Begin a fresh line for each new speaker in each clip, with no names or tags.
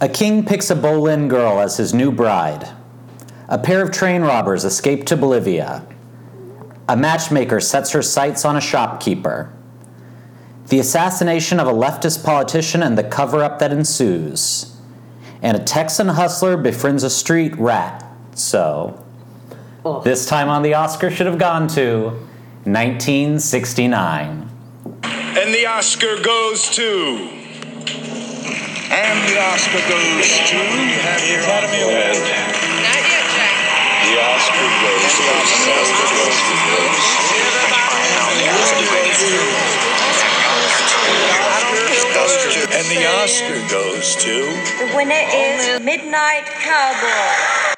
A king picks a Bolin girl as his new bride. A pair of train robbers escape to Bolivia. A matchmaker sets her sights on a shopkeeper. The assassination of a leftist politician and the cover up that ensues. And a Texan hustler befriends a street rat. So,
Ugh.
this time on the Oscar should have gone to 1969.
And the Oscar goes to. And the Oscar goes to. You have the Academy Award.
Not yet, Jack.
The Oscar goes to. The Oscar goes to. And the Oscar goes to.
The winner is Midnight Cowboy.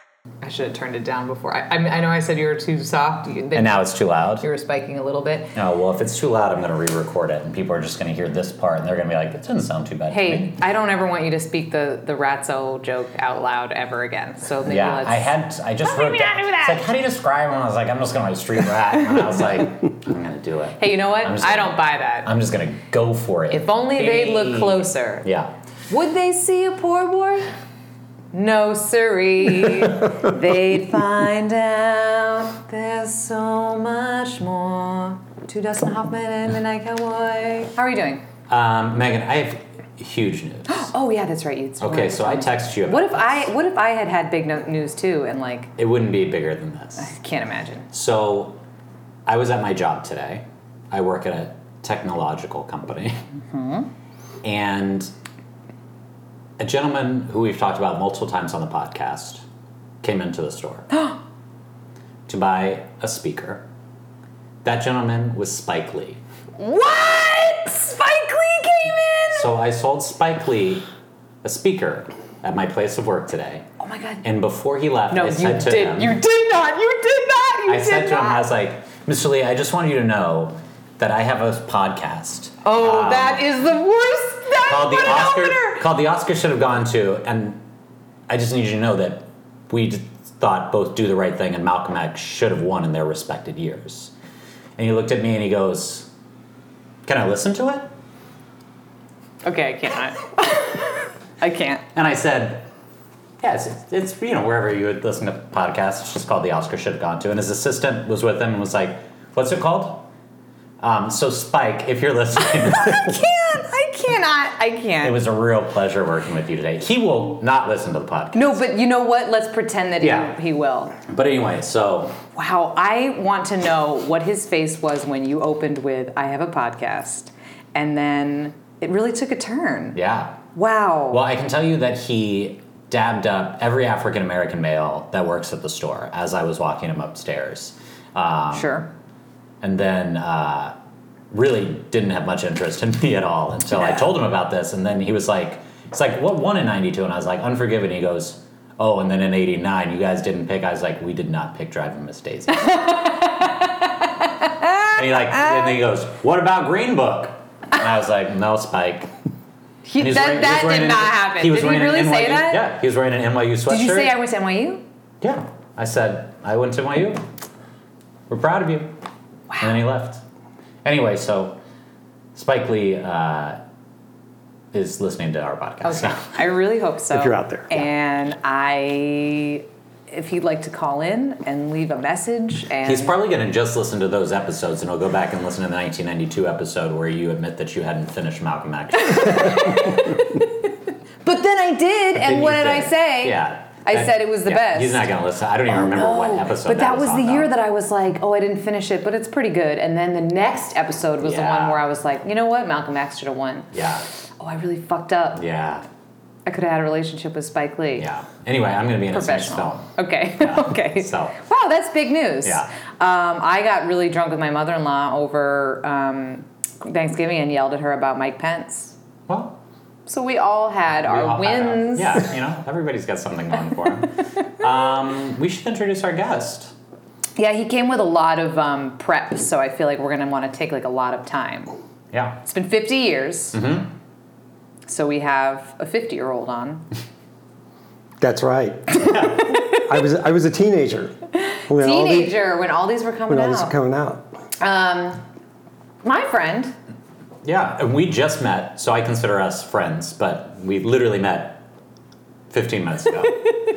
I should have turned it down before. I, I, mean, I know I said you were too soft. You,
And now it's too loud.
you were spiking a little bit.
Oh, well, if it's too loud, I'm going to re record it, and people are just going to hear this part, and they're going to be like, it doesn't sound too bad. to me."
Hey, I don't ever want you to speak the the ratzo joke out loud ever again. So maybe
Yeah,
let's.
I had, I just
Don't make
wrote
me
down.
not do that.
It's like, how do you describe him? I was like, I'm just going to like street rat. And I was like, I'm going to do it.
hey, you know what?
I'm just
I
gonna-
don't buy that.
I'm just going to go for it.
if only they'd look
Hey.
closer.
Yeah.
Would they see a poor boy? No, siree. They'd find out there's so much more to Dustin Hoffman and Midnight Cowboy. How are you doing?
Um, Megan, I have huge news.
Oh yeah, that's right. You
Okay, so I texted you about
What if I what if I had had big no- news too and like
it wouldn't be bigger than this.
I can't imagine.
So, I was at my job today. I work at a technological company.
Mm-hmm.
And a gentleman who we've talked about multiple times on the podcast came into the store to buy a speaker. That gentleman was Spike Lee.
What? Spike Lee came in.
So, I sold Spike Lee a speaker at my place of work today.
Oh my god.
And before he left,
no,
I
you
said to
did.
him,
You did not. You did not. You
I
did
said to
not.
him, I was like, Mr. Lee, I just want you to know that I have a podcast
oh,
um,
that is the worst. That
called the
what an
Oscar
opener.
called the Oscar should have gone to, and I just need you to know that we d- thought both Do the Right Thing and Malcolm X should have won in their respected years. And he looked at me and he goes, "Can I listen to it?"
Okay, I can't. I can't.
And I said, "Yes, it's, it's you know wherever you would listen to podcasts, it's just called the Oscar should have gone to." And his assistant was with him and was like, "What's it called?" Um, so Spike, if you're listening,
I can't. I cannot. I can't.
it was a real pleasure working with you today. He will not listen to the podcast,
no, but you know what? Let's pretend that
Yeah.
he, he will.
but anyway, so
Wow, I want to know what his face was when you opened with "I have a podcast," and then it really took a turn.
yeah.
Wow.
Well, I can tell you that he dabbed up every African American male that works at the store as I was walking him upstairs. Um,
Sure.
and then uh, really didn't have much interest in me at all until I
Yeah.
told him about this. And then he was like, "It's like what won in '92?" And I was like, "Unforgiven." He goes, "Oh, and then in '89, you guys didn't pick." I was like, "We did not pick Driving Miss Daisy." and he like, and then he goes, "What about Green Book?" And I was like, "No, Spike."
He,
And he was
that
wearing- he was
that
wearing
did
an-
not happen.
was
did he
wearing an
really say
NYU
that?
Yeah, he was wearing an NYU sweatshirt.
Did you say I went to NYU?
Yeah. I said, I went to NYU. We're proud of you. And then he left. Anyway, so Spike Lee uh, is listening to our podcast.
Okay. I really hope so.
If you're out there.
And I, if he'd like to call in and leave a message, and
He's probably going to just listen to those episodes and he'll go back and listen to the 1992 episode where you admit that you hadn't finished Malcolm X.
but then I did, and
you
what did I
did.
say?
Yeah.
I
That-
said it was the
yeah,
best. Oh,
He's not going to listen. I don't even remember what
No,
episode
But that, was,
on,
the year
though.
that I was like, oh, I didn't finish it, but it's pretty good. And then the next episode was the
Yeah.
one where I was like, you know what, Malcolm X should have won.
Yeah.
Oh, I really fucked up.
Yeah.
I could have had a relationship with Spike Lee.
Yeah. Anyway, I'm going to be in his next
Professional.
film.
Okay. okay.
so.
Wow, that's big news.
Yeah.
Um, I got really drunk with my mother-in-law over um, Thanksgiving and yelled at her about Mike Pence.
Well,
So we all had
We
our
all had our-
wins.
yeah, you know, everybody's got something going for them. um, we should introduce our guest.
Yeah, he came with a lot of um, prep, so I feel like we're gonna want to take like a lot of time.
Yeah.
It's been 50 years.
Mm-hmm.
So we have a 50 year old on.
That's right. I was I was a teenager. When all the-
Teenager, when all these were coming
when all this
out.
was coming out.
um, my friend,
Yeah, and we just met, so I consider us friends, but we literally met 15 minutes ago.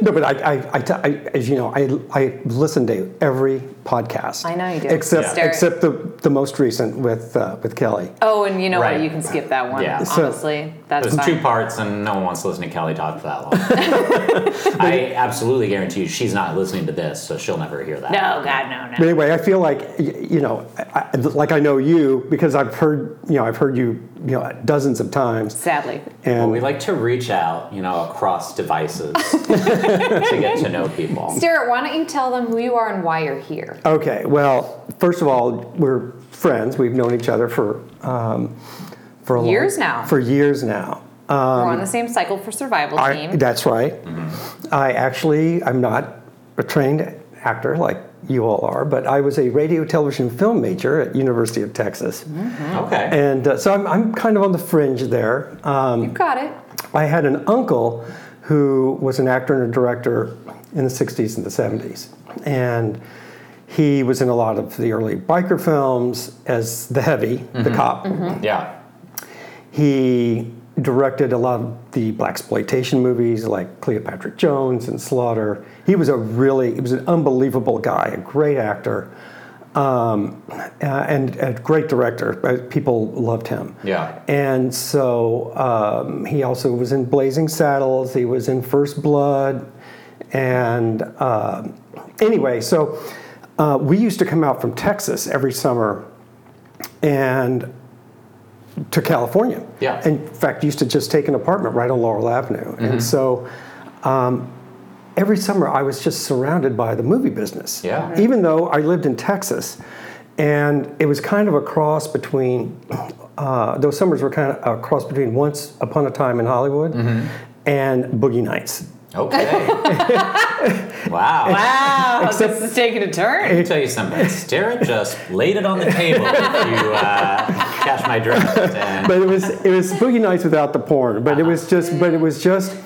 No, but I, I, I, t- I as you know, I, I listen to every podcast.
I know you do.
Except,
Yeah.
except the, the most recent with uh, with Kelly.
Oh, and you know
Right.
what? You can skip that one.
Yeah.
So-
Honestly, that's
There's
fine.
two parts, and no one wants to listen to Kelly talk for that long. I absolutely guarantee you she's not listening to this, so she'll never hear that.
no, God, no,
But
no.
anyway, I feel like y- you know, I, I- like I know you because I've heard you know I've heard you you know dozens of times.
Sadly,
And
Well, we like to reach out, you know, across devices to get to know people.
Derek, why don't you tell them who you are and why you're here?
Okay. Well, first of all, we're friends. We've known each other for um, for a long-
Years now.
For years now.
We're on the same cycle for survival
Um, I,
team.
that's right. I actually I'm not a trained actor like you all are, but I was a radio, television, film major at University of Texas,
Mm-hmm. Okay.
and uh, so I'm, I'm kind of on the fringe there. Um,
you got it.
I had an uncle who was an actor and a director in the 60s and the 70s. And he was in a lot of the early biker films as the heavy, the cop.
Yeah.
He directed a lot of the black exploitation movies like Cleopatra Jones and Slaughter. He was a really, he was an unbelievable guy, a great actor, um, uh, and a great director. Uh, People loved him.
Yeah.
And so um, he also was in Blazing Saddles. He was in First Blood, and um anyway, so uh, we used to come out from Texas every summer, and to California.
Yeah. Mm-hmm.
In fact, used to just take an apartment right on Laurel Avenue, and so. Um, Every summer, I was just surrounded by the movie business.
Yeah.
Even though I lived in Texas, and it was kind of a cross between uh, those summers were kind of a cross between Once Upon a Time in Hollywood
Mm-hmm.
and Boogie Nights.
Okay. wow.
Wow, this is taking a turn.
Let me tell you something. Sarah just laid it on the table if you uh, catch my drift. And
But it was it was Boogie Nights without the porn. But it was just but it was just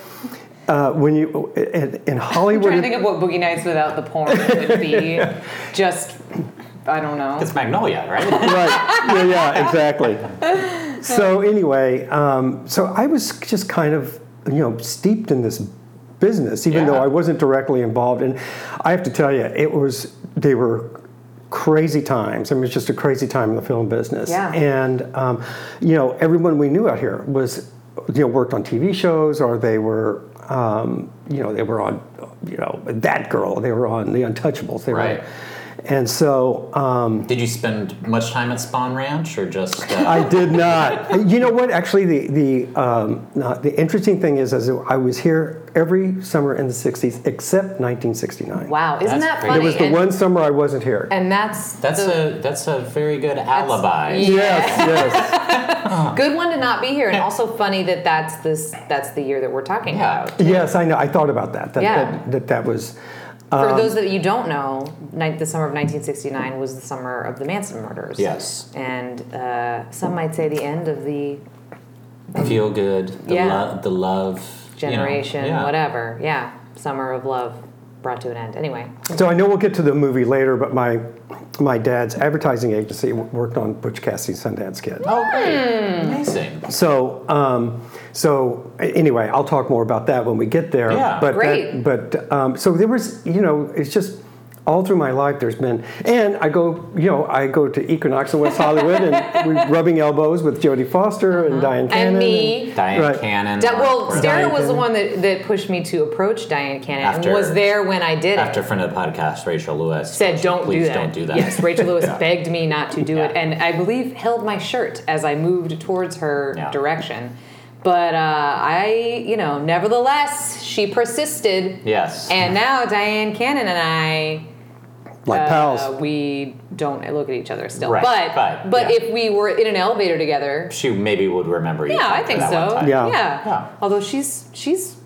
uh, when you in, in
I'm trying to
Hollywood.
think of what Boogie Nights without the porn would be. Just, I don't know.
it's Magnolia, right?
right. Yeah, yeah, exactly. So anyway, um, so I was just kind of you know steeped in this business, even though
Yeah.
I wasn't directly involved. And I have to tell you, it was they were crazy times. I mean, it's just a crazy time in the film business.
Yeah.
And um, you know, everyone we knew out here was you know worked on TV shows or they were. Um, you know, they were on, you know, that girl. They were on The Untouchables. They
Right.
Were, and so, um,
Did you spend much time at Spawn Ranch or just. Uh,
I did not. You know what? Actually, the the um, no, the interesting thing is, is I was here every summer in the '60s, except 1969.
Wow, isn't
That's
that
crazy.
funny?
It
It was the
and,
one summer I wasn't here.
and that's
that's
the
a that's a very good alibi.
Yes, yes.
good one to not be here, and also funny that that's this that's the year that we're talking
Yeah.
about.
yes, I know. I thought about that. That
Yeah.
that, that, that was
For
Um,
those that you don't know, ni- the summer of 1969 was the summer of the Manson murders.
Yes.
and uh, some might say the end of the
Feel good. The,
Yeah.
lo- the love. you know,
generation,
yeah.
whatever. Yeah, summer of love brought to an end. Anyway,
So I know we'll get to the movie later, but my my dad's advertising agency w- worked on Butch Cassidy's Sundance Kid.
Oh, great.
Hmm.
Amazing.
So, um, so anyway, I'll talk more about that when we get there.
Yeah.
but that-
Great.
but um, so there was, you know, it's just all through my life. There's been, and I go, you know, I go to Equinox in West Hollywood, and we're rubbing elbows with Jodie Foster and Diane Cannon.
and me.
Diane
Right.
Cannon.
Di- well,
Mark
Sarah
Diane
was the
Cannon.
one that, that pushed me to approach Diane Cannon
After-
and was there when I did
after
it.
friend of the podcast, Rachel Lewis
Said, don't
please
do that.
don't do that.
Yes, Rachel Lewis
Yeah.
begged me not to do it,
Yeah.
and I believe held my shirt as I moved towards her
Yeah.
direction. But uh, I, you know, nevertheless, she persisted.
Yes.
And now Diane Cannon and I
like
Uh,
pals.
we don't look at each other still.
Right,
But
but,
but,
yeah.
if we were in an elevator together,
she maybe would remember you.
yeah, I
after
think
that one
so.
time.
Yeah.
Yeah.
Although she's she's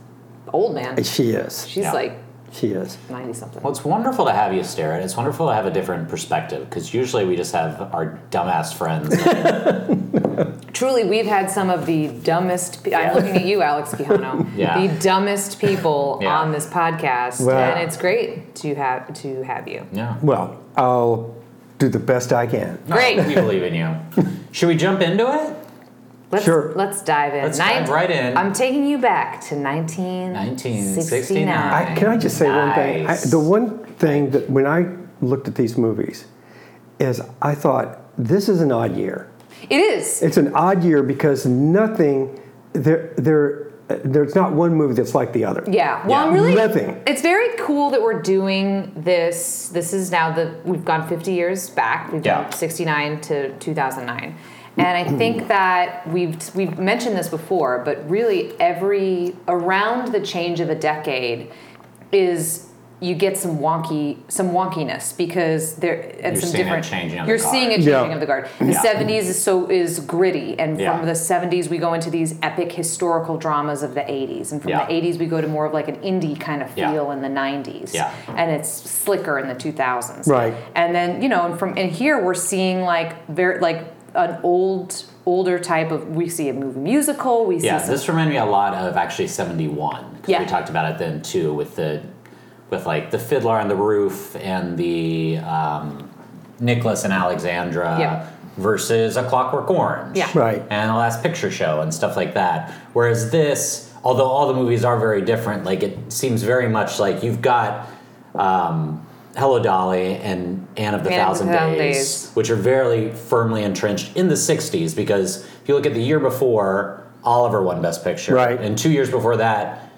old man.
She is.
She's
Yeah.
like
She is.
ninety something.
Well, it's wonderful to have you, Starrett. It's wonderful to have a different perspective because usually we just have our dumbass friends.
Truly, we've had some of the dumbest. Pe- I'm looking at you, Alex Quijano.
Yeah.
The dumbest people
Yeah.
on this podcast,
Well-
and it's great to have to have you.
yeah.
Well, I'll do the best I can.
Great.
We believe in you. Should we jump into it?
Let's,
Sure.
Let's dive in.
Let's dive right in.
I'm taking you back to 1969.
1969.
I, can I just say one thing? I,
Nice.
the one thing that when I looked at these movies is I thought this is an odd year.
It is.
It's an odd year because nothing there there there's not one movie that's like the other.
Yeah. Well, I'm
Yeah.
really.
Nothing.
It's very cool that we're doing this. This is now the we've gone 50 years back. We've
Yeah.
gone 69 to 2009, and I think that we've we've mentioned this before, but really every around the change of a decade is you get some wonky some wonkiness because there and
You're
some
seeing a
different
changing of the
you're
guard.
seeing a changing
Yeah.
of the guard. The 70s is so is gritty, and
Yeah.
from the 70s we go into these epic historical dramas of the 80s, and from
Yeah.
the 80s we go to more of like an indie kind of
Yeah.
feel in the 90s,
Yeah.
and it's slicker in the 2000s,
Right.
And then you know, and from and here we're seeing like very like an old older type of we see a movie musical, we see
Yeah,
some
this reminded me a lot of actually '71 because
Yeah.
we talked about it then too with the with like the Fiddler on the Roof and the um, Nicholas and Alexandra
Yeah.
versus A Clockwork Orange,
Yeah.
Right.
and The Last Picture Show and stuff like that. Whereas this, although all the movies are very different, like it seems very much like you've got. Um, Hello Dolly and Anne of the
Anne of the
Thousand
Thousand
Days,
Days.
which are very firmly entrenched in the 60s because if you look at the year before oliver won best picture
Right.
and two years before that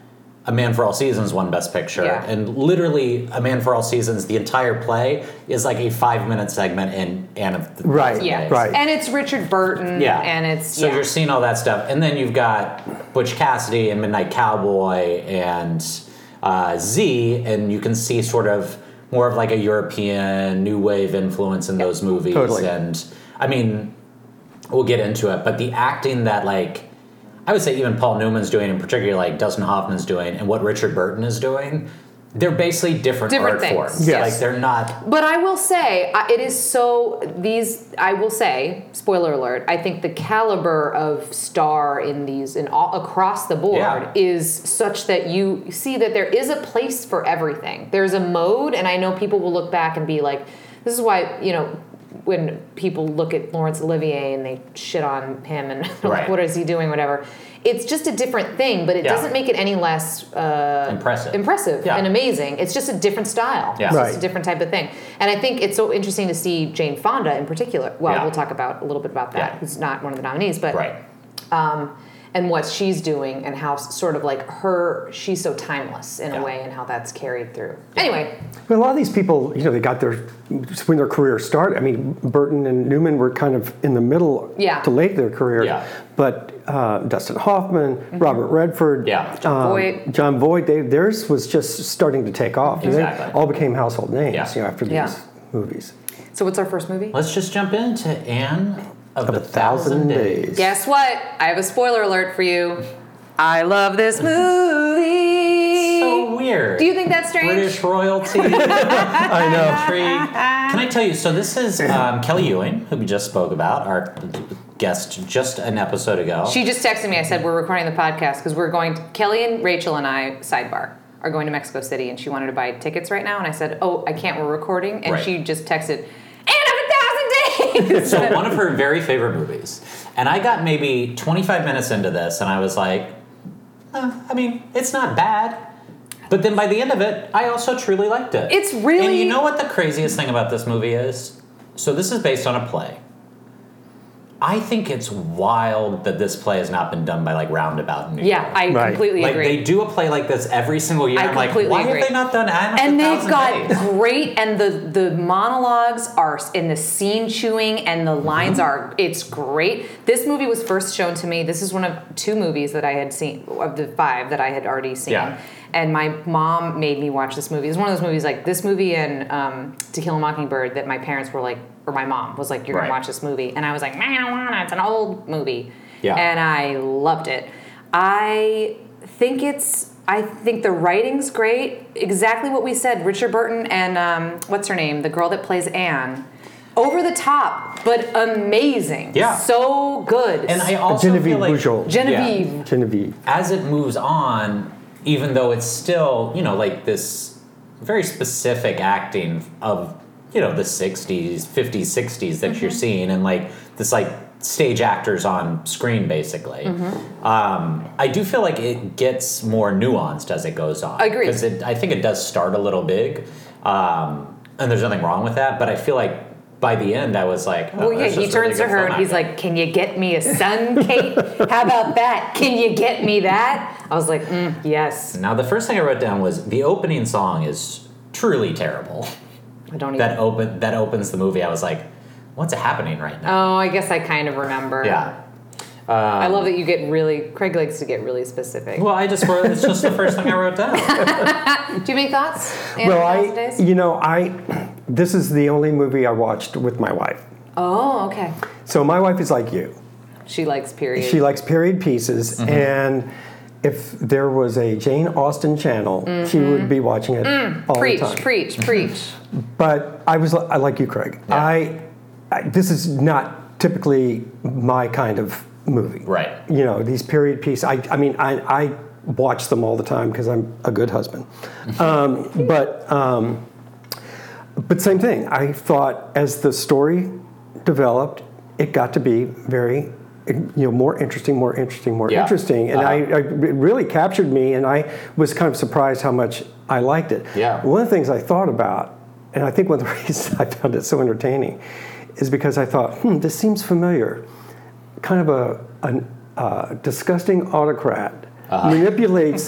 a man for all seasons won best picture
Yeah.
and literally a man for all seasons the entire play is like a five minute segment in and of the
Right,
yeah,
right.
and it's Richard Burton,
yeah
and it's
so
yeah.
you're seeing all that stuff and then you've got butch cassidy and midnight cowboy and uh, z and you can see sort of more of like a european new wave influence in those movies
Totally.
and i mean we'll get into it but the acting that like i would say even paul newman's doing in particular like dustin hoffman's doing and what richard burton is doing they're basically different,
Different
art
things,
forms
yes.
like they're not
But I will say, I- it is so. These, I will say, spoiler alert. I think the caliber of star in these and all across the board
Yeah.
is such that you see that there is a place for everything. There's a mode, and I know people will look back and be like, "This is why," you know, when people look at Laurence Olivier and they shit on him and
Right.
what is he doing, whatever. It's just a different thing, but it
Yeah.
doesn't make it any less uh,
Impressive.
impressive,
Yeah.
and amazing. It's just a different style.
Yeah.
It's just a
Right.
different type of thing. And I think it's so interesting to see Jane Fonda in particular. Well,
Yeah.
we'll talk about a little bit about that.
Yeah.
Who's not one of the nominees, but
right
um, and what she's doing and how s- sort of like her she's so timeless in
Yeah.
a way and how that's carried through. Anyway,
But a lot of these people, you know, they got their when their career started. I mean, Burton and Newman were kind of in the middle
Yeah.
to late their career.
Yeah.
But uh, Dustin Hoffman, Robert Redford,
Yeah.
John
Mm-hmm. Voight.
John Voight, they, theirs was just starting to take off. And they
Exactly.
all became household names,
Yeah.
you know, after these
Yeah.
movies.
so what's our first movie?
let's just jump into anne of,
Of
a thousand days.
Guess what? I have a spoiler alert for you. I love this movie.
so weird.
Do you think that's strange?
British royalty? I know. Can I tell you? So this is um, Kelly Ewing, who we just spoke about, our guest just an episode ago.
She just texted me. I said we're recording the podcast because we're going. To, Kelly and Rachel and I sidebar are going to Mexico City, and she wanted to buy tickets right now. And I said, "Oh, I can't. We're recording." And
Right.
she just texted, "And of a thousand days."
so one of her very favorite movies, and I got maybe 25 minutes into this, and I was like, "Uh, I mean, it's not bad. But then by the end of it, I also truly liked it.
It's really-
And you know what the craziest thing about this movie is? So this is based on a play. I think it's wild that this play has not been done by like Roundabout. in New
yeah,
York.
I
Right.
completely
like
agree.
they do a play like this every single year.
I
am like,
completely
why
agree.
have they not done Anne of
and
the
they've
Thousand
got
Days?
great, and the the monologues are s- and the scene chewing and the lines
Mm-hmm.
are. It's great. This movie was first shown to me. This is one of two movies that I had seen of the five that I had already seen.
Yeah.
And my mom made me watch this movie. It's one of those movies like this movie and um, To Kill a Mockingbird that my parents were like, or my mom was like, "You're
Right.
gonna watch this movie," and I was like, "Man, I don't wanna. It's an old movie."
Yeah.
And I loved it. I think it's. I think the writing's great. Exactly what we said. Richard Burton and um, what's her name, the girl that plays Anne, over the top but amazing.
Yeah.
So good.
And I also
Genevieve
feel like
Bujold.
Genevieve.
Genevieve.
as it moves on, even though it's still, you know, like this very specific
Mm-hmm.
acting of, you know, the 60s, 50s, 60s that you're seeing, and like this, like, stage actors on screen, basically.
Mm-hmm.
Um, I do feel like it gets more nuanced as it goes on.
Agreed.
Because I think it does start a little big, um, and there's nothing wrong with that. But I feel like by the end, I was like, oh,
Well, yeah,
that's
he
just a really
turns to
good
her
film
and he's
idea.
like, Can you get me a sun, Kate? How about that? Can you get me that? I was like, mm, Yes.
Now, the first thing I wrote down was the opening song is truly terrible.
I don't even.
That open that opens the movie. I was like, what's happening right now?
oh, I guess I kind of remember.
yeah.
I love that you get really. Craig likes to get really specific.
Well, I just wrote. It's just the first thing I wrote down.
Do you have any thoughts? Anna,
Well,
thoughts
I,
days?
you know, I, this is the only movie I watched with my wife.
Oh, okay.
So my wife is like you.
She likes period.
She likes period pieces, and if there was a Jane Austen channel, she would be watching it all
preach,
the time.
preach, preach.
But I was, li- I like you, Craig.
Yeah.
I, I, this is not typically my kind of movie.
Right.
You know, these period pieces. I, I mean, I, I watch them all the time because I'm a good husband. Um, but, um, but same thing. I thought as the story developed, it got to be very, you know, more interesting, more interesting, more
Yeah.
interesting, and I, I
Uh-huh.
it really captured me, and I was kind of surprised how much I liked it.
Yeah.
One of the things I thought about, and I think one of the reasons I found it so entertaining, is because I thought, hmm, this seems familiar. Kind of a an, uh, disgusting autocrat manipulates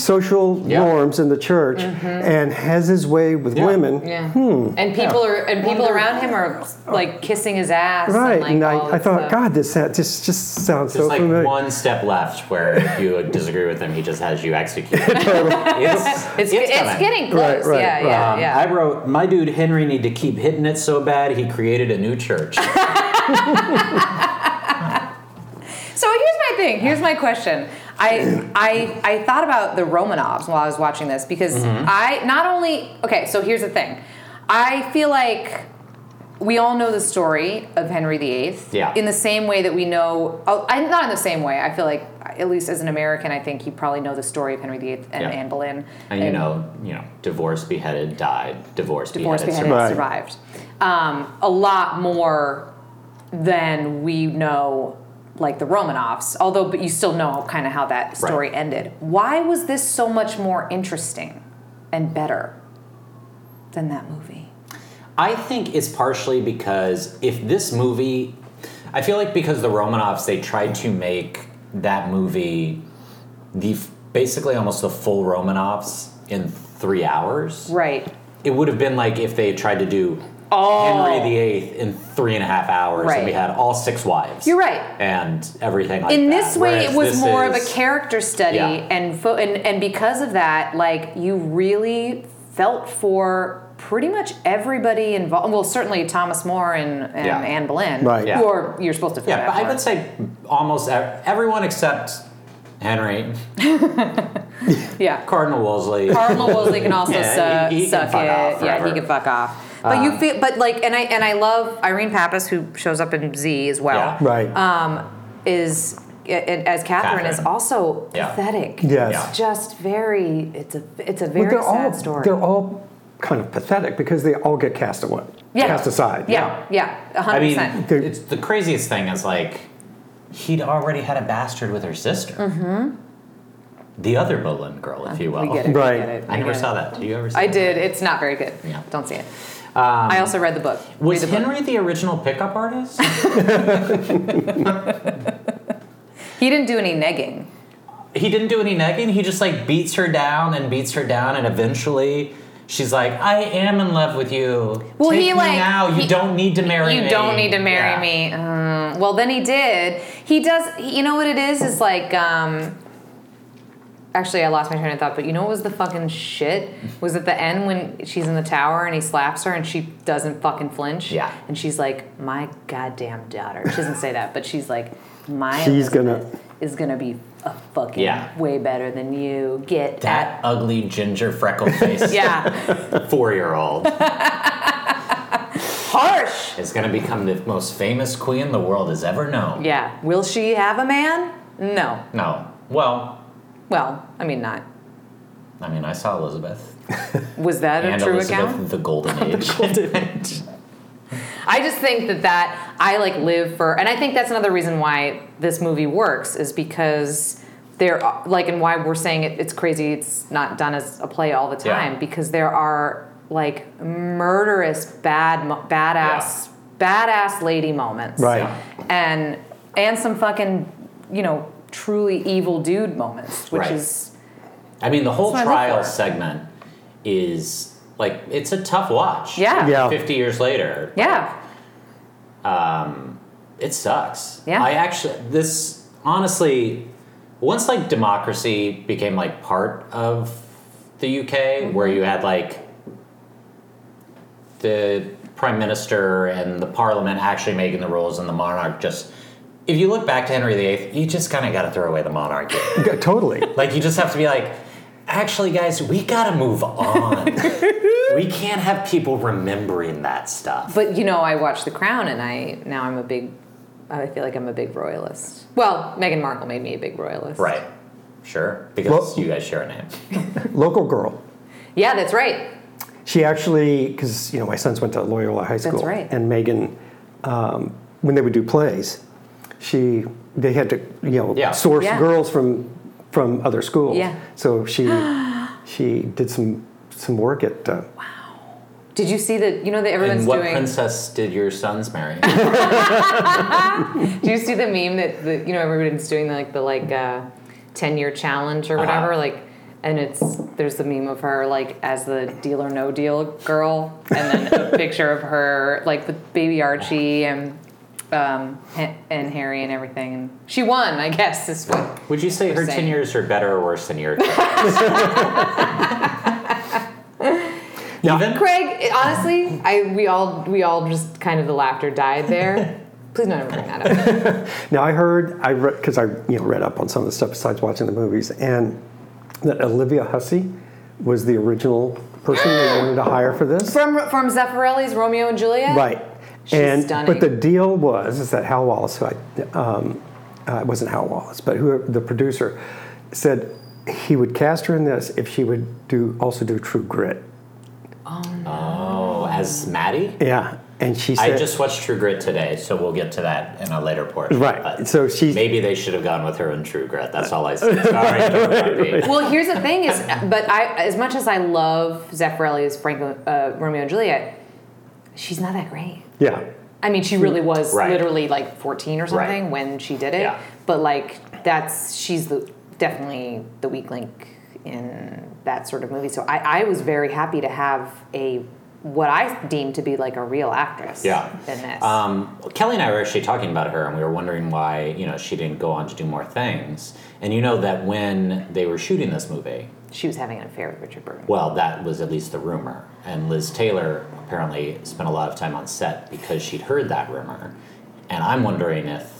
social
Uh-huh. Yeah. Mm-hmm.
norms in the church and has his way with women.
Yeah.
Hmm.
And people are and people around him are like kissing his ass.
Right,
And, like,
and
all
I, I
this
thought,
stuff.
God, this sound- just just sounds
There's
so
like
familiar.
one step left where if you disagree with him, he just has you executed. it's,
it's, it's,
coming.
getting
Right,
close.
right,
yeah,
right.
yeah,
Um,
yeah.
I wrote, my dude Henry need to keep hitting it so bad he created a new church.
So here's my thing. Here's my question. I I I thought about the Romanovs while I was watching this because
Mm-hmm.
I not only okay. So here's the thing. I feel like we all know the story of Henry VIII.
Yeah.
In the same way that we know, oh, I- not in the same way. I feel like at least as an American, I think you probably know the story of Henry VIII and
Yeah.
Anne Boleyn.
and you know, you know, divorced, beheaded, died, divorced,
divorce
beheaded.
beheaded
survived.
Right.
survived um, a lot more than we know like the romanovs although but you still know kind of how that story
Right.
ended why was this so much more interesting and better than that movie
I think it's partially because if this movie, I feel like because the Romanovs, they tried to make that movie the f- basically almost the full Romanovs in three hours.
right
It would have been like if they tried to do
Oh.
Henry VIII in three and a half hours, and we
Right.
had all six wives.
You're right.
and everything like
in
that.
this way
Whereas
it was
this
more of
is-
a character study
Yeah.
and, fo- and and because of that like you really felt for pretty much everybody involved well certainly thomas more and, and
Yeah.
anne boleyn
Right.
Yeah.
who are you're supposed to feel
Yeah,
bad
but I
for.
would say almost e- everyone except Henry,
yeah
Cardinal Wolsey.
Cardinal Wolsey can also
Yeah,
suck,
he- he can
suck
fuck off
it. Yeah, he
forever. Um,
can fuck off. But you feel, but like, and I and I love Irene Pappas, who shows up in Z as well.
Yeah.
Right.
Um, Is i- i- as Catherine, is
Catherine.
also
Yeah.
pathetic.
Yes.
Yeah.
It's just very. It's a it's a
But
very sad
all,
story.
They're all kind of pathetic because they all get cast away,
yeah.
cast aside.
Yeah, yeah, a
I
hundred
mean,
percent.
They're-
it's the craziest thing is like he'd already had a bastard with her sister, mm-hmm. the other Boleyn girl, if you will.
Uh, We get it. we
Right.
get it, we
I never
get
saw
it.
that. Do you ever? See
I
that?
did. It's not very good.
Yeah.
Don't see it.
Um,
I also read the book.
was
Read the book.
Henry the original pickup artist?
He didn't do any negging.
he didn't do any negging. He just like beats her down and beats her down, and eventually she's like, "I am in love with you.
Well,
Take
he
me
like
now. You
he-
don't need to marry
you
me.
don't need to marry
Yeah.
me. Mm, well, then he did. He does. he- You know what it is? Is like. um Actually, I lost my train of thought, but you know what was the fucking shit? Was at the end when she's in the tower and he slaps her and she doesn't fucking flinch.
Yeah.
And she's like, my goddamn daughter. She doesn't say that, but she's like, my
She's gonna-
Elizabeth is gonna be a fucking
Yeah.
way better than you. Get at
That ugly ginger freckle face
yeah,
four year old
harsh.
is going to become the most famous queen the world has ever known.
Yeah. Will she have a man? No.
No. Well,
Well, I mean, not.
I mean, I saw Elizabeth
Was that
and
a true
Elizabeth
account?
the Golden Age.
I just think that that I like live for, and I think that's another reason why this movie works is because there, are- like, and why we're saying it, it's crazy. It's not done as a play all the
Yeah.
time because there are like murderous, bad, mo- badass, badass lady moments,
Right.
And and some fucking, you know, truly evil dude moments, which
Right.
is
I mean, the whole
That's what I look
trial
for.
segment is like it's a tough watch.
yeah,
Yeah.
Fifty years later,
yeah.
it sucks.
Yeah.
I actually this honestly, once like democracy became like part of the UK, where you had like the prime minister and the parliament actually making the rules, and the monarch just. If you look back to Henry VIII, you just kind of got to throw away the monarchy.
G- totally.
Like you just have to be like, actually, guys, we gotta move on. we can't have people remembering that stuff.
But you know, I watched The Crown, and I now I'm a big. I feel like I'm a big royalist. Well, Meghan Markle made me a big royalist.
right. Sure. Because
Well-
you guys share a name.
Local girl.
Yeah, that's right.
She actually, because you know, my sons went to Loyola High School,
right.
and Megan, um, when they would do plays, she they had to you know
Yeah.
source
Yeah.
girls from from other schools.
Yeah.
So she she did some some work at uh,
Did you see that? You know that everyone's
and what
doing.
princess did your sons marry?
Do you see the meme that the, you know everybody's doing the, like the like uh, ten year challenge or
Uh-huh.
whatever like. And it's there's the meme of her like as the deal or no deal girl, and then a picture of her like with baby Archie and um, Ha- and Harry and everything. And she won, I guess. Is what
Would you say her
Same.
tenures are better or worse than your Even?
Craig, honestly, I we all we all just kind of the laughter died there. Please don't ever bring that up.
Now I heard I read because I you know read up on some of the stuff besides watching the movies, and that Olivia Hussey was the original person they wanted to hire for this.
From from Zeffirelli's Romeo and Juliet.
Right. and
stunning.
but the deal was is that Hal Wallace, who I, um, uh, it wasn't Hal Wallace, but who the producer said he would cast her in this if she would do also do True Grit.
Oh, as Maddie?
Yeah, and she said
I just watched True Grit today, so we'll get to that in a later portion.
Right,
but
so she-
maybe they should have gone with her in True Grit. That's all I said. Sorry, Dorothy.
Well, here's the thing is, but I as much as I love Zeffirelli's Franco, uh, Romeo and Juliet, she's not that great.
yeah.
I mean, she really was
Hmm. Right.
literally like 14 or something
Right.
when she did it.
Yeah.
But like, that's she's the definitely the weak link in that sort of movie. So I, I was very happy to have a what I deemed to be like a real actress.
Yeah.
In this.
Um, Kelly and I were actually talking about her, and we were wondering why you know she didn't go on to do more things. And you know that when they were shooting this movie,
she was having an affair with Richard Burton.
well, that was at least the rumor. And Liz Taylor apparently spent a lot of time on set because she'd heard that rumor. And I'm wondering if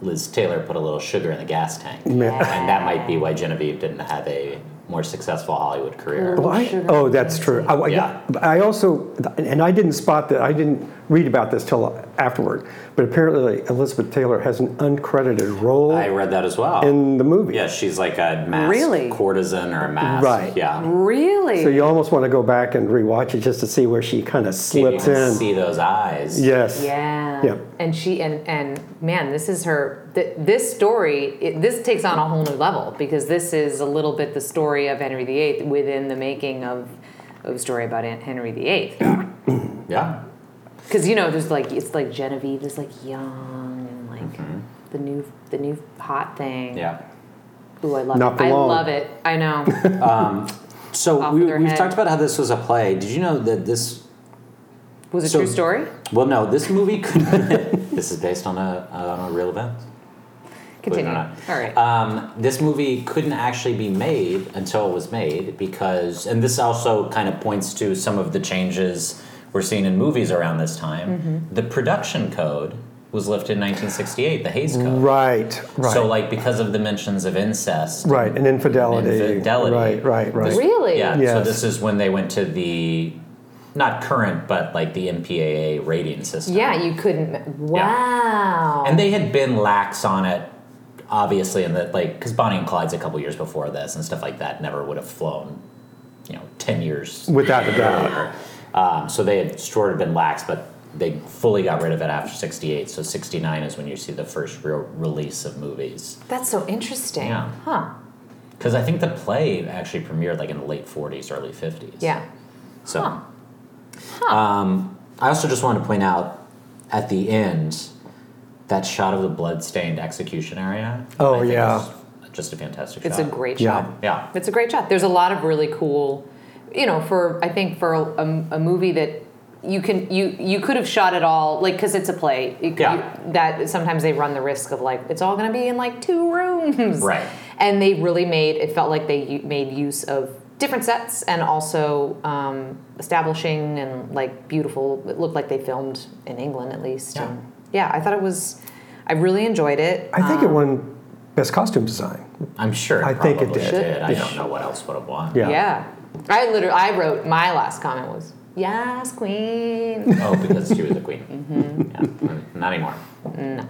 Liz Taylor put a little sugar in the gas tank, and that might be why Genevieve didn't have a more successful Hollywood career.
Well, I, oh, that's true. I, I-
Yeah.
I also, and I didn't spot that. I didn't read about this till afterward. But apparently, Elizabeth Taylor has an uncredited role
I read that as well.
in the movie.
yeah, she's like a masked
Really?
courtesan or a mask.
Right. Mm-hmm.
Yeah.
Really?
So you almost want to go back and rewatch it just to see where she kind of
You
slips
can
in.
see those eyes.
Yes.
yeah.
Yeah.
And she and and man, this is her. Th- this story, it, this takes on a whole new level because this is a little bit the story of Henry VIII within the making of of a story about Aunt Henry VIII.
Yeah.
Because you know, there's like it's like Genevieve is like young and like the new the new hot thing.
Mm-hmm. Yeah.
Ooh, I love
Not
it.
for
I
long.
love it. I know.
So
Off
we,
with her
we've
head.
talked about how this was a play. Did you know that this?
Was it
So-
true story?
Well, no, this movie could. this is based on a on a real event. believe it
Continue.
or
All
not.
right.
Um, this movie couldn't actually be made until it was made because, and this also kind of points to some of the changes we're seeing in movies around this time.
Mm-hmm.
The production code was lifted in 1968, the Hayes Code.
Right. Right.
So, like, because of the mentions of incest,
right. And infidelity.
Infidelity.
Right. Right. Right.
really?
Yeah.
Yes.
So this is when they went to the not current, but like the MPAA rating system.
Yeah, you couldn't. Wow.
And they had been lax on it, obviously, in that like because Bonnie and Clyde's a couple years before this and stuff like that never would have flown, you know, ten years
Without a doubt.
earlier. Um, so they had sort of been lax, but they fully got rid of it after 68 so 69 is when you see the first real release of movies
That's so interesting.
Yeah.
Huh.
because i think the play actually premiered like in the late 40s early 50s
Yeah.
so
Huh.
Um, i also just wanted to point out at the end that shot of the blood-stained execution area
Oh,
I think
yeah.
is just a fantastic
It's a
shot
great
Yeah.
shot.
yeah
It's a great shot. There's a lot of really cool, you know, for I think for a, a movie that you can you you could have shot it all like because it's a play. You could-
Yeah.
that sometimes they run the risk of like it's all going to be in like two rooms.
Right.
And they really made it felt like they u- made use of different sets and also um, establishing and like beautiful. It looked like they filmed in England at least.
Yeah.
And, yeah I thought it was. I really enjoyed it.
I think it won best costume design.
i'm sure it
I think it
probably
did.
i
Yeah.
don't know what else would have won
Yeah.
Yeah. I literally, I wrote, my last comment was, yes, queen.
Oh, because she was a queen.
Mm-hmm.
Yeah. Mm, Not anymore. No.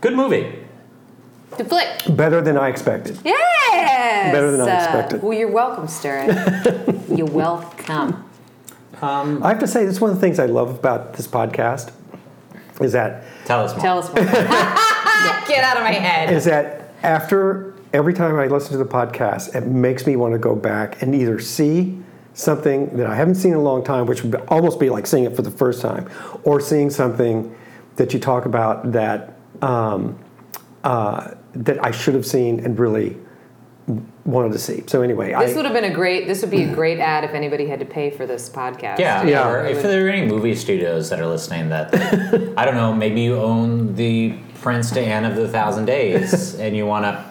Good movie.
The flick.
Better than I expected.
Yes.
Better than I
Uh,
expected.
well, you're welcome, Stuart. you're welcome.
I have to say, that's one of the things I love about this podcast is that
Tell us more.
Tell us more. Get out of my head.
is that after every time I listen to the podcast, it makes me want to go back and either see something that I haven't seen in a long time, which would be- almost be like seeing it for the first time, or seeing something that you talk about that um, uh, that I should have seen and really wanted to see. So anyway, I,
This would have been a great, this would be a great ad if anybody had to pay for this podcast.
yeah,
Yeah.
Or if there are any movie studios that are listening that, I don't know, maybe you own the Prince to Anne of the Thousand Days and you want to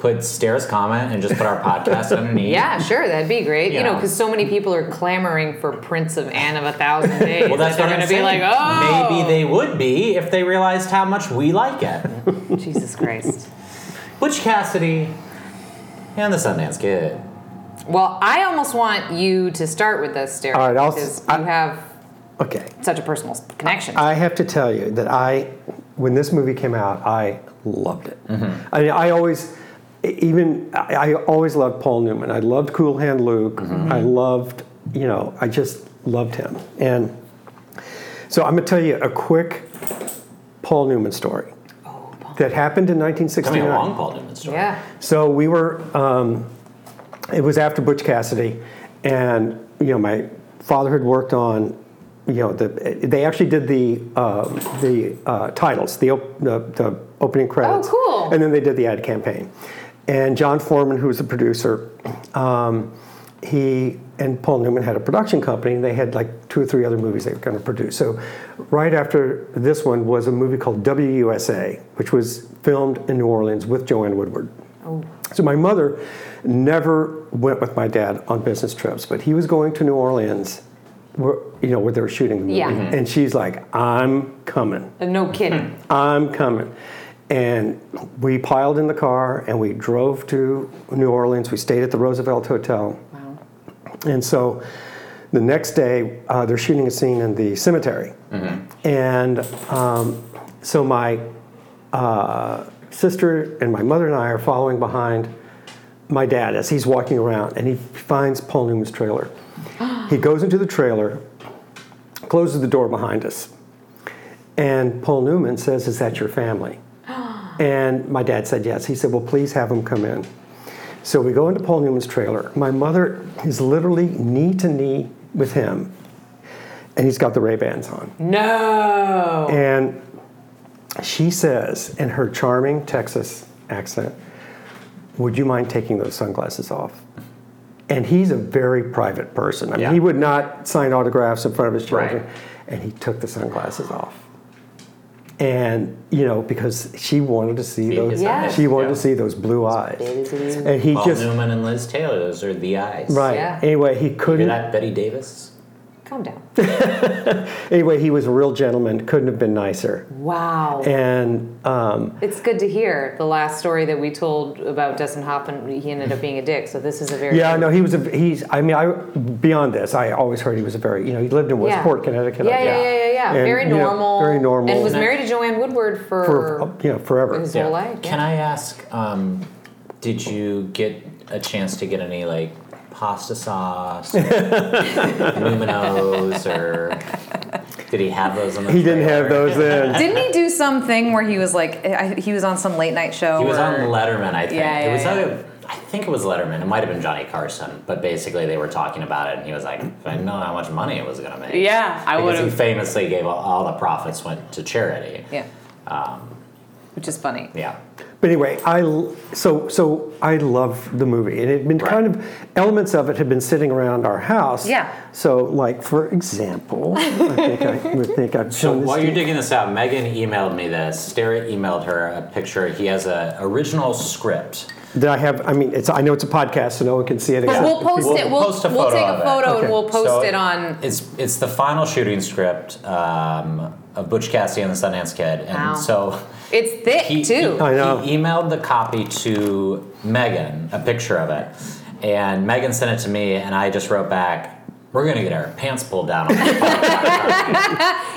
put Stairs comment and just put our podcast underneath.
Yeah, sure, that'd be great. You know,
Yeah.
because so many people are clamoring for Prince of Anne of a Thousand Days.
Well, that's
that
what I'm
they're gonna
saying.
be like, oh,
Maybe they would be if they realized how much we like it.
Jesus Christ.
Butch Cassidy and the Sundance Kid.
Well, I almost want you to start with this, Derek,
All right, I'll-
because
I-
you have
okay.
such a personal s- connection.
I have to tell you that I, when this movie came out, I loved it.
Mm-hmm.
I mean, I always, even I, I always loved Paul Newman. I loved Cool Hand Luke.
Mm-hmm.
I loved, you know, I just loved him. And so I'm going to tell you a quick Paul Newman story
Oh,
that happened in
Tell me
1969.
a long Paul Newman story.
yeah.
So we were. Um, it was after Butch Cassidy, and you know my father had worked on. You know the they actually did the uh, the uh, titles, the, op- the the opening credits.
cool.
And then they did the ad campaign, and John Foreman, who was the producer, um, he and Paul Newman had a production company, and they had like two or three other movies they were going to produce. So, right after this one was a movie called WUSA, which was filmed in New Orleans with Joanne Woodward. So my mother never went with my dad on business trips, but he was going to New Orleans, where, you know, where they were shooting the movie,
Yeah. Mhm.
and she's like, "I'm coming,
Uh, No kidding.
I'm coming," and we piled in the car and we drove to New Orleans. We stayed at the Roosevelt Hotel, and so the next day uh, they're shooting a scene in the cemetery, and um, so my uh, sister and my mother and I are following behind my dad as he's walking around and he finds Paul Newman's trailer. he goes into the trailer, closes the door behind us, and Paul Newman says, Is that your family? and my dad said, Yes. He said, Well, please have him come in. So we go into Paul Newman's trailer. My mother is literally knee to knee with him, and he's got the Ray Bans on.
No.
And she says in her charming Texas accent, Would you mind taking those sunglasses off? And he's a very private person. I mean,
Yeah.
he would not sign autographs in front of his children.
Right.
And he took the sunglasses off. And, you know, because she wanted to see
See
those
his
Yeah. eyes,
she wanted
yeah.
to see those blue eyes. And he
Paul
just
Newman and Liz Taylor, those are the eyes.
right.
Yeah.
Anyway, he
Hear
couldn't
that, Betty Davis?
Calm down.
anyway, he was a real gentleman, couldn't have been nicer.
Mm-hmm. Wow.
And um,
It's good to hear the last story that we told about Dustin Hoffman. He ended up being a dick, so this is a very
Yeah, no, he was a he's. I mean, I beyond this, I always heard he was a very you know he lived in Westport, Connecticut.
Yeah, yeah, yeah, yeah, yeah.
And,
very
you know,
normal.
very normal.
And was
And I-
married to Joanne Woodward for,
for uh, you know forever.
his whole life.
Can I ask, um, did you get a chance to get any like pasta sauce, or Luminos, or Did he have those on the
He didn't
trailer?
have those then.
Didn't he do something where he was like, I, he was on some late night show?
He was
or-
on Letterman, I think.
Yeah,
it
yeah,
was
yeah.
either- I think it was Letterman. It might have been Johnny Carson, but basically they were talking about it, and he was like, "If I know how much money it was gonna make."
Yeah, I
because he
would've-
famously gave all, all the profits went to charity.
Yeah.
Um,
Which is funny.
Yeah.
But anyway, I l- so so I love the movie, and it had been
Right.
kind of elements of it had been sitting around our house.
Yeah.
So like for example, I think I would think I've
So
shown this
while
to
you're digging this out, Megan emailed me this. Sarah emailed her a picture. He has a original script.
Did I have? I mean, it's. I know it's a podcast, so no one can see it.
But
except
we'll
the
post
people-
it. We'll,
post a
we'll
photo
take
of
a
it.
photo
Okay.
and we'll post
So
it on.
It's it's the final shooting script um, of Butch Cassidy and the Sundance Kid, and
Wow.
so
It's thick
he,
too.
I know.
he emailed the copy to Megan, a picture of it, and Megan sent it to me, and I just wrote back, "We're gonna get our pants pulled down on the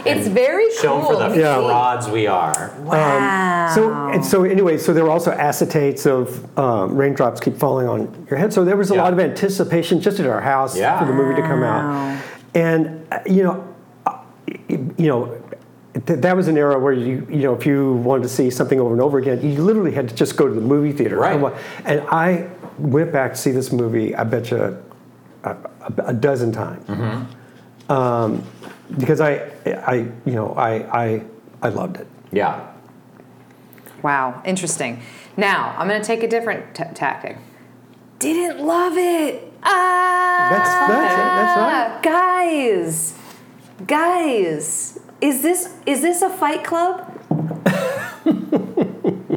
it's very
shown
cool.
for the
Yeah.
frauds we are."
wow.
So and so anyway, so there were also acetates of um, raindrops keep falling on your head. So there was a
Yeah.
lot of anticipation just at our house
Yeah.
for the movie to come out. And uh, you know, uh, you know, th- that was an era where you you know if you wanted to see something over and over again, you literally had to just go to the movie theater.
Right.
And, wa- and I went back to see this movie. I bet you a, a dozen times.
Mm-hmm.
Um, because I, I, you know, I, I, I loved it.
Yeah,
Wow, interesting. Now I'm going to take a different t- tactic. Didn't love it. Ah,
That's- that's it, that's right.
Guys, guys, is this is this a Fight Club?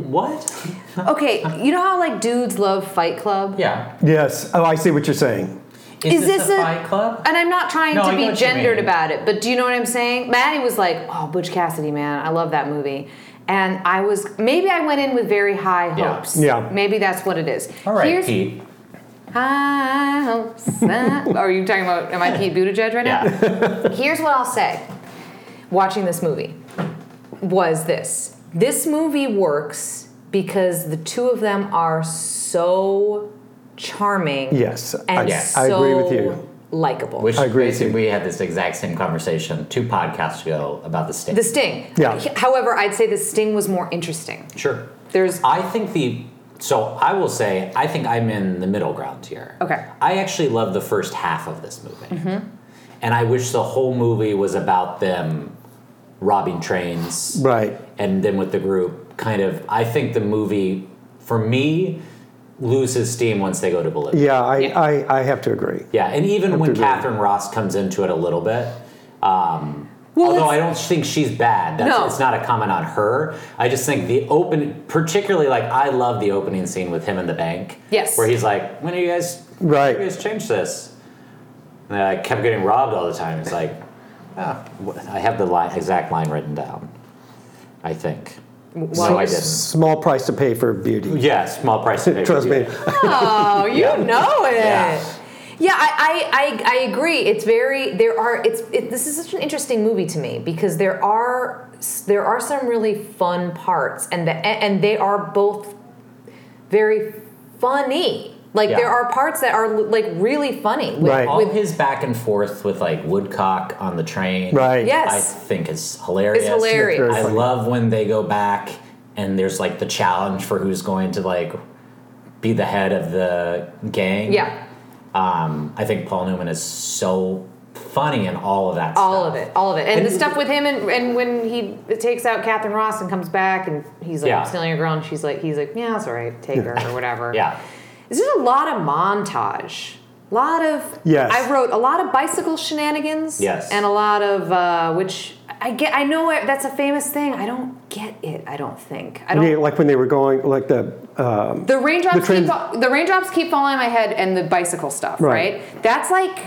what?
Okay, you know how like dudes love Fight Club.
Yeah,
Yes. Oh, I see what you're saying.
is, this, a, Fight Club?
And I'm not trying
No, I
to
know
be
what you
gendered
mean.
about it, but do you know what I'm saying? Maddie was like, "Oh, Butch Cassidy, man, I love that movie." And I was maybe I went in with very high
Yeah.
hopes.
Yeah.
Maybe that's what it is.
All right,
Here's
Pete.
high hopes. Are you talking about am I Pete Buttigieg right now?
Yeah,
Here's what I'll say. Watching this movie was this. This movie works because the two of them are so charming
Yes, I,
and
Yes.
so
I agree with you.
likable.
which
I agree with
basically we had this exact same conversation two podcasts ago about the state.
The Sting.
Yeah.
However, I'd say the Sting was more interesting.
sure.
There's
I think the so I will say I think I'm in the middle ground here.
Okay.
I actually love the first half of this movie, and I wish the whole movie was about them robbing trains,
Right.
and then with the group, kind of. I think the movie, for me, loses steam once they go to Bolivia.
Yeah, I, I, I have to agree.
Yeah, and even when
to agree.
Catherine Ross comes into it a little bit, um,
Well,
although
it's-
I don't think she's bad. That's,
No.
it's not a comment on her. I just think the open, particularly like I love the opening scene with him in the bank.
Yes.
where he's like, "When are you guys? when do
Right.
you guys change this?" And I kept getting robbed all the time. It's like, ah, wh- I have the line, exact line written down. I think. no, I didn't.
Small price to pay for beauty.
Yeah, small price. to pay for
Trust me.
beauty.
oh, you know it.
Yeah.
Yeah. I, I, I, I agree. It's very there are it's it, this is such an interesting movie to me because there are there are some really fun parts and the and they are both very funny. Like
Yeah.
there are parts that are like really funny with,
Right.
All
with
his back and forth with like Woodcock on the train.
Right.
Yeah.
I
Yes.
think is hilarious.
It's hilarious.
That's
I
very funny.
love when they go back and there's like the challenge for who's going to like be the head of the gang.
yeah.
Um, I think Paul Newman is so funny in all of that
All
stuff.
of it, all of it, and,
And-
the stuff with him, and, and when he takes out Catherine Ross and comes back, and he's like
Yeah.
stealing a girl, and she's like, he's like, yeah, that's all right, take her or whatever.
Yeah.
there's just a lot of montage, a lot of
Yes.
I wrote a lot of bicycle shenanigans.
Yes.
and a lot of uh, which I get. I know I- that's a famous thing. I don't get it. I don't think. I don't.
Yeah, like when they were going, like the um,
The raindrops
The trans-
keep fa- the raindrops keep falling on my head, and the bicycle stuff.
Right.
Right. That's like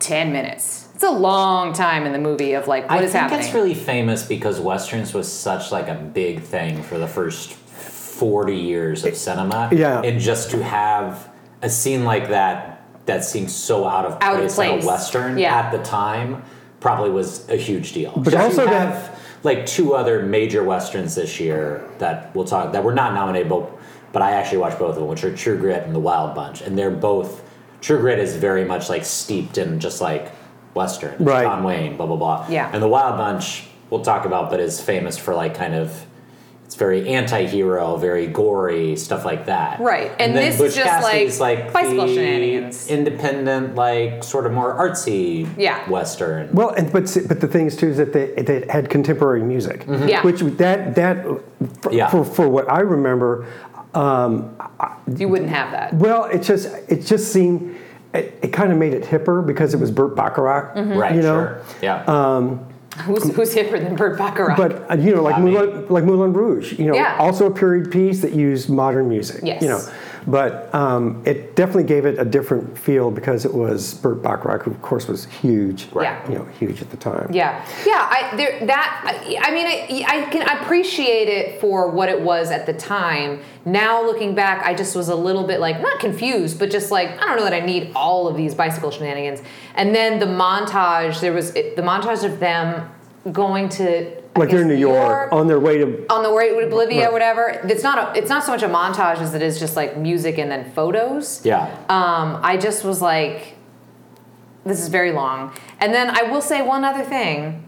ten minutes. It's a long time in the movie of like what
I
is
think
happening.
it's really famous because westerns was such like a big thing for the first forty years of cinema.
yeah.
and just to have a scene like that that seems so out of
Out of
place, in
place.
a western
Yeah.
at the time probably was a huge deal. But
also
you
that-
have like two other major westerns this year that we'll talk that were not nominated, but but I actually watched both of them, which are True Grit and The Wild Bunch, and they're both. True Grit is very much like steeped in just like Western,
Right.
John Wayne, blah blah blah.
Yeah.
And the Wild Bunch we'll talk about, but is famous for like kind of it's very anti-hero, very gory stuff like that.
Right, and
then
this is
Butch
just,
Cassidy's,
like,
like,
bicycle
the
shenanigans.
independent, like sort of more artsy,
Yeah.
Western.
Well, and but s- but the thing is too is that they they had contemporary music,
Mm-hmm. Yeah.
which that that for,
Yeah.
for for what I remember,
You wouldn't have that.
well, it just it just seemed it, it kind of made it hipper because it was Burt Bacharach,
Mm-hmm.
right,
you know. uh,
sure, yeah.
Who's who's hipper than Bert Bacharach?
But uh, you know, like
Not me.
Moulin, like Moulin Rouge, you know,
Yeah.
also a period piece that used modern music.
Yes.
You know, but um, it definitely gave it a different feel because it was Burt Bacharach, who of course was huge.
Right.
You know, huge at the time.
Yeah, yeah. I there, that. I, I mean, I, I can appreciate it for what it was at the time. Now looking back, I just was a little bit like not confused, but just like I don't know that I need all of these bicycle shenanigans. And then the montage. There was it, the montage of them going to I
Like they're in
guess,
New York, on their way to
on the way to Oblivia,
Right.
whatever. It's not a, it's not so much a montage as it is just like music and then photos.
yeah.
Um, I just was like, this is very long. And then I will say one other thing,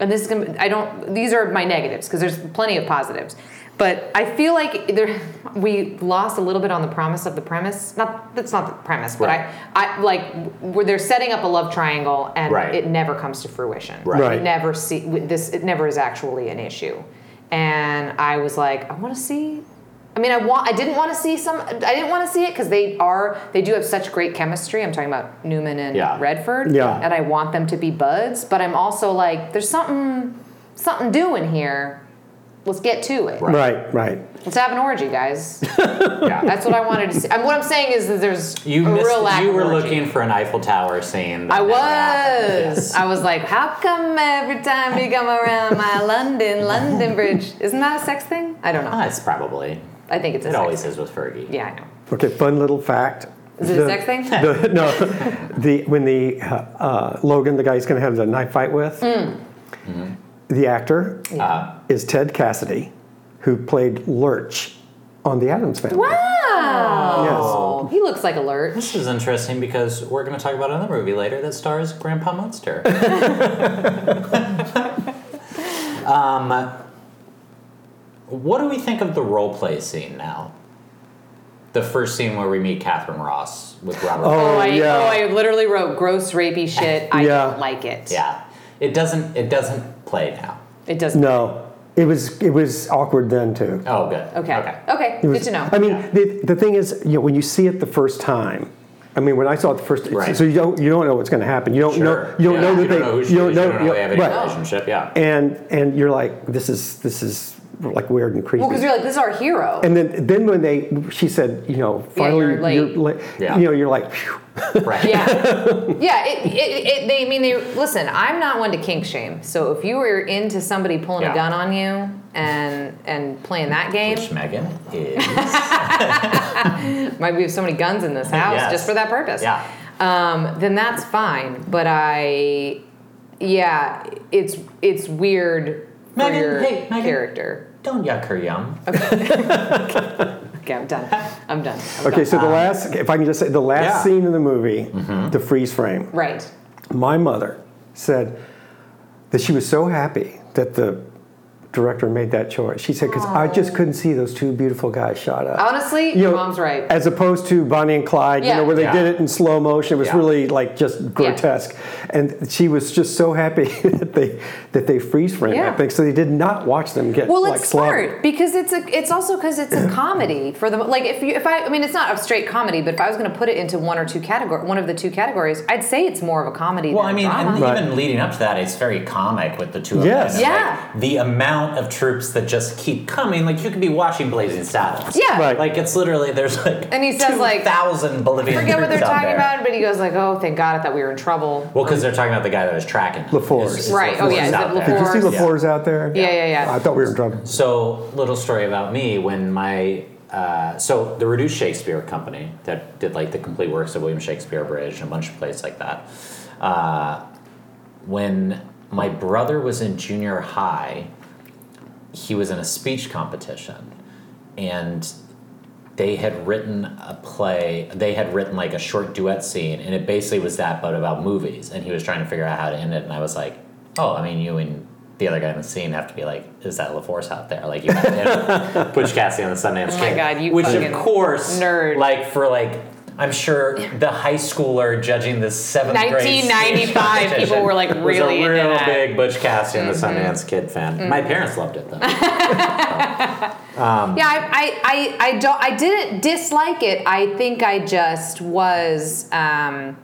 and this is gonna. I don't. These are my negatives because there's plenty of positives, but I feel like there we lost a little bit on the promise of the premise. Not that's not the premise, but
Right.
I I like where they're setting up a love triangle and
Right.
it never comes to fruition.
Right.
Right.
It never see with this. It never is actually an issue, and I was like, I want to see. I mean, I want. I didn't want to see some. I didn't want to see it because they are. They do have such great chemistry. I'm talking about Newman and
Yeah.
Redford.
Yeah.
And I want them to be buds, but I'm also like, there's something, something doing here. Let's get to it.
Right, right.
Let's have an orgy, guys.
yeah.
That's what I wanted to see. And what I'm saying is that there's
you
a
missed,
real lack
you
of
were
orgy.
looking for an Eiffel Tower scene. that
I
never happened.
was. I was like, how come every time you come around my London, London Bridge, isn't that a sex thing? I don't know.
Ah, it's probably.
I think it's a
It
sex
always
thing.
is with Fergie.
Yeah, I know.
Okay, fun little fact.
Is it
The-
a sex thing?
the, no, the when the uh, uh, Logan, the guy he's going to have the knife fight with, Mm-hmm. the actor
Uh,
is Ted Cassidy, who played Lurch on The Addams Family.
Wow.
Yes.
He looks like a lurch.
this is interesting because we're going to talk about another movie later that stars Grandpa Munster. um, what do we think of the role play scene now? The first scene where we meet Catherine Ross with Robert.
Oh,
Oh, I,
yeah.
oh, I literally wrote gross rapey shit. I
Yeah.
don't like it.
Yeah, it doesn't. It doesn't play now.
It doesn't.
No, it was it was awkward then too.
Oh, good.
Okay. Okay.
Okay.
It
Good
was-
to know.
I mean, the, the thing is, you know, when you see it the first time, I mean, when I saw it the first,
Right.
so you don't you don't know what's going to happen. You don't know
Sure.
you don't
Yeah,
know that
you
they
don't know who she
you don't
is,
know,
you don't know they have any
right.
relationship. Yeah.
and and you're like, this is this is like weird and creepy.
well, because you're like, this is our hero.
and then, then when they, she said, you know, finally,
you're late.
late.
Yeah.
you know, you're like, phew.
right.
yeah, yeah. It, it, it, they I mean they listen. I'm not one to kink shame. So if you were into somebody pulling
Yeah.
a gun on you and and playing that game,
Which Megan is.
might be so many guns in this house
Yes.
just for that purpose.
Yeah.
Um, then that's fine. But I, yeah, it's it's weird for
Megan,
your
hey, Megan.
character.
Don't yuck her yum.
Okay, I'm done. I'm done. I'm
okay.
done.
So the last, if I can just say, the last
Yeah. Mm-hmm.
scene in the movie, the freeze frame.
right.
My mother said that she was so happy that the director made that choice. She said, because I just
Oh.
couldn't see those two beautiful guys shot up.
Honestly,
You
your
know,
mom's right.
As opposed to Bonnie and Clyde, you
Yeah.
know, where they
Yeah.
did it in slow motion, it was
Yeah.
really like just grotesque. And she was just so happy that they that they freeze frame
Yeah.
that thing, so they did not watch them get
Well,
like
it's
slaughtered.
smart because it's a. It's also because it's a comedy for the like. If you, if I, I mean, it's not a straight comedy, but if I was going to put it into one or two category, one of the two categories, I'd say it's more of a comedy.
Well,
than
I mean,
drama.
and
Right.
even leading up to that, it's very comic with the two
Yes.
of them. and,
Yeah.
Like, the amount of troops that just keep coming, like you could be watching Blazing Saddles.
yeah.
Right.
Like it's literally there's like
And he says, like,
thousand Bolivian.
I forget what they're
troops out
talking
there.
about, but he goes like, "Oh, thank God! I thought we were in trouble."
Well, because they're talking about the guy that was tracking them.
LaForce.
It's- it's
Right, oh,
LaForce
yeah, is it
out there.
LaForce?
Did you see
Yeah.
LaFour's out there?
Yeah, yeah, yeah.
I thought we were in trouble.
So, little story about me when my uh, so the Reduced Shakespeare Company that did like the complete works of William Shakespeare Bridge and a bunch of plays like that. Uh, when my brother was in junior high, he was in a speech competition, and they had written a play. They had written like a short duet scene, and it basically was that, but about movies. And he was trying to figure out how to end it, and I was like, "Oh, I mean, you and the other guy in the scene have to be like, is that LaForce out there? Like, you have to end with Butch Cassidy on the Sundance
Oh my
Kid."
God, you
Which of
fucking
course,
nerd.
Like for like, I'm sure the high schooler judging the seventh grade. speech
1995 people
competition
were, like,
was a
really into
real
that. Mm-hmm.
big Butch Cassidy and the Sundance Kid fan. My parents loved it though.
Yeah, I, I, I, I don't. I didn't dislike it. I think I just was. Um,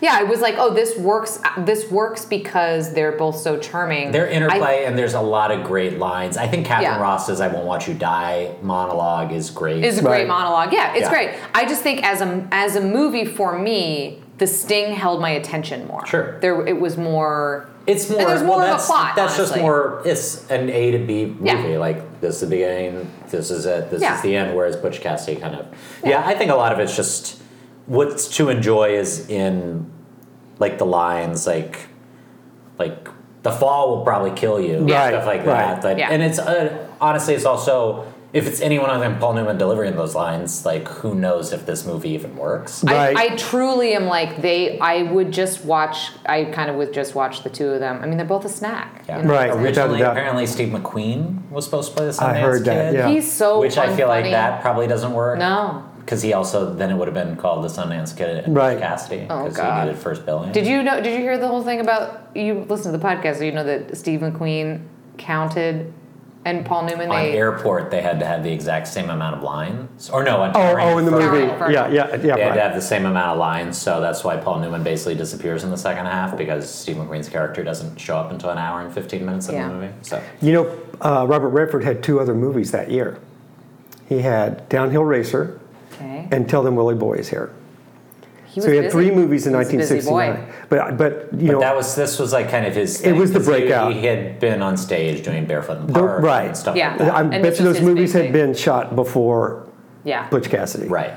yeah, I was like, oh, this works. This works because they're both so charming.
Their
I-
interplay and there's a lot of great lines. I think Catherine
Yeah.
Ross's "I Won't Watch You Die" monologue is great.
is a great
Right.
monologue. Yeah, it's
Yeah.
great. I just think as a as a movie for me, The Sting held my attention more.
Sure.
there it was more.
it's more.
And there's more
well,
of a
that's,
plot,
That's just
honestly.
more. It's an A to B movie.
Yeah.
Like this is the beginning. This is it. This
Yeah.
is the end. Whereas Butch Cassidy kind of. Yeah. I think a lot of it's just what's to enjoy is in like the lines like like the fall will probably kill you and
Yeah.
stuff like
Right,
that.
right.
Like,
Yeah.
And it's uh, honestly, it's also if it's anyone other than Paul Newman delivering those lines, like who knows if this movie even works?
Right.
I, I truly am like they. I would just watch. I kind of would just watch the two of them. I mean, they're both a snack.
Yeah.
you know?
Right, without a
Originally,
doubt.
apparently Steve McQueen was supposed to play the Sundance
I heard that,
Kid,
yeah.
He's so
which I feel like
unfunny.
that probably doesn't work.
No.
Because he also then it would have been called the Sundance Kid and
Right.
Cassidy
Oh,
because he
God.
needed first billing.
Did you know? Did you hear the whole thing about you listened to the podcast? So you know that Steve McQueen counted and Paul Newman.
on
they
airport they had to have the exact same amount of lines, or no? On
Oh,
Terry
oh, in the
Fur-
movie.
Right.
Yeah, yeah, yeah.
They had to
Right.
have the same amount of lines, so that's why Paul Newman basically disappears in the second half because Steve McQueen's character doesn't show up until an hour and fifteen minutes of
Yeah.
the movie. So
You know, uh, Robert Redford had two other movies that year. He had Downhill Racer
okay.
and Tell Them Willie Boy is Here.
He
so he had
busy.
three movies in
He was a busy boy.
1969. But but you know,
that was this was like kind of his. Thing,
was the
'cause he-
breakout.
He, had been on stage doing barefoot in the
The-
park,
right.
And stuff
Yeah.
like that.
I
And
bet
this
you
was
Uh, those
his
movies
big
had
thing.
been shot before
Yeah,
Butch Cassidy.
Right.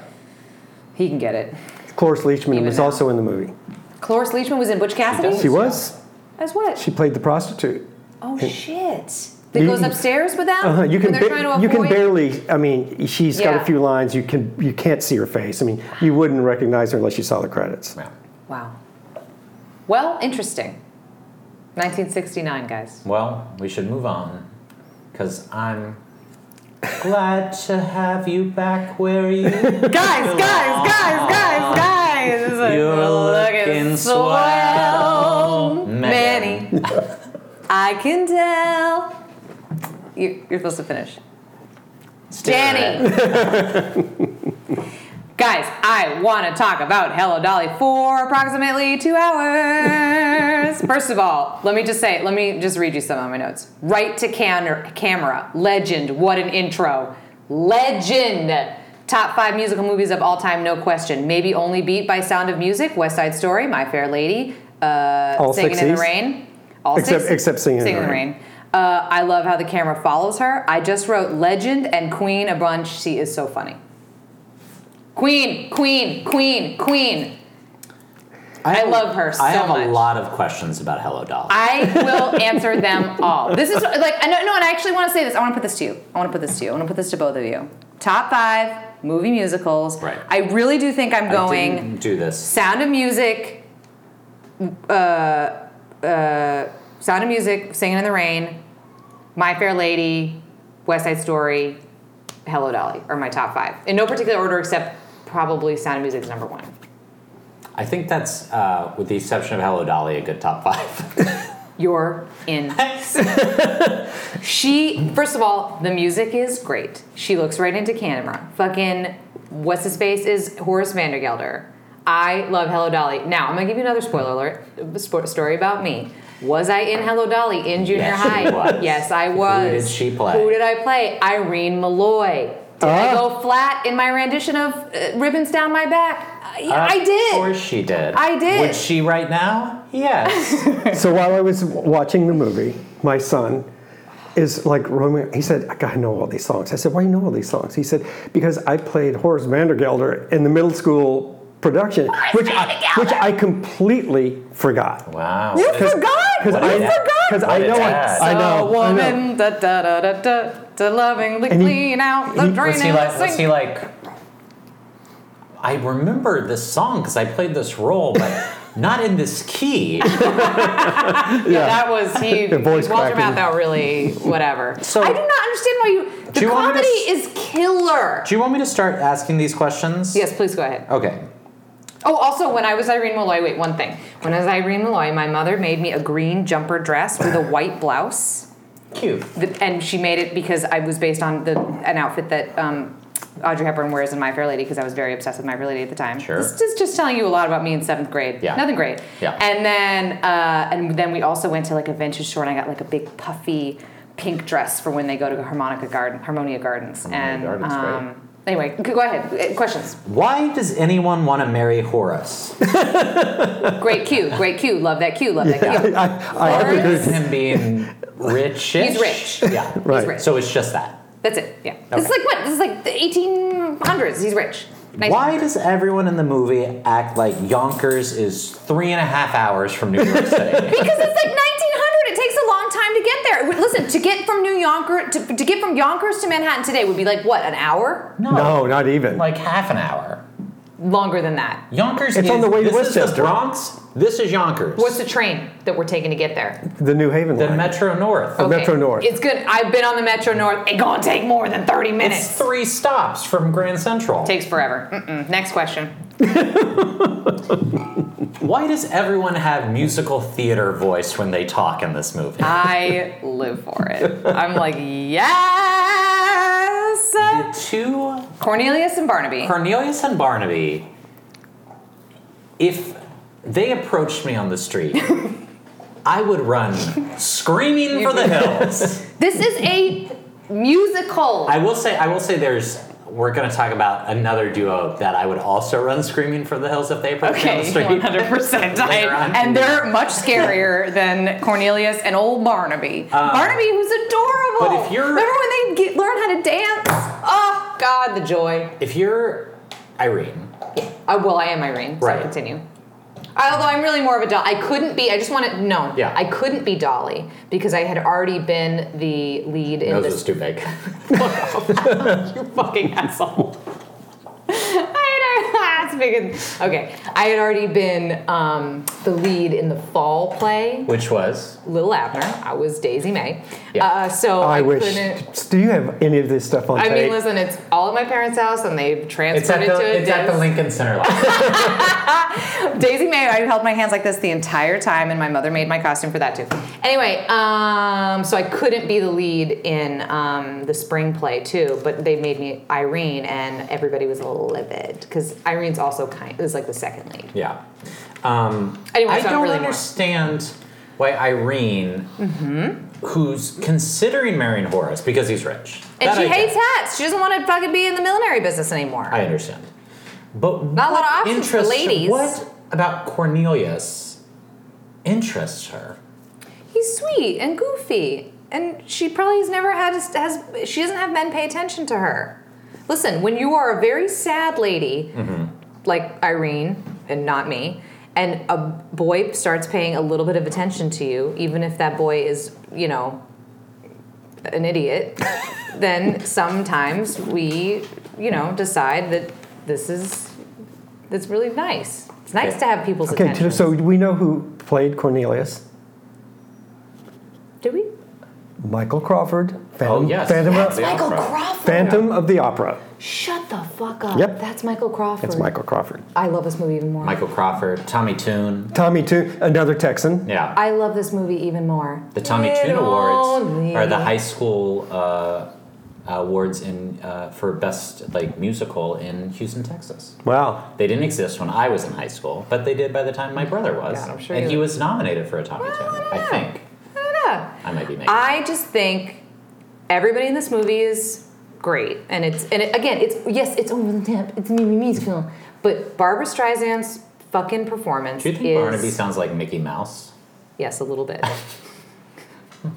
he can get it.
Cloris Leachman
Even
was
now.
also in the movie.
Cloris Leachman was in Butch Cassidy.
does.
She was.
As what?
She played the prostitute.
oh shit! That
You-
goes upstairs with them.
Uh-huh. You
when
can
they're
ba-
trying to
you can
avoid-
barely. I mean, she's got
Yeah.
a few lines. You can you can't see her face. I mean, you wouldn't recognize her unless you saw the credits.
Uh,
Yeah.
Wow. Well, interesting. 1969, guys.
Well, we should move on because I'm glad to have you back where you
guys, guys, guys, guys, guys. It's like,
You're looking swell,
Manny. I can tell. You- You're supposed to finish. Danny. Guys, I want to talk about Hello Dolly for approximately two hours. First of all, let me just say, let me just read you some of my notes. Right to can- camera, legend. What an intro, legend. Top five musical movies of all time, no question. Maybe only beat by Sound of Music, West Side Story, My Fair Lady, uh,
All
Singing in the
Sixties?
Rain, all
Except- except Singing in the
in the
Rain.
Rain. Uh, I love how the camera follows her. I just wrote legend and queen a bunch. She is so funny. Queen, queen, queen, queen. I love her so
I have
much.
a lot of questions about Hello Dolly.
I will answer them all. This is like I know, no, and I actually want to say this. I want to put this to you. I want to put this to you. I want to put this to both of you. Top five movie musicals.
Right.
I really do think I'm
I
going.
didn't do this.
Sound of Music, uh, uh, Sound of Music, Singing in the Rain, My Fair Lady, West Side Story, Hello Dolly are my top five in no particular order except probably Sound of Music is number one.
I think that's, uh, with the exception of Hello Dolly, a good top five.
You're in. she, first of all, the music is great. She looks right into camera. Fucking, what's his face is Horace Vandergelder. I love Hello Dolly. Now, I'm gonna give you another spoiler alert uh, spo- story about me. Was I in Hello Dolly in junior
Yes, you
high?
was.
Yes, I
Who
was.
did she play?
Who did I play? Irene Malloy. Did I
Ah.
go flat in my rendition of uh, Ribbons Down My Back? Uh, yeah, I
Of
did.
course she did.
I did.
Would she right now? Yes.
So while I was watching the movie, my son is like roaming. He said, "I gotta know all these songs." I said, "Why do you know all these songs?" He said, "Because I played Horace Vandergelder in the middle school production, which I, which I completely forgot."
wow.
You
That's-
forgot?
Because
What
I,
is that?
because I
What
know,
is
I,
that?
I know,
A
I know.
woman, da da da da da, to lovingly
And he-
clean out the
he-
drain
Was he
and
like?
the
Was he
sink.
like? I remember this song because I played this role, but not in this key.
Yeah, that was he.
The voice
he walked her
cracking.
mouth out really, whatever.
So-
I do not understand why you. The
Do you want me
comedy
to
is killer.
Do you want me to start asking these questions?
Yes, please go ahead.
Okay.
Oh, also, when I was Irene Malloy, wait, one thing. When I was Irene Malloy, my mother made me a green jumper dress with a white blouse.
Cute.
The- and she made it because I was based on the an outfit that um, Audrey Hepburn wears in My Fair Lady because I was very obsessed with My Fair Lady at the time.
Sure.
This is just telling you a lot about me in seventh grade.
Yeah.
Nothing great.
Yeah.
And then uh, and then we also went to like a vintage store and I got like a big puffy pink dress for when they go to Harmonica Garden, Harmonia Gardens. and
Gardens, right.
um, anyway, go ahead. Uh, Questions.
Why does anyone want to marry Horace?
Great cue. Great cue. Love that cue. Love that cue.
I, I have
Sorry.
to
Other
agree.
than him being rich.
He's rich.
Yeah.
Right.
rich.
So it's just that.
That's it. Yeah. This is like what? This is like the 1800s. He's rich. Nice.
Why does everyone in the movie act like Yonkers is three and a half hours from New York City?
Because it's like 1900. It takes a long time to get there. Listen, to get from New Yorker to, to get from Yonkers to Manhattan today would be like what an hour?
No, not even.
Like half an hour.
Longer than that.
Yonkers
It's
is,
on the way to
this Is the
Westchester.
Bronx. This is Yonkers.
What's the train that we're taking to get there?
the New Haven
the
line.
Metro North?
Oh,
Okay. Metro North.
It's good. I've been on the Metro North. It gonna take more than 30 minutes.
It's three stops from Grand Central.
Takes forever. Mm-mm. Next question.
Why does everyone have musical theater voice when they talk in this movie?
I live for it. I'm like yes.
The two
Cornelius and Barnaby.
Cornelius and Barnaby, if they approached me on the street, I would run screaming for the hills.
This is a musical.
I will say, I will say, there's. We're going to talk about another duo that I would also run screaming for the hills if they approached me on
Okay,
the street.
100%. I-
Later on.
and they're much scarier than Cornelius and old Barnaby. Barnaby, who's adorable.
Um, but if you're-
remember when they get, learn how to dance? Oh God, the joy.
If you're Irene,
Uh, well, I am Irene. So
Right.
continue. I- Although I'm really more of a doll. I couldn't be. I just want to no.
Yeah.
I couldn't be Dolly because I had already been the lead in
nose
this
is too big.
fucking asshole. I had, that's big. Okay, I had already been um, the lead in the fall play,
Which was
Lil Abner. I was Daisy May.
Yeah.
Uh, so I,
I wish.
couldn't.
Do you have any of this stuff on
I
tape?
mean, listen, it's all at my parents' house, and they've
it's at
transferred it to
the
a
it's at the
disc.
Lincoln Center. lot.
Daisy May, I held my hands like this the entire time, and my mother made my costume for that too. Anyway, um, so I couldn't be the lead in um, the spring play too, but they made me Irene, and everybody was livid because Irene's also kind. It was like the second lead.
yeah. Um,
Anyway,
I
so I'm
don't
really more-
understand why Irene,
Mm-hmm.
who's considering marrying Horace because he's rich,
And
That
she
I get.
hates hats. She doesn't want to fucking be in the millinery business anymore.
I understand. But
Not a lot
what
of options for
interests-
ladies.
What about Cornelius interests her?
He's sweet and goofy, and she probably has never had has she doesn't have men pay attention to her. Listen, when you are a very sad lady
Mm-hmm.
like Irene and not me, and a boy starts paying a little bit of attention to you, even if that boy is you know an idiot, then sometimes we you know decide that this is that's really nice. It's nice
Okay.
to have people's
okay,
attention.
so we know who played Cornelius.
Do we?
Michael Crawford, Phantom,
Oh, yes.
Phantom,
Yeah,
of,
the opera.
Phantom of the Opera.
Shut the fuck up.
Yep.
That's Michael Crawford.
It's Michael Crawford.
I love this movie even more.
Michael Crawford, Tommy Toon.
Tommy too, another Texan.
Yeah.
I love this movie even more.
the Tommy
It
Toon Awards
only-
are the high school uh, awards in uh, for best like musical in Houston, Texas.
Wow.
They didn't exist when I was in high school, but they did by the time my brother was.
Mm. God, I'm sure
and
you-
he was nominated for a Tommy
Well,
Toon,
I
I
don't know.
think.
Yeah.
I might be making.
I just think everybody in this movie is great, and it's and it, again, it's yes, it's over the top. It's me, me, me film, but Barbara Streisand's fucking performance
Do you think
is
Barnaby sounds like Mickey Mouse?
yes, a little bit.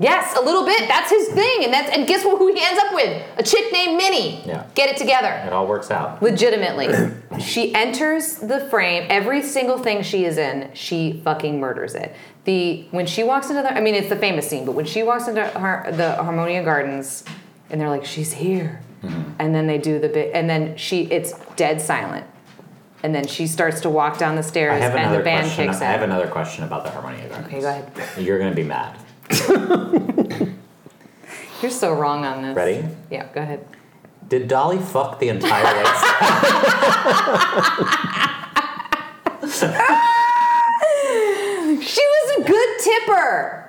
Yes, a little bit. That's his thing, and that's and guess what? Who he ends up with? A chick named Minnie.
Yeah.
Get it together.
It all works out.
Legitimately, she enters the frame. Every single thing she is in, she fucking murders it. The when she walks into the, I mean, it's the famous scene, but when she walks into har the Harmonia Gardens, and they're like, "She's here,"
Mm-hmm.
and then they do the bit, and then she, it's dead silent, and then she starts to walk down the
I
stairs,
have
and
another
the band
question.
kicks in.
I have another question about the Harmonia Gardens.
okay, go ahead.
You're going to be mad.
You're so wrong on this.
Ready?
Yeah, go ahead.
Did Dolly fuck the entire White
She was a good tipper.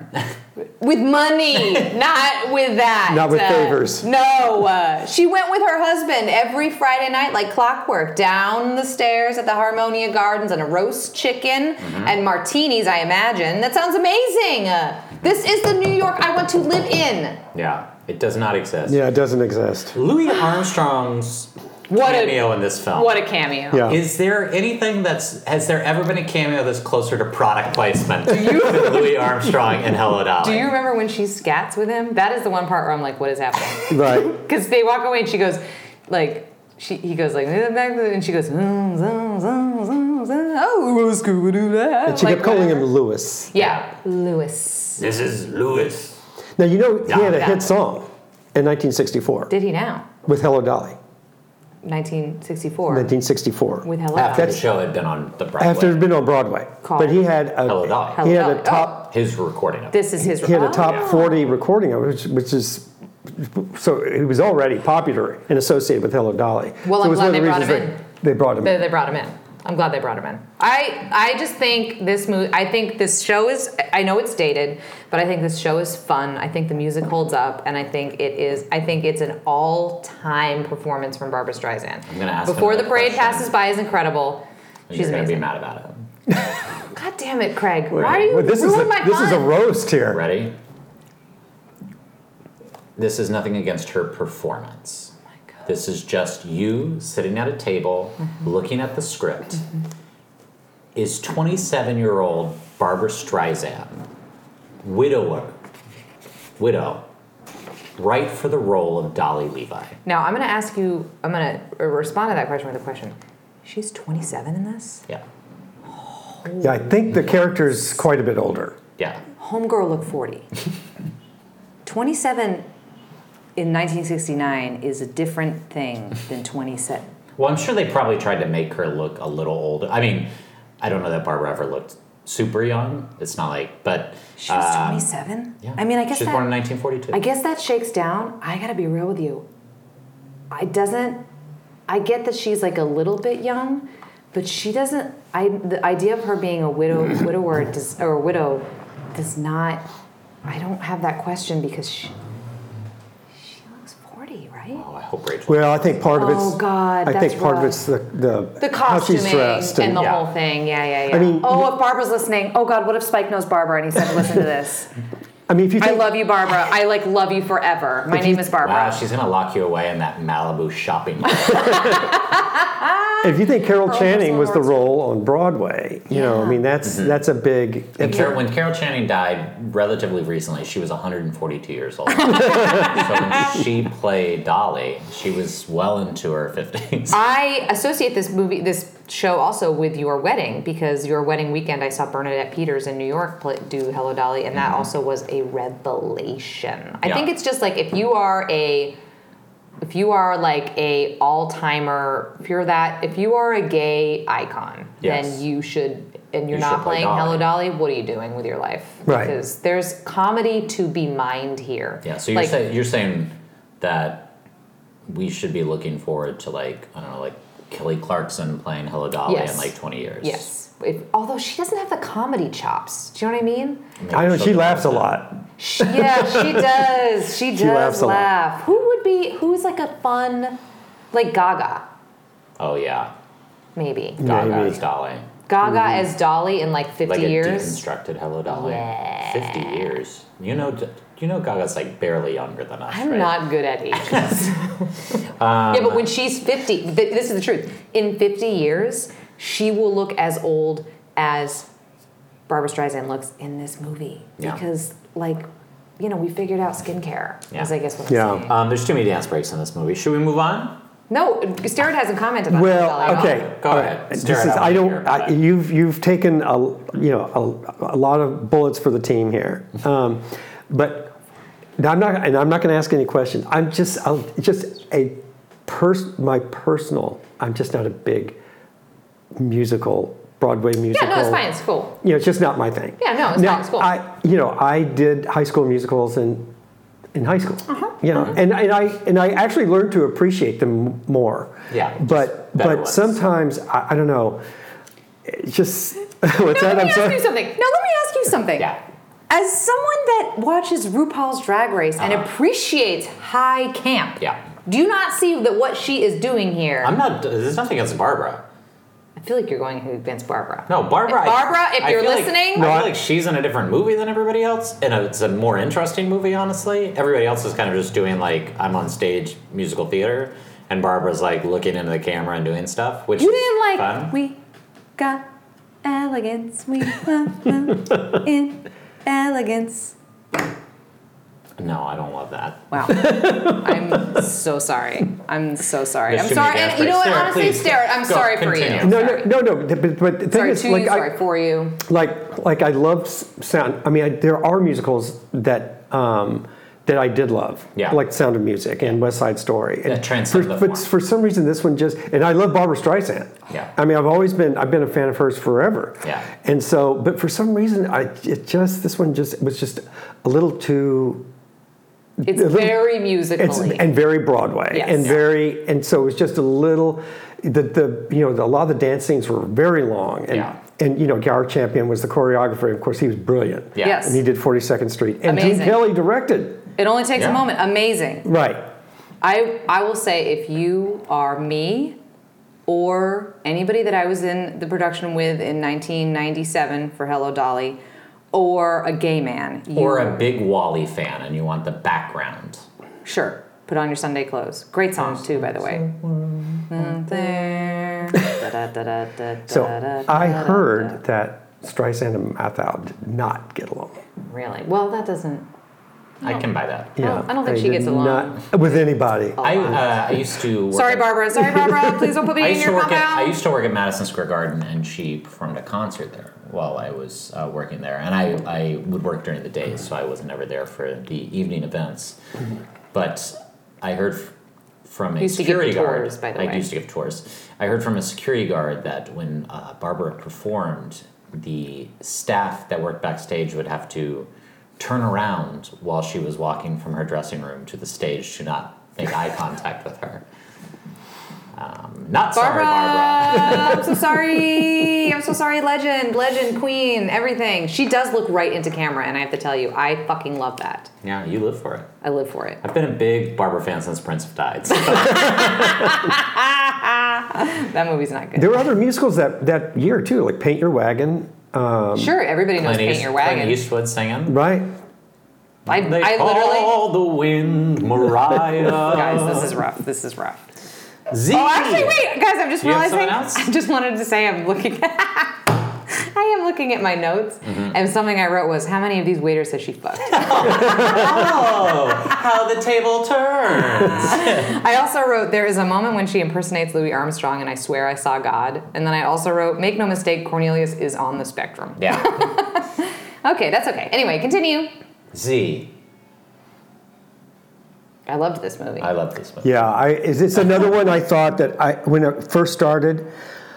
With money, not with that.
Not with
Uh,
favors.
No, uh, she went with her husband every Friday night, like clockwork, down the stairs at the Harmonia Gardens and a roast chicken
Mm-hmm.
and martinis. I imagine that sounds amazing. Uh, this is the New York I want to live in.
Yeah, it does not exist.
Yeah, it doesn't exist.
Louis Armstrong's
What
cameo in this
a
film.
what a cameo!
Yeah.
Is there anything that's has there ever been a cameo that's closer to product placement than Louis Armstrong and Hello Dolly?
Do you remember when she scats with him? That is the one part where I'm like, what is happening?
Right.
Because they walk away and she goes, like, she, he goes like, and she goes, zoom, zoom, zoom, zoom, zoom. oh, we'll scooby doo that.
She kept calling him
uh,
Lewis.
Yeah, Lewis.
this is Louis.
Now you know he had a
Yeah.
hit song in 1964
Did he now?
with Hello Dolly.
1964.
1964.
With Hello
After
Dolly.
the show had been on the Broadway.
after it'd been on Broadway.
Called
But he had a
Hello Dolly.
Hello
he had
Dolly.
a top
his recording of it.
This is his.
he had a top
Oh.
40 recording of it, which, which is so he was already popular and associated with Hello Dolly.
Well,
so
I'm
it was
glad
one of
they
the
brought
reasons
him
they, they brought him.
They,
in.
they brought him in. I'm glad they brought him in. I I just think this movie. I think this show is. I know it's dated, but I think this show is fun. I think the music holds up, and I think it is. I think it's an all time performance from Barbara Streisand.
I'm gonna ask
Before the
another
parade
question.
passes by is incredible.
And
She's
You're gonna be
amazing.
mad about it.
God damn it, Craig! Why are you
Well, this is
ruining
a,
my
this is a
fun?
roast here.
Ready? This is nothing against her performance. This is just you sitting at a table looking at the script. Is 27 year old Barbara Streisand, widower, widow, right for the role of Dolly Levi?
Now I'm gonna ask you. I'm gonna uh, respond to that question with a question. She's 27 in this.
Yeah.
Yeah, I think the character is quite a bit older.
Yeah.
Homegirl look 40. 27 in 1969 is a different thing than 27.
Well, I'm sure they probably tried to make her look a little older. I mean, I don't know that Barbara ever looked super young. It's not like, but
She was
um,
27?
Yeah.
I mean, I guess
she was born
that,
in 1942.
I guess that shakes down. I gotta be real with you. I doesn't. I get that she's like a little bit young, but she doesn't. I the idea of her being a widow, widower, does, or a widow, does not. I don't have that question because she. She looks forty, right?
oh, I hope Rachel.
Well, I think part of it's
Oh, God,
I
that's
think part
rough.
of it's the the,
the
how
costuming
she's dressed
and, the
yeah.
whole thing. Yeah, yeah, yeah.
I mean,
oh, if Barbara's listening, oh God, what if Spike knows Barbara and he said, "Listen to this.
I mean, if you
I
think,
love you, Barbara. I like love you forever. My
If
name
you-
is Barbara."
Wow, she's gonna lock you away in that Malibu shopping mall.
if you think Carol
Pearl
Channing
Hustle
was the
Awards.
role on Broadway, you know, I
Yeah.
mean that's that's a big
Mm-hmm. And
it's a-
Carol, when Carol Channing died relatively recently, she was 142 years old. so when she played Dolly, she was well into her 50s.
I associate this movie, this show, also with your wedding because your wedding weekend, I saw Bernadette Peters in New York play, do Hello Dolly, and that also was a revelation. I
Mm-hmm. Yeah.
think it's just like if you are a, if you are like a all timer, if you're that, if you are a gay icon,
Yes.
then you should, and you're
You should
not
play
playing
Dolly.
Hello Dolly. What are you doing with your life?
Right.
Because there's comedy to be mined here.
Yeah, so you're,
Like,
say, you're saying that we should be looking forward to, like, I don't know, like Kelly Clarkson playing Hello Dolly in
Yes.
like 20 years.
Yes. If, although she doesn't have the comedy chops. Do you know what I mean?
I know she laughs a lot.
She- yeah, she does. She does
laughs a lot.
laugh. Who would be? Who's like a fun, like Gaga,
Oh, yeah.
maybe.
Gaga
Maybe.
is Dolly.
Gaga
Mm-hmm.
as Dolly in like fifty
Like a
years.
deconstructed Hello Dolly.
Yeah.
50 years. You know, you know Gaga's like barely younger than us.
I'm
right?
not good at ages.
Um,
yeah, but when she's fifty, th- this is the truth. In fifty years, she will look as old as Barbara Streisand looks in this movie
Yeah.
because like you know, we figured out skincare.
Yeah.
As I guess what
Yeah.
I'm saying.
Um, there's too many dance breaks in this movie. Should we move on?
No, Stewart hasn't commented on
Well,
this at all.
okay.
Go
all
ahead.
right. This
Stare
is,
it out.
I
Hear
don't.
about
I,
it.
you've you've taken a you know a, a lot of bullets for the team here, um, but now I'm not and I'm not going to ask any questions. I'm just i just a pers- my personal. I'm just not a big musical Broadway musical.
Yeah, no, it's fine. It's cool.
You know, it's just not my thing.
Yeah, no, it's
now,
fine. It's cool.
I you know I did high school musicals and. In high school,
Uh-huh.
you know,
Mm-hmm.
and, and I and I actually learned to appreciate them more.
Yeah, just
but
better
but
ones.
sometimes I, I don't know. It's just what's
No,
that?
let
I'm
me ask
sorry.
you something. No, let me ask you something.
Yeah.
As someone that watches RuPaul's Drag Race and appreciates high camp,
Yeah.
do you not see that what she is doing here?
I'm not. There's nothing against Barbara.
I feel like you're going against Barbara.
No, Barbara. I-
Barbara, if
I
you're
feel like-
listening-
I
No, I-
feel like she's in a different movie than everybody else, and it's a more interesting movie, honestly. Everybody else is kind of just doing like I'm on stage musical theater, and Barbara's like looking into the camera and doing stuff, which
You
is
didn't like.
fun.
We got elegance. We love in elegance.
no, I don't love that.
Wow. I'm so sorry. I'm so sorry.
There
I'm
should be
sorry.
gas
And you know what?
breaks. Sarah,
Honestly,
please,
Sarah, I'm
go,
sorry for you.
continue.
No, no, no, no. But, but the thing
Sorry
is,
to
like,
you, sorry
I,
for you.
like, like I love s- sound. I mean, I, there are musicals that um, that I did love,
Yeah.
like Sound of Music and West Side Story. And
That transcend
for,
the
but
form.
for some reason, this one just and I love Barbara Streisand.
Yeah.
I mean, I've always been I've been a fan of hers forever.
Yeah.
And so, but for some reason, I it just this one just was just a little too
It's
little-
very
it's,
musically.
and very Broadway,
Yes.
and
Yeah.
very, and so it was just a little. The, the you know the, a lot of the dance scenes were very long, and
Yeah.
and you know Gower Champion was the choreographer, and of course he was brilliant.
Yeah.
Yes.
and he did Forty Second Street, and Gene
Amazing.
Kelly directed.
it only takes
Yeah.
a moment. Amazing.
Right,
I I will say if you are me or anybody that I was in the production with in 1997 for Hello Dolly or a gay man, you,
Or a big Wally fan, and you want the background.
sure, put on your Sunday clothes. Great song too, by the way. Mm,
so
So
I heard that Streisand and Mathau did not get along.
really well that doesn't
I can buy that.
don't- I don't think she
they
gets
did
along.
not- with anybody.
I, uh, I used to. Work
Sorry,
at-
Barbara. Sorry, Barbara. Please don't put
I
me in
used to
your
work at I
compound.
used to work at Madison Square Garden, and she performed a concert there while I was uh, working there. And I I would work during the day, so I wasn't ever there for the evening events. But I heard f- from a
Used to give
security guard.
tours, by the
I
way.
used to give tours. I heard from a security guard that when uh, Barbara performed, the staff that worked backstage would have to turn around while she was walking from her dressing room to the stage to not make eye contact with her. Um, not sorry, Barbara.
I'm so sorry. I'm so sorry, legend, legend, queen, everything. She does look right into camera, and I have to tell you, I fucking love that.
Yeah, you live for it.
I live for it.
I've been a big Barbara fan since Prince died. So.
That movie's not good.
there were other musicals that that year too, like Paint Your Wagon,
Sure, everybody knows
Clint,
Paint
East-
Your
Clint
Wagon.
Eastwood singing.
right?
I,
They
I literally.
call the wind Mariah.
Guys, this is rough. This is rough.
Z.
Oh, actually, wait, guys, I'm just
You have something
realizing.
else?
I just wanted to say I'm looking. I am looking at my notes,
Mm-hmm.
and something I wrote was, "How many of these waiters has she fucked?"
How the table turns.
I also wrote, There is a moment when she impersonates Louis Armstrong, and I swear I saw God. And then I also wrote, Make no mistake, Cornelius is on the spectrum.
yeah.
Okay, that's okay. Anyway, continue.
Z.
I loved this movie.
I love this movie.
Yeah, I, is it's another one I thought that I when it first started,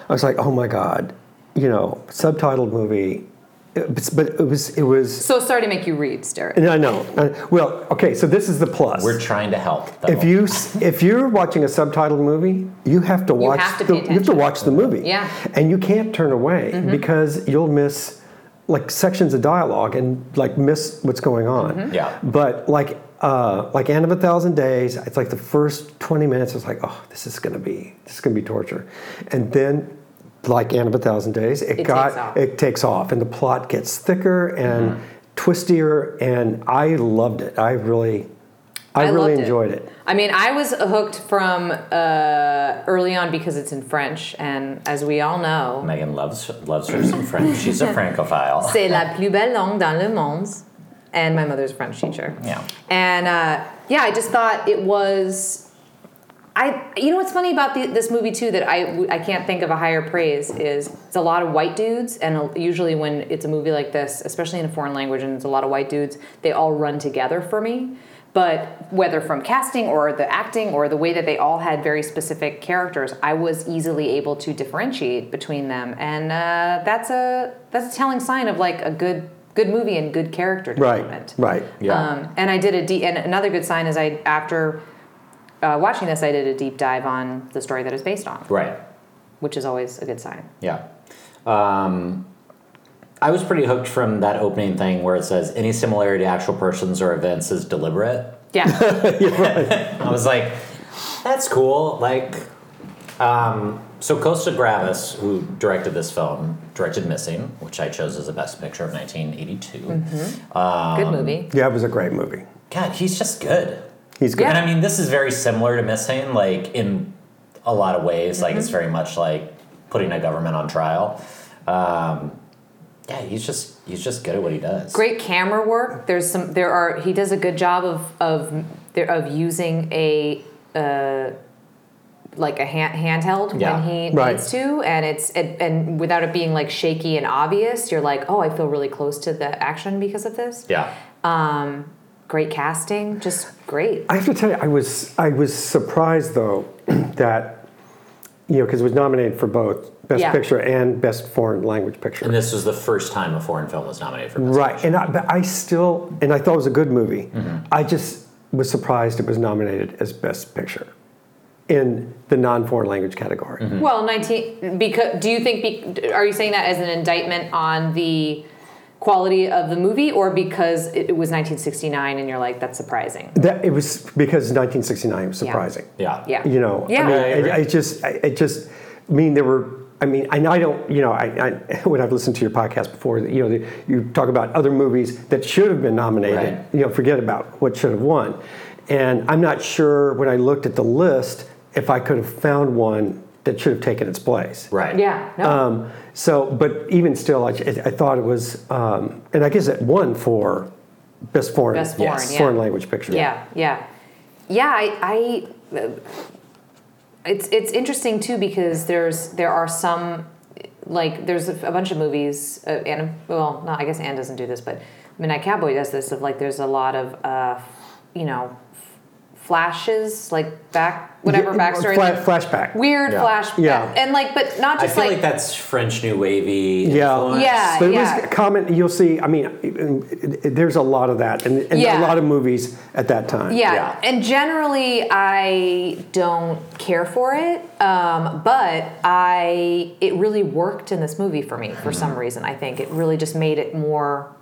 I was like, oh my god, you know, subtitled movie, It- but, but it was it was.
so sorry to make you read, Starrett.
And I know. uh, Well, okay, so this is the plus.
We're trying to help. though.
if you s- if you're watching a subtitled movie, you have to watch
have to
the, you
pay
have to
attention.
watch the movie.
Yeah. Mm-hmm.
And you can't turn away because you'll miss like sections of dialogue and like miss what's going on.
Mm-hmm.
Yeah.
But like uh, like Anne of a Thousand Days, it's like the first 20 minutes was like, oh, this is gonna be this is gonna be torture. And then like Anne of a Thousand Days, it,
It
got
takes off. Mm-hmm.
it takes off and the plot gets thicker and twistier and I loved it. I really I,
I
really
loved it.
enjoyed it.
I mean, I was hooked from uh, early on because it's in French, and as we all know,
Megan loves loves her some French. She's a francophile.
c'est la plus belle langue dans le monde. and my mother's a French teacher.
Yeah.
And uh, yeah, I just thought it was. I you know what's funny about the, this movie too that I w- I can't think of a higher praise is it's a lot of white dudes and a, usually when it's a movie like this especially in a foreign language and it's a lot of white dudes they all run together for me but whether from casting or the acting or the way that they all had very specific characters I was easily able to differentiate between them and uh, that's a that's a telling sign of like a good good movie and good character
Right.
development
Right.
Yeah.
um, and I did a deep, and another good sign is I, after uh, watching this, I did a deep dive on the story that it's based on,
Right.
which is always a good sign.
Yeah. Um, I was pretty hooked from that opening thing where it says any similarity to actual persons or events is deliberate.
Yeah.
I was like, that's cool. Like, um, so Costa Gravis, who directed this film, directed Missing, which I chose as the best picture of 1982.
Mm-hmm.
Um,
good movie.
Yeah, it was a great movie.
God, he's just good.
He's good.
Yeah.
And I mean, this is very similar to Missing, like, in a lot of ways. Like,
Mm-hmm.
it's very much like putting a government on trial. Um, yeah, he's just he's just good at what he does.
Great camera work. There's some. There are. He does a good job of of there of using a. Uh, like a hand, handheld
Yeah.
when he
Right.
needs to, and it's and, and without it being like shaky and obvious, you're like, oh, I feel really close to the action because of this.
Yeah.
Um, great casting, just great.
I have to tell you, I was I was surprised though that you know because it was nominated for both Best
Yeah.
Picture and Best Foreign Language Picture.
And this was the first time a foreign film was nominated for Best
right, and I, but I still and I thought it was a good movie.
Mm-hmm.
I just was surprised it was nominated as Best Picture in the non-foreign language category.
Mm-hmm.
Well, nineteen. Because do you think? Be, are you saying that as an indictment on the quality of the movie, or because it, it was nineteen sixty nine and you're like that's surprising?
That it was because 1969 was surprising.
Yeah.
Yeah.
you know i
Yeah.
mean
Yeah, I
agree.
I, I just I, I just i mean there were i mean and i don't you know I, I when i've listened to your podcast before you know you talk about other movies that should have been nominated
Right.
you know forget about what should have won and i'm not sure when i looked at the list if i could have found one that should have taken its place
Right.
Yeah. No.
um, so but even still i, I thought it was um, and i guess it won for best foreign
Best foreign, Yes. yeah.
foreign language picture
yeah. Yeah. Yeah. I. I uh, it's it's interesting too because there's there are some like there's a, a bunch of movies uh, and well no I guess Anne doesn't do this but Midnight Cowboy does this of like there's a lot of uh, you know flashes like back whatever
Yeah,
backstory
fla-
like,
flashback
weird
Yeah.
flash
Yeah.
and like but not
I
just
feel like,
like,
that's French New Wavy.
Yeah.
influence.
Yeah.
There
yeah.
was comment you'll see. I mean, there's a lot of that, and, and
Yeah.
a lot of movies at that time.
yeah.
yeah.
and generally I don't care for it um, but I it really worked in this movie for me for some
Mm-hmm.
reason I think it really just made it more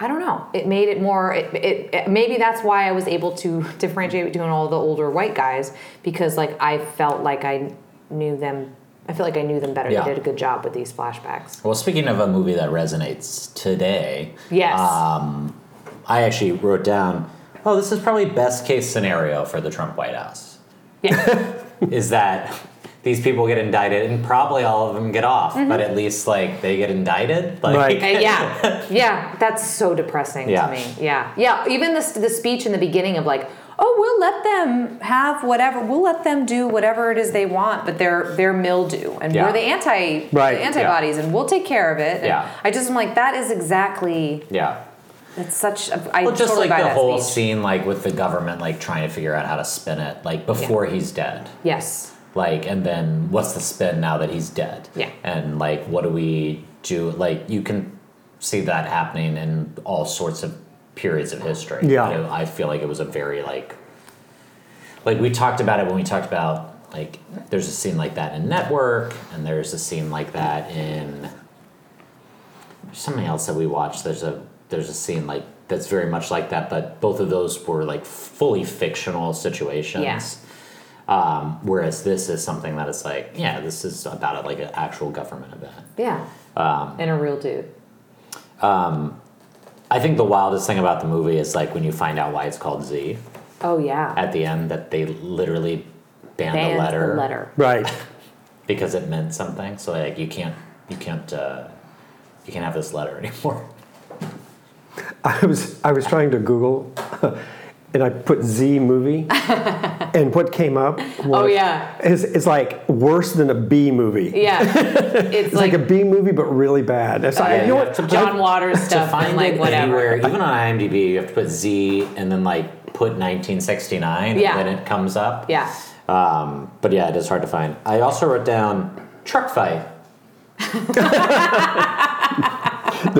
I don't know. It made it more. It, it, it- maybe that's why I was able to differentiate between all the older white guys because like I felt like I knew them. I feel like I knew them better.
Yeah.
They did a good job with these flashbacks.
Well, speaking of a movie that resonates today,
Yes.
um, I actually wrote down, oh, this is probably best case scenario for the Trump White House
Yeah.
is that these people get indicted and probably all of them get off,
Mm-hmm.
but at least like they get indicted. Like,
Right.
Uh, yeah, yeah, that's so depressing
Yeah.
to me. Yeah, yeah. Even the the speech in the beginning of like, oh, we'll let them have whatever, we'll let them do whatever it is they want, but they're they're mildew, and
Yeah.
we're the anti
Right,
the
yeah.
antibodies, and we'll take care of it. And
Yeah.
I just am like, that is exactly.
Yeah.
It's such. A, I
Well, just
totally
like
buy
the
that
whole
speech.
scene, like with the government, like trying to figure out how to spin it, like before he's dead.
Yes.
like and then what's the spin now that he's dead
Yeah.
and like what do we do like you can see that happening in all sorts of periods of history
Yeah.
You know, i feel like it was a very like like we talked about it when we talked about like there's a scene like that in network and there's a scene like that in there's something else that we watched there's a there's a scene like that's very much like that but both of those were like fully fictional situations
Yeah.
um, whereas this is something that is like, yeah, this is about like an actual government event.
Yeah.
Um,
and a real dude.
I think the wildest thing about the movie is like when you find out why it's called Z
Oh yeah.
at the end that they literally banned,
Banned
the, letter
The letter.
Right.
because it meant something. So like you can't you can't uh, you can't have this letter anymore.
I was I was trying to Google, and I put Z movie, and what came up? was-
Oh, yeah.
is it's like worse than a B movie.
Yeah, it's,
It's like, a B movie, but really bad. It's like,
Oh, yeah,
you know
yeah.
what?
Some John Waters
to
stuff
find
and like
it
whatever.
anywhere, even on IMDb, you have to put Z and then like put 1969,
Yeah.
and then it comes up.
Yeah.
Um, but yeah, it is hard to find. I also wrote down truck fight.
The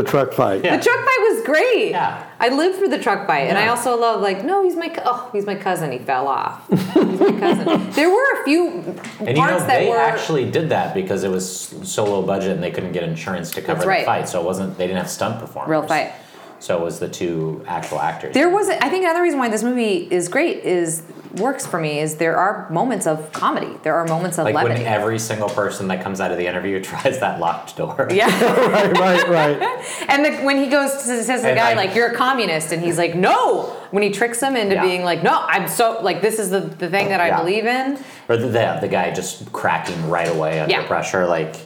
truck fight.
The truck fight was great.
Yeah.
I lived for the truck fight, and I
Yeah.
also love like, no, he's my co- oh, he's my cousin. He fell off. he's my cousin. There were a few
And
parts
you know
that
they
were
actually did that because it was s- so low budget and they couldn't get insurance to cover
That's
the
right.
fight, so it wasn't they didn't have stunt performers.
real fight.
So it was the two actual actors.
There was, I think, another reason why this movie is great is works for me is there are moments of comedy. There are moments of
like when
levity.
every single person that comes out of the interview tries that locked door.
yeah,
right, right, right.
and the, when he goes to says to the
And,
guy
like-
like you're a communist, and he's like no. When he tricks him into
Yeah.
being like no, I'm so like this is the, the thing that I
Yeah.
believe in.
Or the, the, the guy just cracking right away under
Yeah.
pressure, like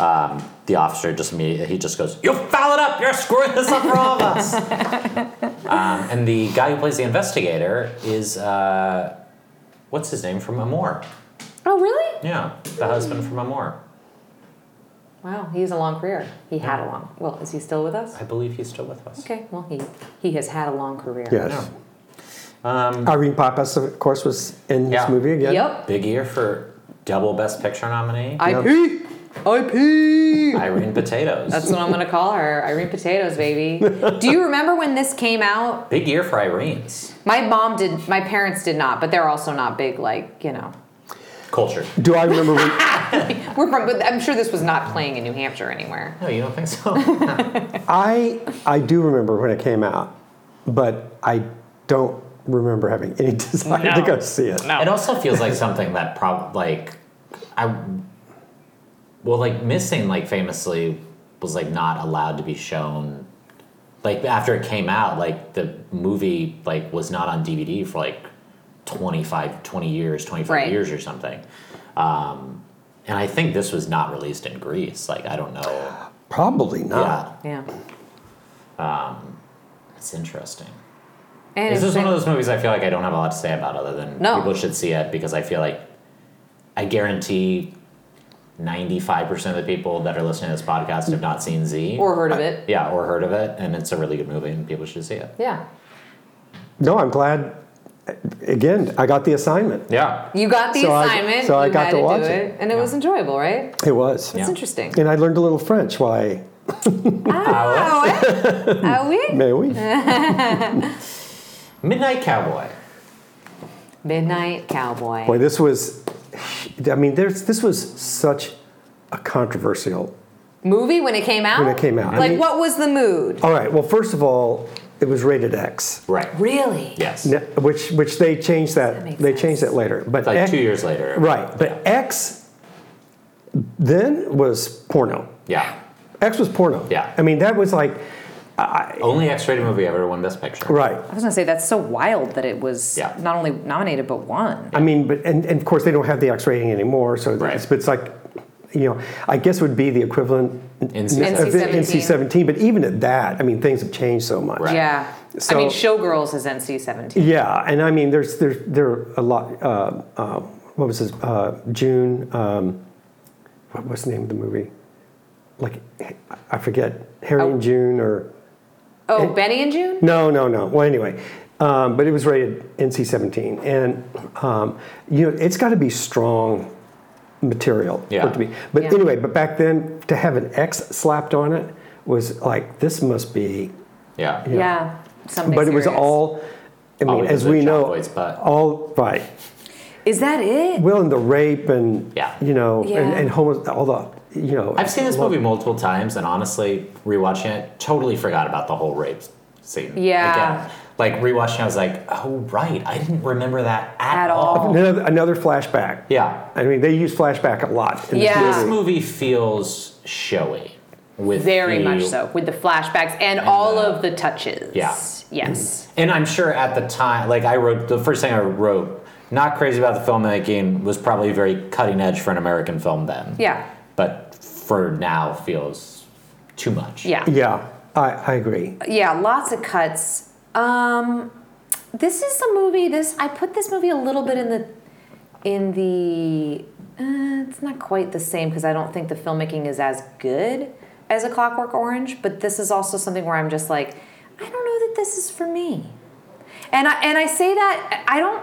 um, the officer just immediately, he just goes, you foul it up, you're screwing this up for all of us. um, and the guy who plays the investigator is, uh, what's his name from Amour?
Oh really?
Yeah, the husband from Amour.
Wow, he has a long career. He had a long. Well, is he still with us?
I believe he's still with us.
Okay. Well, he he has had a long career.
Yes.
Um,
Irene Pappas, of course, was in this
Yeah.
movie again.
Yep.
big year for double Best Picture nominee,
IP. IP.
Irene Potatoes.
That's what I'm gonna call her, Irene Potatoes, baby. Do you remember when this came out?
big year for Irene's
My mom did. My parents did not, but they're also not big. Like you know,
culture.
Do I remember? When,
we're from. But I'm sure this was not playing in New Hampshire anywhere.
No, you don't think so?
I I do remember when it came out, but I don't remember having any desire to
No.
go see it.
It also feels like something that probably like I well like missing like famously was like not allowed to be shown like after it came out like the movie like was not on DVD for like 25 20 years 25
Right.
years or something um and I think this was not released in Greece like I don't know
Probably not.
yeah
Yeah.
it's interesting
And
This is
it's
one of those movies I feel like I don't have a lot to say about other than
No.
people should see it because I feel like I guarantee 95% of the people that are listening to this podcast have not seen Z.
or heard of it.
yeah, or heard of it, and it's a really good movie, and people should see it.
Yeah.
No, I'm glad. Again, I got the assignment.
Yeah.
You got the
So I-
assignment.
so I
you
got
had
to watch
do
it.
it, and it was enjoyable, right?
It was.
It's
Yeah.
interesting.
And I learned a little French. Why?
Oh, eh? Are we?
May we?
Uh-huh.
Midnight Cowboy.
Midnight Cowboy.
Boy, this was. I mean, there's this was such a controversial.
movie when it came out?
When it came out. I
Like,
mean-
what was the mood?
All right. Well, first of all, it was rated X,
Right.
Really?
Yes.
n- which which they changed that.
That makes
they changed
sense.
that later. But
Like
X-
two years later.
Right. But X then was porno.
Yeah.
X was porno.
Yeah.
I mean, that was like
Only X rated movie ever to win Best Picture.
right.
I was gonna say that's so wild that it was
Yeah.
not only nominated but won.
I mean, but and, and of course they don't have the X rating anymore, so it's,
Right.
but it's like, you know, I guess would be the equivalent
NC-17.
of the
NC-17.
NC-17. But even at that, I mean, things have changed so much.
Right.
Yeah.
So-
I mean, Showgirls is NC-17.
Yeah, and I mean, there's there there are a lot. Uh, uh, what was his uh, June? Um, what was the name of the movie? Like, I forget. Harry
Oh.
and June or.
Oh, Benny and June?
No, no, no. Well, anyway, um, but it was rated NC-17, and um, you know it's got to be strong material for
Yeah.
it to be. But
Yeah.
anyway, but back then to have an X slapped on it was like this must be.
Yeah.
Yeah. Something
but it was
serious.
all. I mean,
Always
as
a
we
John
know,
Boy's butt.
all right.
Is that it?
Well, and the rape and
Yeah.
you know and,
Yeah.
and homo, all the you know.
I've seen this movie multiple times, and honestly, rewatching it, totally forgot about the whole rape scene.
Yeah.
Again. Like rewatching, I was like, "Oh right, I didn't remember that at,
At all.
Another, another flashback.
Yeah.
I mean, they use flashback a lot. In
Yeah.
This
This
movie.
movie feels showy. With
Very
the-
much so, with the flashbacks and, all
the-
of the touches.
Yeah.
Yes.
And I'm sure at the time, like I wrote the first thing I wrote, not crazy about the filmmaking, was probably very cutting edge for an American film then.
Yeah.
But for now, feels too much.
Yeah.
Yeah. I, I agree.
yeah, lots of cuts. Um, this is a movie. This I put this movie a little bit in the in the. Uh, it's not quite the same because I don't think the filmmaking is as good as A Clockwork Orange. But this is also something where I'm just like, I don't know that this is for me. And I and I say that I don't.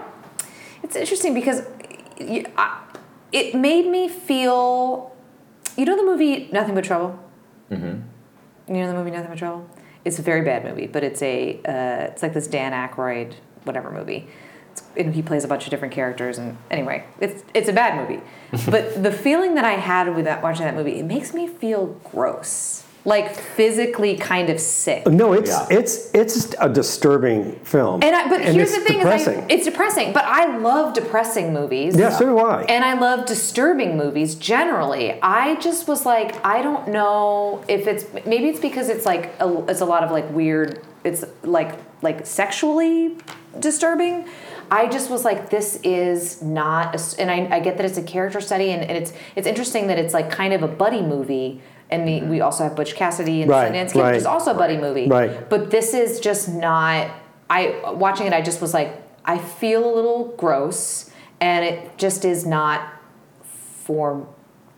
It's interesting because you, I, it made me feel. You know the movie Nothing But Trouble. You know the movie Nothing But Trouble? It's a very bad movie, but it's a uh, it's like this Dan Aykroyd whatever movie. It's, and he plays a bunch of different characters, and anyway, it's it's a bad movie. but the feeling that I had with that, watching that movie, it makes me feel gross, like physically kind of sick.
No, it's
Yeah.
it's it's a disturbing film.
And I, but here's
it's
the thing:
depressing.
Is I, it's depressing. But I love depressing movies.
Yeah, so do I.
And I love disturbing movies generally. I just was like, I don't know if it's maybe it's because it's like a, it's a lot of like weird. It's like like sexually disturbing. I just was like, this is not, a s and I, I get that it's a character study, and, and it's it's interesting that it's like kind of a buddy movie, and the, we also have Butch Cassidy and
Mm-hmm. Right,
Sundance Kid, which is
right.
also a buddy movie.
Right.
But this is just not. I watching it, I just was like, I feel a little gross, and it just is not for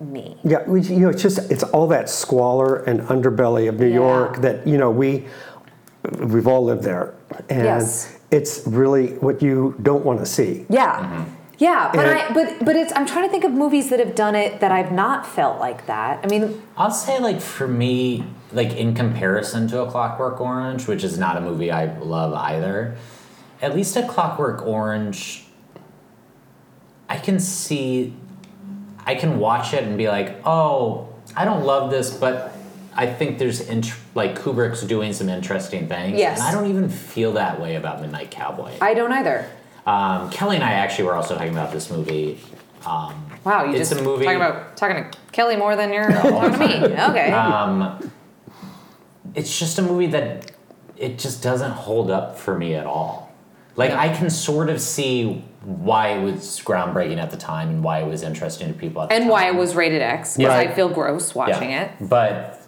me.
Yeah, we, you know, it's just it's all that squalor and underbelly of New
Yeah.
York that you know we we've all lived there, and
Yes.
it's really what you don't want to see.
Yeah. Mm-hmm. Yeah, but
And-
I but but it's I'm trying to think of movies that have done it that I've not felt like that. I mean,
I'll say, like, for me, like, in comparison to A Clockwork Orange, which is not a movie I love either, at least A Clockwork Orange, I can see, I can watch it and be like, oh, I don't love this, but I think there's, int- like, Kubrick's doing some interesting things.
Yes.
And I don't even feel that way about Midnight Cowboy.
I don't either.
Um, Kelly and I actually were also talking about this movie. Um,
Wow, you
It's
just
a movie-
talking about talking to Kelly more than you're talking to me. Okay.
um, it's just a movie that it just doesn't hold up for me at all. Like I can sort of see why it was groundbreaking at the time and why it was interesting to people at the
and
time.
why it was rated X because I
Right.
feel gross watching
yeah.
it.
But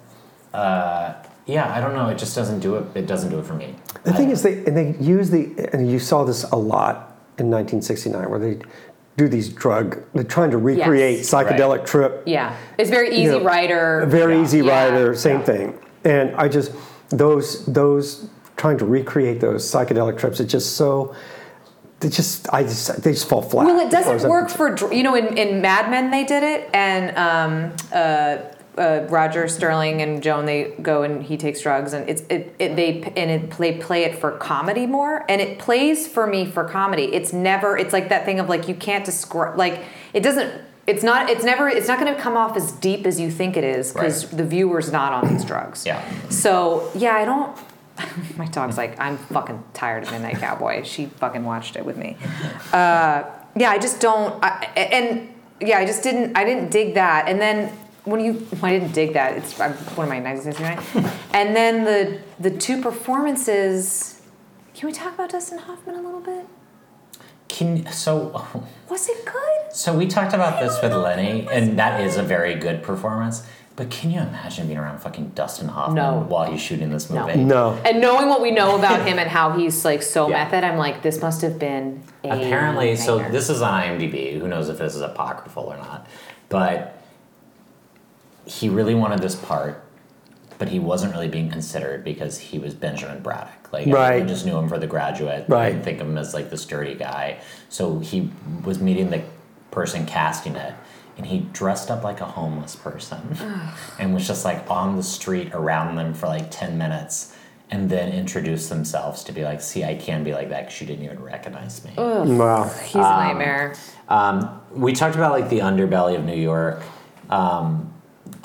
uh, yeah, I don't know. It just doesn't do it. It doesn't do it for me.
The thing is, they and they use the and you saw this a lot in 1969 where they do these drug they're trying to recreate
Yes.
psychedelic
Right.
trip.
Yeah, it's very easy
know,
rider.
Very easy
Yeah.
rider, same thing. And I just those those trying to recreate those psychedelic trips. It's just so. They just, I just, they just fall flat.
Well, it
as far as
doesn't
I'm
work for dr- you know in, in Mad Men they did it and um, uh, uh, Roger Sterling and Joan they go and he takes drugs and it's it, it they p- and it, they play it for comedy more and it plays for me for comedy. It's never it's like that thing of like you can't describe like it doesn't. It's not. It's never. It's not going to come off as deep as you think it is because
Right.
the viewer's not on these drugs.
Yeah.
So yeah, I don't. My dog's like, I'm fucking tired of Midnight Cowboy. She fucking watched it with me. Uh, yeah, I just don't. I, and yeah, I just didn't. I didn't dig that. And then when you, I didn't dig that. It's I'm, one of my 1969. and then the the two performances. Can we talk about Dustin Hoffman a little bit?
Can so
Was it good?
so we talked about this with Lenny, and that is a very good performance. But can you imagine being around fucking Dustin Hoffman
No.
while he's shooting this
No.
movie?
No.
And knowing what we know about him and how he's like so
Yeah.
method, I'm like, this must have been a
apparently so
nightmare.
this is on imdb who knows if this is apocryphal or not but he really wanted this part but he wasn't really being considered because he was benjamin braddock like
Right.
everyone just knew him for the graduate
Right.
and think of him as like the sturdy guy so he was meeting the person casting it and he dressed up like a homeless person and was just like on the street around them for like 10 minutes and then introduced themselves to be like see i can be like that because you didn't even recognize me
Wow.
he's a nightmare.
um, we talked about like the underbelly of New York. Um,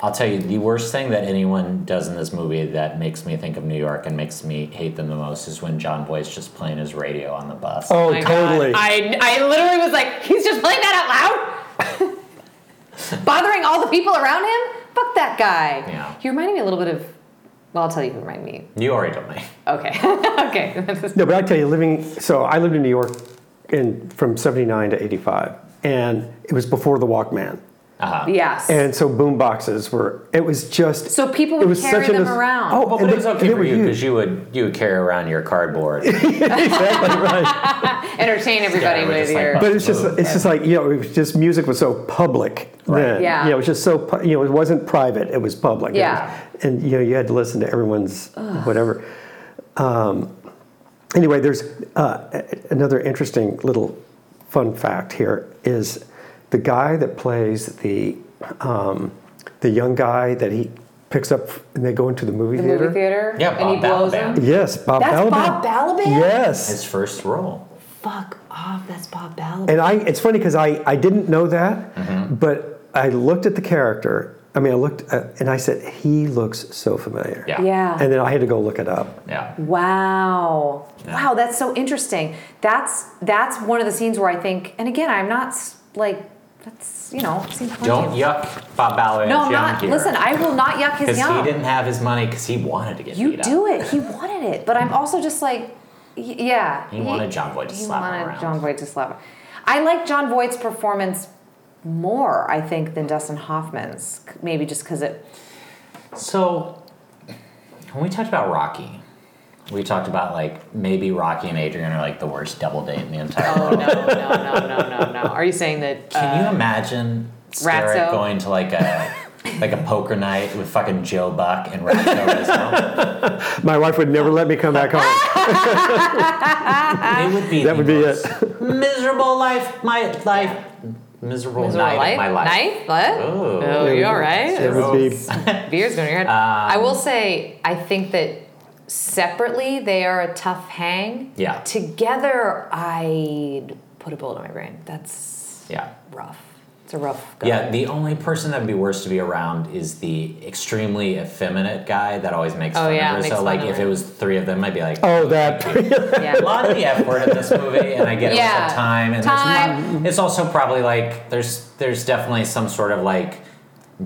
I'll tell you the worst thing that anyone does in this movie that makes me think of New York and makes me hate them the most is when John Boy's just playing his radio on the bus.
Oh,
my God.
totally.
I, I literally was like, he's just playing that out loud? Bothering all the people around him? Fuck that guy.
Yeah.
He reminded me a little bit of, well, I'll tell you who reminded me.
You already told me.
Okay. okay.
No, but I tell you, living so I lived in New York in from '79 to '85, and it was before the Walkman.
Uh-huh.
Yes.
And so boom boxes were. It was just.
So people
it
would
was
carry
such an
them
as-
around.
Oh,
Well, but
and
it was
they-
okay
they
for
were
you
huge.
because you would you would carry around your cardboard.
exactly right.
Entertain everybody
Yeah, we're
with
just like
your.
bu-
But it's just it's just like you know it was just music was so public then.
Yeah.
You know, it was just so pu- you know it wasn't private. It was public. It
Yeah.
was- and you know you had to listen to everyone's whatever. Um, anyway, there's uh, a- another interesting little fun fact here is the guy that plays the um, the young guy that he picks up and they go into the movie
the
theater.
movie theater.
Yeah,
and he
Bob
blows
Balaban.
them.
Yes, Bob
That's
Balaban.
Bob Balaban.
Yes.
His first role.
Fuck off. That's Bob Balaban.
And I, it's funny because I, I didn't know that,
Mm-hmm.
but I looked at the character. I mean, I looked at, and I said, he looks so familiar.
Yeah.
yeah.
And then I had to go look it up.
Yeah.
Wow. Wow, that's so interesting. That's that's one of the scenes where I think, and again, I'm not s- like that's you know, I've seen plenty
Don't
of-
yuck Bob Balaban's
No, I'm
yum
not.
here.
Listen, I will not yuck
because
his
he
yum.
didn't have his money because he wanted to get
you
beat up.
do it. He wanted it, but I'm also just like, y- yeah.
He wanted John Voight to
he
slap him
wanted
around.
John Voight to slap. him. I like John Voight's performance more, I think, than Dustin Hoffman's. c- Maybe just because it.
So, when we talked about Rocky, we talked about like maybe Rocky and Adrian are like the worst double date in the entire
Oh
world.
no no no no no no! Are you saying that? uh,
Can you imagine Starrett
Ratso?
going to like a like a poker night with fucking Joe Buck and Ratso Rizzo?
My wife would never let me come back home.
Ah.
it would be
That
the
would be
most
it.
miserable life, my life, miserable, night, of my life.
Knife? What?
Ooh.
Oh, you all right?
It would be,
Beer's going to your head. I
Um,
will say, I think that separately they are a tough hang.
Yeah.
Together, I'd put a bullet in my brain. That's
Yeah.
rough. It's a rough go.
Yeah, the only person that'd be worse to be around is the extremely effeminate guy that always makes
Oh,
fun
yeah,
of her.
makes
So
fun
like
of
if
her.
it was three of them, I'd be like,
oh, that.
Yeah.
a lot of the F word in this movie, and I get it
Yeah.
was a time. And There's
Time.
not, it's also probably like there's there's definitely some sort of like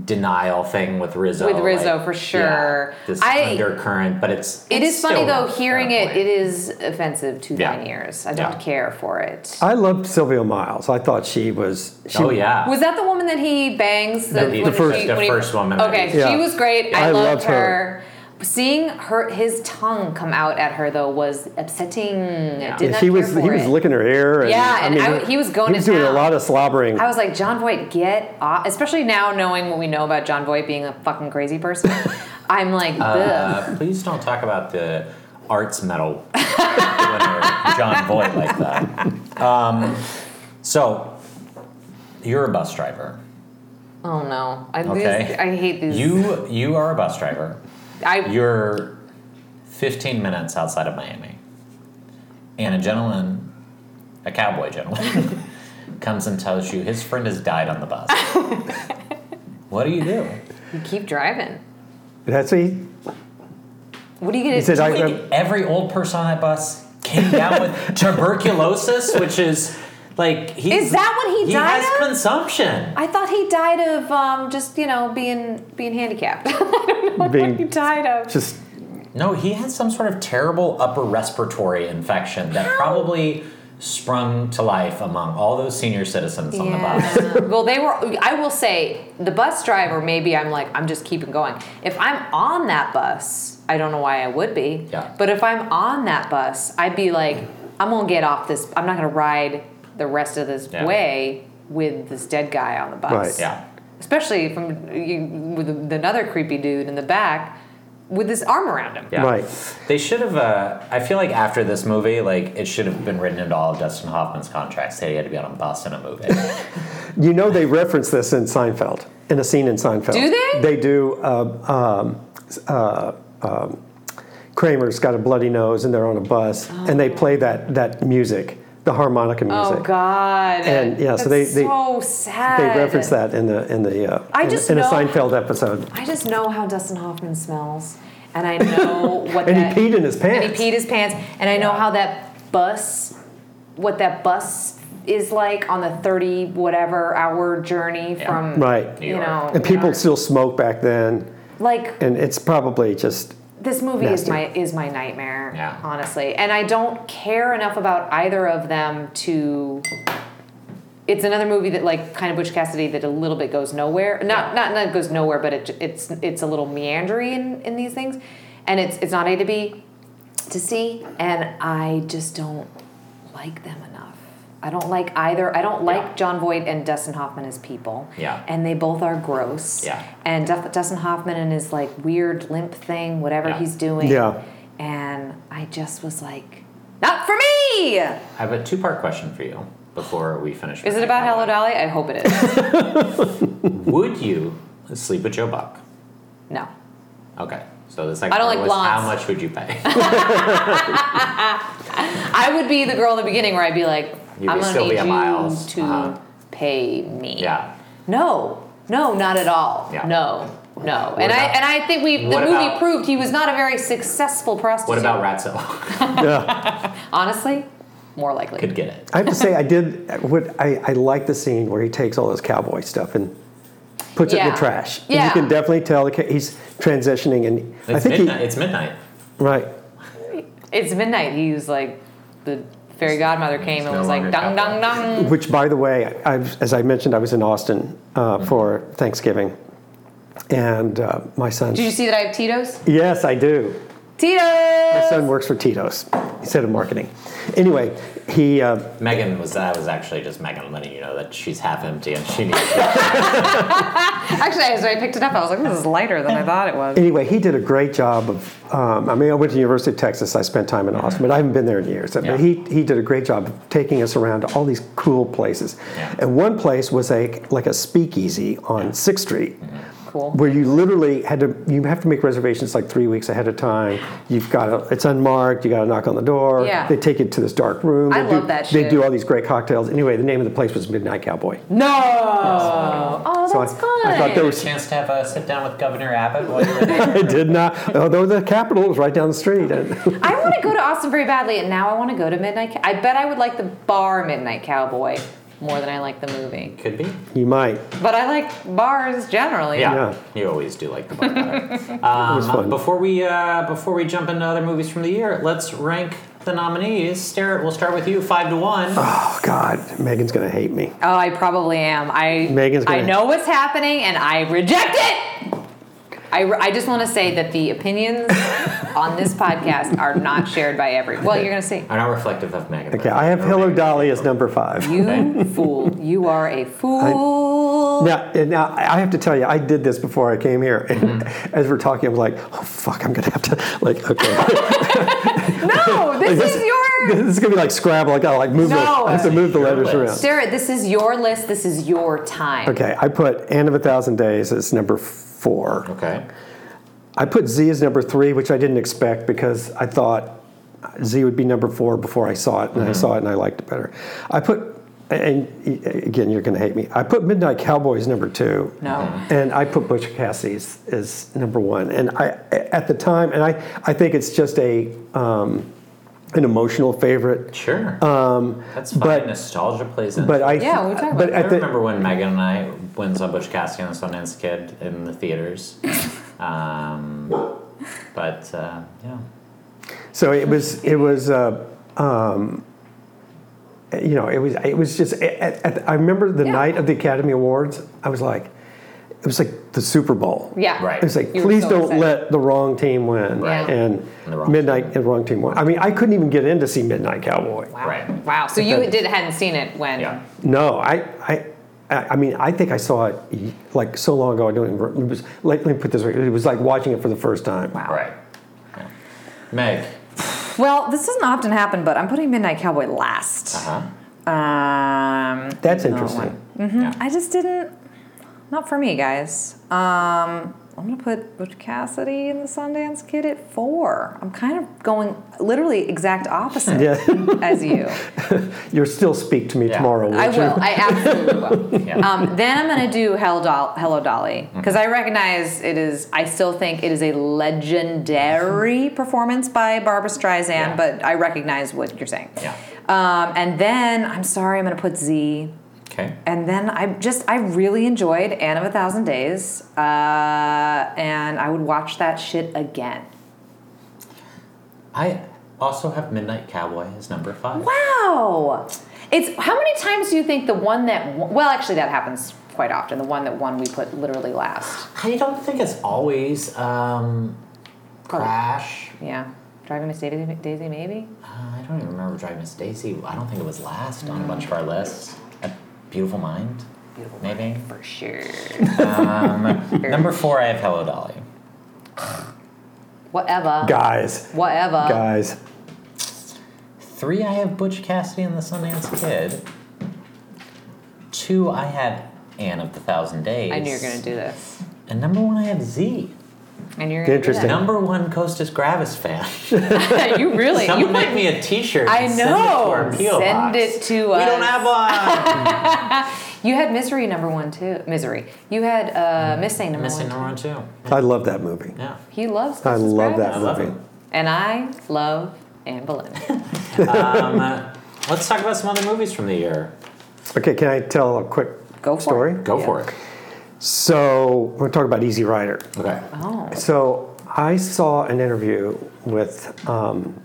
denial thing with Rizzo.
With Rizzo,
like,
for sure.
yeah, this
I-
undercurrent, but it's
It
it's
is funny
still
though,
rough
hearing
at a
it,
point.
it is offensive to
Yeah.
mine ears. I don't
Yeah.
care for it.
I loved Sylvia Miles. I thought she was. She,
oh yeah.
Was that the woman that he bangs?
The-
The, when
the
he-
first-
when he-
the first woman that
Okay,
he-
Yeah.
she was great.
Yeah.
I,
I
loved
loved
her. Seeing her, his tongue come out at her though was upsetting. I Did
Yeah,
not
she
care
was
for
he was
it.
licking her ear. And,
Yeah,
I
and
mean,
I- he was going
He
to
was doing a
town.
lot of slobbering.
I was like, John Voight, get off. Especially now knowing what we know about John Voight being a fucking crazy person. I'm like, ugh.
Uh, please don't talk about the arts medal winner John Voight like that. Um, so you're a bus driver.
oh no. I,
Okay.
these, I hate these.
You you are a bus driver.
I,
You're 15 minutes outside of Miami, and a gentleman, a cowboy gentleman, comes and tells you his friend has died on the bus. what do you do?
you keep driving.
That's he.
What are you gonna
He says,
do?
I-
Like, every old person on that bus came down with tuberculosis, which is like he's,
Is that what he
he
died
has
of?
consumption.
I thought he died of um, just you know being being handicapped. he
Being
died of.
just
No, he had some sort of terrible upper respiratory infection that probably sprung to life among all those senior citizens on the bus.
Yeah. well, they were. I will say the bus driver. Maybe I'm like I'm just keeping going. If I'm on that bus, I don't know why I would be.
Yeah.
But if I'm on that bus, I'd be like, I'm gonna get off this. I'm not gonna ride the rest of this
Yeah.
way with this dead guy on the bus.
Right.
Yeah.
Especially from you, with another creepy dude in the back with his arm around him.
Yeah.
right.
They should have. Uh, I feel like after this movie, like it should have been written into all of Dustin Hoffman's contracts that he had to be on a bus in a movie.
You know they reference this in Seinfeld, in a scene in Seinfeld.
Do they?
They do. Uh, um, uh, um, Kramer's got a bloody nose, and they're on a bus, and they play that that music, the harmonica music.
Oh God!
And, yeah, so they-
That's
they-
so sad.
They reference that in the in the uh,
I
in,
just
in a
know-
Seinfeld episode.
I just know how Dustin Hoffman smells, and I know what
And he
that,
peed in his
and he
pants.
peed his pants, and I know how that bus, what that bus is like on the thirty whatever hour journey from
Right.
you
New York.
know,
And people
New York.
still smoke back then,
like
and it's probably just
this movie is
Nasty.
my is my nightmare
Yeah.
honestly and i don't care enough about either of them to it's another movie that like kind of Butch Cassidy that a little bit goes nowhere. Not not not goes nowhere, but it, it's it's a little meandering in, in these things, and it's it's not A to B to C, and I just don't like them enough. I don't like either. I don't like
Yeah.
John Voight and Dustin Hoffman as people.
Yeah.
and they both are gross.
Yeah.
and Duff, Dustin Hoffman and his like weird limp thing, whatever
Yeah.
he's doing.
Yeah.
and I just was like, not for me.
I have a two part question for you before we finish.
Is it about Hello Dolly? I hope it is.
Would you sleep with Joe Buck?
no.
Okay. So the second
I don't
part
like
was how
blondes.
much would you pay?
I would be the girl in the beginning where I'd be like,
You'd
I'm
be
gonna
Sylvia
need
Miles.
you to
Uh-huh.
pay me.
yeah.
No, no, not at all.
Yeah.
No, no. and I
about-
and I think we the
What
movie
about-
proved he was not a very successful prostitute.
What about Ratzo?
honestly? More likely.
Could get it.
I have to say, I did. What I, I like the scene where he takes all his cowboy stuff and puts it in
Yeah.
the trash. And
Yeah.
you can definitely tell the, ca- he's transitioning, and I
It's
think
midnight. It's midnight.
he right.
It's midnight. He was like the fairy godmother came and
no
was like
longer
dong dong
cowboy.
dong.
Which, by the way, I, as I mentioned, I was in Austin uh,
Mm-hmm.
for Thanksgiving, and uh, my son.
Did you see that I have Tito's?
yes, I do. My
Tito's.
son works for Tito's. He's head of marketing. Anyway, he. Uh,
Megan was that was actually just Megan letting you know that she's half empty and she needs to
Actually, as I picked it up, I was like, this is lighter than I thought it was.
anyway, he did a great job of. Um, I mean, I went to University of Texas. I spent time in Austin, but I haven't been there in years.
Yeah.
But he he did a great job of taking us around to all these cool places.
Yeah.
And one place was a like a speakeasy on Sixth Street.
Cool.
Where you literally had to, you have to make reservations like three weeks ahead of time. You've got to, it's unmarked. You got to knock on the door.
Yeah.
They take you to this dark room.
I
They do-
love that
They
shit.
do all these great cocktails. Anyway, the name of the place was Midnight Cowboy.
No. Oh,
So I-
that's fun.
I thought there
get a
was
chance to have a sit down with Governor Abbott while you were there.
I did not. Although the Capitol was right down the street.
I want to go to Austin very badly, and now I want to go to Midnight. Cow- I bet I would like the bar Midnight Cowboy more than I like the movie.
Could be.
you might.
But I like bars generally.
Yeah,
Yeah.
you always do like the bar better. um,
fun.
Before we uh, before we jump into other movies from the year, let's rank the nominees. Stare, we'll start with you, five to one.
Oh God, Megan's gonna hate me.
Oh, I probably am. I
Megan's
I
gonna-
know what's happening, and I reject it. I, re- I just want to say that the opinions on this podcast are not shared by every. Well, you're gonna see.
Are not reflective of Megan.
Okay, I have Hello Dolly as number five.
You
Okay.
fool. You are a fool.
Now, and now I have to tell you, I did this before I came here, and
Mm-hmm.
as we're talking, I'm like, oh fuck, I'm gonna have to like, okay,
No, this is your
this is gonna be like Scrabble. I gotta like move.
No.
the, I have to move the
Your
letters
list.
around.
Sarah, this is your list. This is your time.
Okay, I put Anne of a Thousand Days as number four.
Okay.
I put Z as number three, which I didn't expect because I thought Z would be number four before I saw it, and
Mm-hmm.
I saw it and I liked it better. I put, and again, you're going to hate me. I put Midnight Cowboys number two.
No.
And I put Butch Cassidy as, as number one. And I, at the time, and I, I think it's just a, um, an emotional favorite.
Sure.
Um,
That's fine.
but-
Nostalgia plays in.
but I,
Yeah, we were talking
but
about
I
at the,
remember when Megan and I went on Butch Cassidy and Sundance Kid in the theaters. um, but uh, yeah.
So it was it was uh, um, you know it was it was just at, at, I remember the
Yeah.
night of the Academy Awards I was like it was like the Super Bowl
Yeah.
Right.
it was like
You were
please
so
don't
excited.
let the wrong team win
Right.
and
And the wrong
midnight
team.
and wrong team won I mean I couldn't even get in to see Midnight Cowboy
Wow.
Right.
Wow. So you did hadn't seen it when
Yeah.
no I I. I I mean, I think I saw it y- like so long ago. I don't even. re- It was like, let me put this way. It was like watching it for the first time.
Wow.
Right. Yeah. Meg.
Well, this doesn't often happen, but I'm putting Midnight Cowboy last.
Huh?
Um,
That's
even though it
interesting.
won. I just didn't. Not for me, guys. Um, I'm gonna put Butch Cassidy and the Sundance Kid at four. I'm kind of going literally exact opposite as you.
You'll still speak to me
Yeah.
tomorrow.
I
won't you?
will. I absolutely will.
Yeah.
Um, then I'm going to do Hello, Doll- Hello Dolly
Mm.
because I recognize it is. I still think it is a legendary performance by Barbara Streisand,
Yeah.
But I recognize what you're saying.
Yeah.
Um, and then I'm sorry, I'm gonna put Z.
Okay.
And then I just I really enjoyed Anne of a Thousand Days, uh, and I would watch that shit again.
I also have Midnight Cowboy as number five.
Wow.
It's how many times do you think the one that won- well actually that happens quite often the one that won we put literally last
I don't think it's always um, Crash.
yeah driving Miss Daisy, Daisy maybe
Uh, I don't even remember Drive Miss Daisy. I don't think it was last on a bunch of our
Mm.
lists. A Beautiful Mind, Beautiful maybe. Um,
for sure
Number four, I have Hello Dolly.
whatever
Guys,
whatever
Uh,
guys.
Three, I have Butch Cassidy and the Sundance Kid. Two, I had Anne of the Thousand Days.
I knew you were gonna do this
And number one, I have Z.
and you're gonna
Interesting.
do
Number one, Costas Gravis fan.
that. you really you
Someone
put
make me a T-shirt.
I
and
know.
Send it to, our P.O.
Send
box.
it to
We
us.
don't have one.
You had Misery number one too. Misery. You had
Mm-hmm.
uh, Missing number
Missing
one.
number one too.
I love that movie.
Yeah.
Too. He loves.
I
Mrs.
love that
I
Gravis.
love
movie.
it.
And I love Anne Boleyn.
Uh,
Um, uh, let's talk about some other movies from the year.
Okay, can I tell a quick
Go for
story?
it.
Go
Yeah.
for it.
So we're going to talk about Easy Rider.
Okay.
Oh,
So I saw an interview with, um,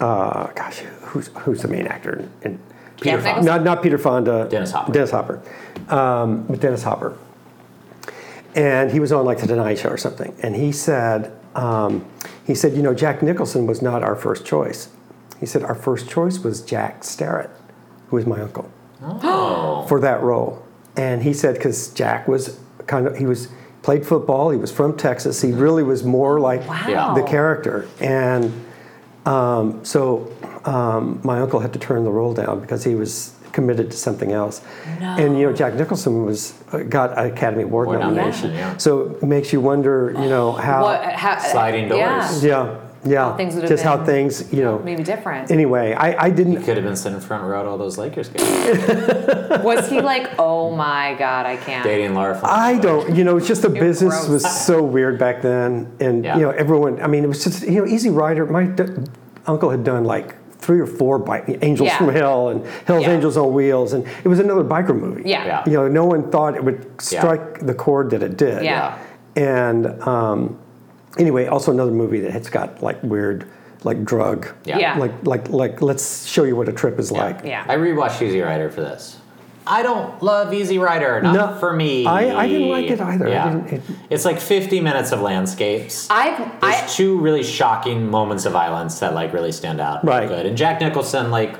uh, gosh, who's who's the main actor? In,
Peter Fonda.
Not not Peter Fonda.
Dennis Hopper.
Dennis Hopper. Um, with Dennis Hopper. And he was on like the Tonight Show or something, and he said, um, he said, you know, Jack Nicholson was not our first choice. He said our first choice was Jack Starrett, who was my uncle
Oh.
for that role. And he said because Jack was kind of he was played football. He was from Texas. He really was more like
Yeah.
the character. And um, so um, my uncle had to turn the role down because he was committed to something else. And you know Jack Nicholson was uh, got an Academy Award
Award
nomination.
nomination, yeah.
So it makes you wonder, you know how
what? How,
Sliding doors.
Yeah.
yeah yeah
things would have
just how
been
things you know.
Maybe different.
Anyway, I, I didn't
Could have been sitting front row at all those Lakers games.
Was he like, oh my god, I can't?
Dating Laura Flynn.
I don't, you know, it's just the business
gross.
was so weird back then, and
Yeah.
you know, everyone. I mean, it was just you know, Easy Rider. My d- uncle had done like three or four bike Angels
Yeah.
from Hell and Hell's
Yeah.
Angels on Wheels, and it was another biker movie.
Yeah.
Yeah.
you know, no one thought it would
Yeah.
strike the chord that it did.
Yeah.
and um, anyway, also another movie that has got like weird, like drug,
Yeah.
Yeah.
like like like let's show you what a trip is like.
Yeah.
I rewatched Easy Rider for this. I don't love Easy Rider. Not
No,
for me.
I- I didn't like it either. I
Yeah.
didn't- it-
it's like 50 minutes of landscapes.
I've.
There's
I,
two really shocking moments of violence that like really stand out.
Right.
Good. And Jack Nicholson, like,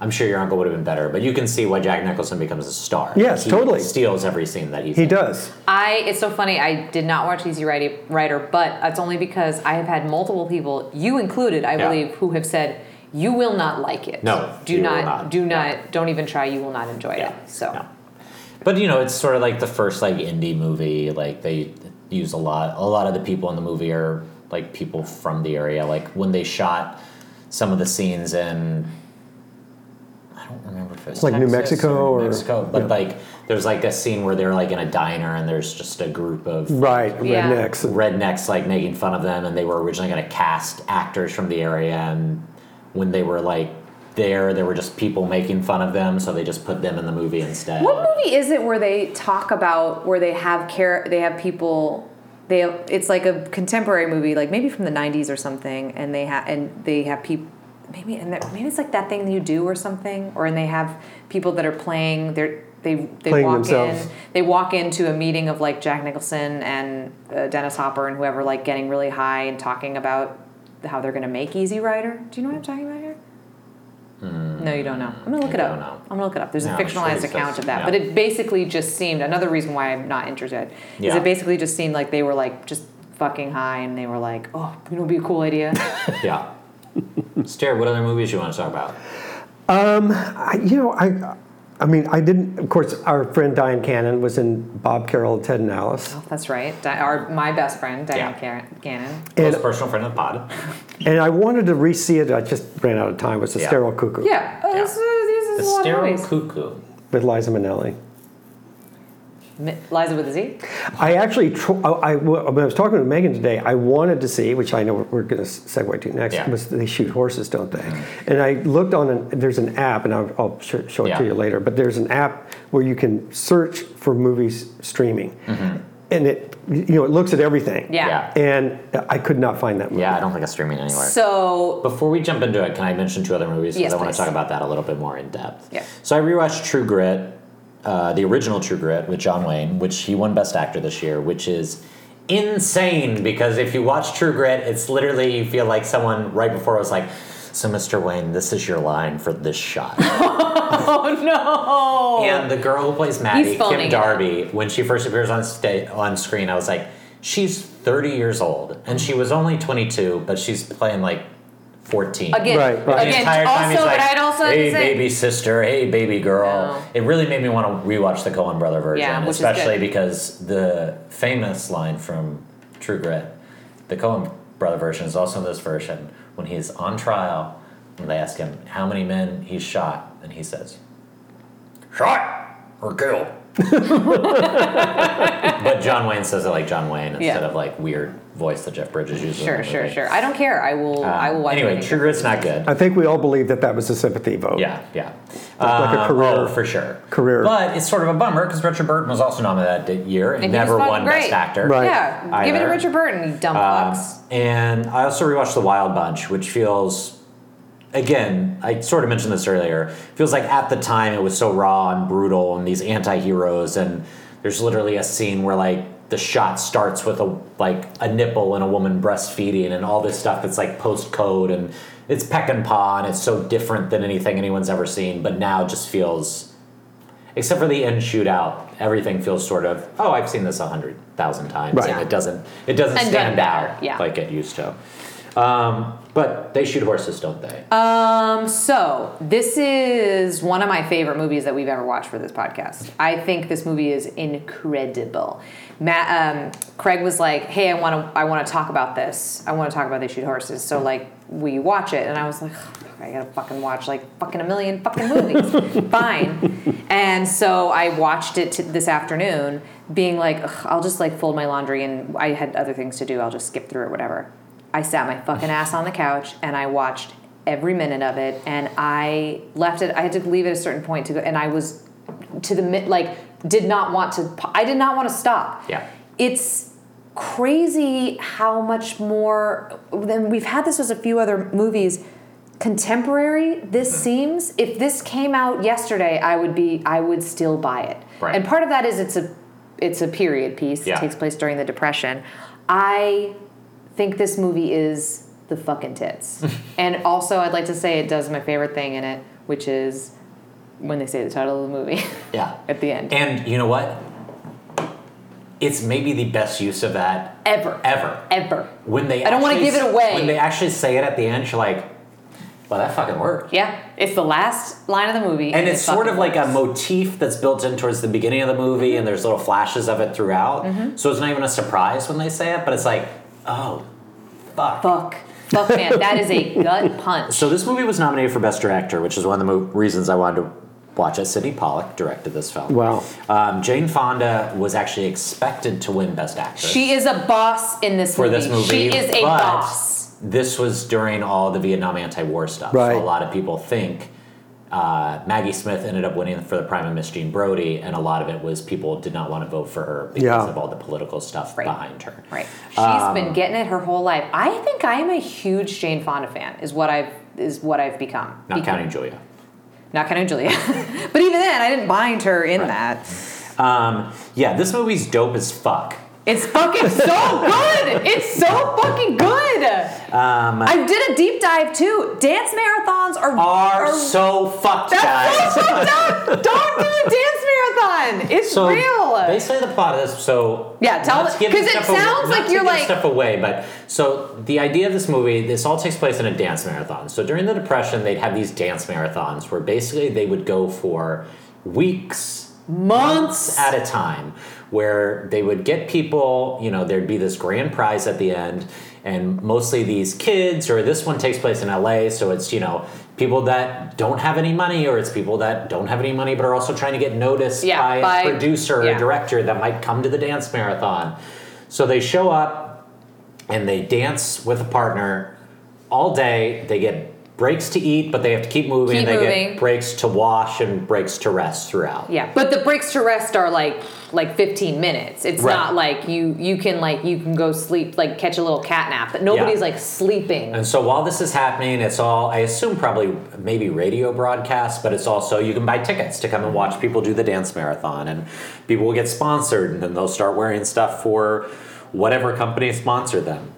I'm sure your uncle would have been better, but you can see why Jack Nicholson becomes a star.
Yes,
He
totally.
Steals every scene that he's
He
in.
does.
I. It's so funny. I did not watch Easy Rider, Rider, but that's only because I have had multiple people, you included, I
Yeah.
believe, who have said. You will not like it.
No,
do
you will
not,
not.
do not, don't even try. You will not enjoy it. So,
no. But you know, it's sort of like the first like indie movie. Like they use a lot. A lot of the people in the movie are like people from the area. Like when they shot some of the scenes in. I don't remember if it was
Like New
Texas
Mexico
New
or-
Mexico, but like there's like a scene where they're like in a diner and there's just a group of
Right,
Yeah.
rednecks. and-
rednecks like making fun of them and they were originally going to cast actors from the area and when they were like there there were just people making fun of them so they just put them in the movie instead
What movie is it where they talk about where they have care? They have people. They have, it's like a contemporary movie, like maybe from the '90s or something, and they have and they have people. Maybe and that, maybe it's like that thing you do or something, or and they have people that are playing. They're they they
Playing
walk
themselves.
in. They walk into a meeting of like Jack Nicholson and uh, Dennis Hopper and whoever, like getting really high and talking about how they're gonna make Easy Rider. Do you know what I'm talking about here? No, you don't know. I'm gonna look
Hmm.
it
I
up.
don't know.
I'm gonna look it up. There's
No,
a
I'm sure
fictionalized
it's
account
this-
of that,
yeah.
but it basically just seemed another reason why I'm not interested is
Yeah.
it basically just seemed like they were like just fucking high and they were like, oh, you know, it'd be a cool idea.
yeah Stare, what other movies you want to talk about
I, you know, I, I mean, I didn't. Of course, our friend Diane Cannon was in Bob Carroll, Ted and Alice,
that's right. Di- our, my best friend, Diane
Yeah.
Car- Gannon.
And-
close personal friend of the pod
and I wanted to re-see it. I just ran out of time. It was the
Yeah.
Sterile Cuckoo
Yeah. Oh,
Yeah.
This, is- this is
the
a lot of
sterile
movies.
cuckoo
with Liza Minnelli.
Mi- Liza with a Z.
I actually, tr- I, I- when I was talking to Megan today, I wanted to see, which I know we're going to segue to next,
Yeah. Mm-hmm.
was they shoot horses, don't they? And I looked on, an, there's an app, and I'll, I'll sh- show it
Yeah. Mm-hmm.
to you later, but there's an app where you can search for movies streaming. and it you know it looks at everything.
Yeah.
And I could not find that movie.
Yeah, I don't think it's streaming anywhere.
So
Before we jump into it, can I mention two other movies?
Yes,
I want
please.
to talk about that a little bit more in depth.
Yeah.
So I rewatched True Grit, uh, the original True Grit with John Wayne, which he won Best Actor this year, which is insane because if you watch True Grit, it's literally you feel like someone right before was like, "So, Mr. Wayne, this is your line for this shot."
Oh no.
And the girl who plays Maddie,
phoning
Kim
it.
Darby, when she first appears on sta- on screen, I was like, she's 30 years old, and she was only 22, but she's playing like 14.
Again,
Right, right.
The
again.
entire time he's
Also,
like,
but I'd also have to
hey,
say,
baby sister, hey, baby girl.
No.
It really made me want to rewatch the Coen Brother version,
Yeah, which is good.
especially because the famous line from True Grit, the Coen Brother version, is also in this version when he's on trial and they ask him how many men he shot, and he says, shot or killed. but John Wayne says it like John Wayne instead
Yeah.
of like weird voice that Jeff Bridges uses. in
sure,
the
sure,
movie.
sure. I don't care. I will. I will watch.
Uh, Anyway,
anything.
True Grit's not good.
I think we all believe that that was a sympathy vote.
Yeah, yeah.
like a
Uh,
career-
oh, for sure.
career.
But it's sort of a bummer because Richard Burton was also nominated that year and,
And he was
never
fucking
won Best
great.
Actor.
Right.
Yeah, give it to
Either.
Richard Burton, you dumb
Um,
fucks.
and I also rewatched The Wild Bunch, which feels, again, I sort of mentioned this earlier, feels like at the time it was so raw and brutal and these anti heroes, and there's literally a scene where, like, the shot starts with a like a nipple and a woman breastfeeding and all this stuff that's like postcode and it's peck and paw and it's so different than anything anyone's ever seen but now just feels except for the end shootout everything feels sort of oh I've seen this a hundred thousand times
Right.
and it doesn't it doesn't
And
stand
doesn't matter,
out
yeah.
like it used to. Um, but they shoot horses, don't they?
Um, so this is one of my favorite movies that we've ever watched for this podcast. I think this movie is incredible. Matt, um, Craig was like, "Hey, I want to, I want to talk about this. I want to talk about they shoot horses." So like, will you watch it? And I was like, "Fuck, "I gotta fucking watch like fucking a million fucking movies." Fine. And so I watched it t- this afternoon, being like, "Ugh, "I'll just like fold my laundry and I had other things to do. I'll just skip through it, whatever." I sat my fucking ass on the couch and I watched every minute of it and I left it I had to leave at a certain point to go and I was to the mid like did not want to pa- I did not want to stop.
Yeah.
It's crazy how much more than we've had this with a few other movies contemporary this
Mm-hmm.
seems if this came out yesterday I would be I would still buy it.
Right.
And part of that is it's a it's a period piece.
Yeah.
It takes place during the depression. I think this movie is the fucking tits. and also, I'd like to say it does my favorite thing in it, which is when they say the title of the movie
Yeah.
at the end.
And you know what? It's maybe the best use of that
ever.
ever.
Ever.
When they
I don't wanna
actually
give it
s-
away.
When they actually say it at the end, you're like, well, that fucking worked.
Yeah. It's the last line of the movie.
And it's
it
sort
fucking
of like a
works.
motif that's built in towards the beginning of the movie, and there's little flashes of it throughout.
Mm-hmm.
So it's not even a surprise when they say it, but it's like, oh, fuck.
Fuck. Fuck, man. That is a gut punch.
So this movie was nominated for Best Director, which is one of the mo- reasons I wanted to watch it. Sidney Pollack directed this film.
Wow.
Um, Jane Fonda was actually expected to win Best Actress
she is a boss in this
for
movie.
this movie.
She is a
but
boss.
This was during all the Vietnam anti-war stuff.
Right.
So a lot of people think uh, Maggie Smith ended up winning for the Prime of Miss Jean Brody, and a lot of it was people did not want to vote for her because
Yeah.
of all the political stuff
Right.
behind her.
Right. she's
Um,
been getting it her whole life. I think I am a huge Jane Fonda fan. Is what I've is what I've become.
Not
Become-
counting Julia.
Not counting Julia. but even then, I didn't bind her in that.
Um, yeah, this movie's dope as fuck.
It's fucking so good. It's so fucking good.
Um,
I did a deep dive too. Dance marathons are
are so fucked,
That's so
guys.
fucked up. Don't do a dance marathon. It's
So
real.
they say the plot of this. So
Yeah, tell-
not to give
'cause
this
it
stuff away-
sounds
not
like
to
you're
give
like-
stuff away. But so the idea of this movie, this all takes place in a dance marathon. So during the depression, they'd have these dance marathons where basically they would go for weeks, months at a time, where they would get people. You know, there'd be this grand prize at the end. And mostly these kids, or this one takes place in LA, so it's, you know, people that don't have any money, or it's people that don't have any money but are also trying to get noticed
Yeah,
by,
by-
a producer or
yeah.
a director that might come to the dance marathon. So they show up and they dance with a partner all day. They get breaks to eat, but they have to keep moving.
Keep
and they
moving.
get breaks to wash and breaks to rest throughout.
Yeah, but the breaks to rest are like like 15 minutes. It's
Right.
not like you you can like you can go sleep like catch a little cat nap, but nobody's like sleeping.
And so while this is happening, it's all, I assume, probably maybe radio broadcasts, but it's also you can buy tickets to come and watch people do the dance marathon. And people will get sponsored, and then they'll start wearing stuff for whatever company sponsored them.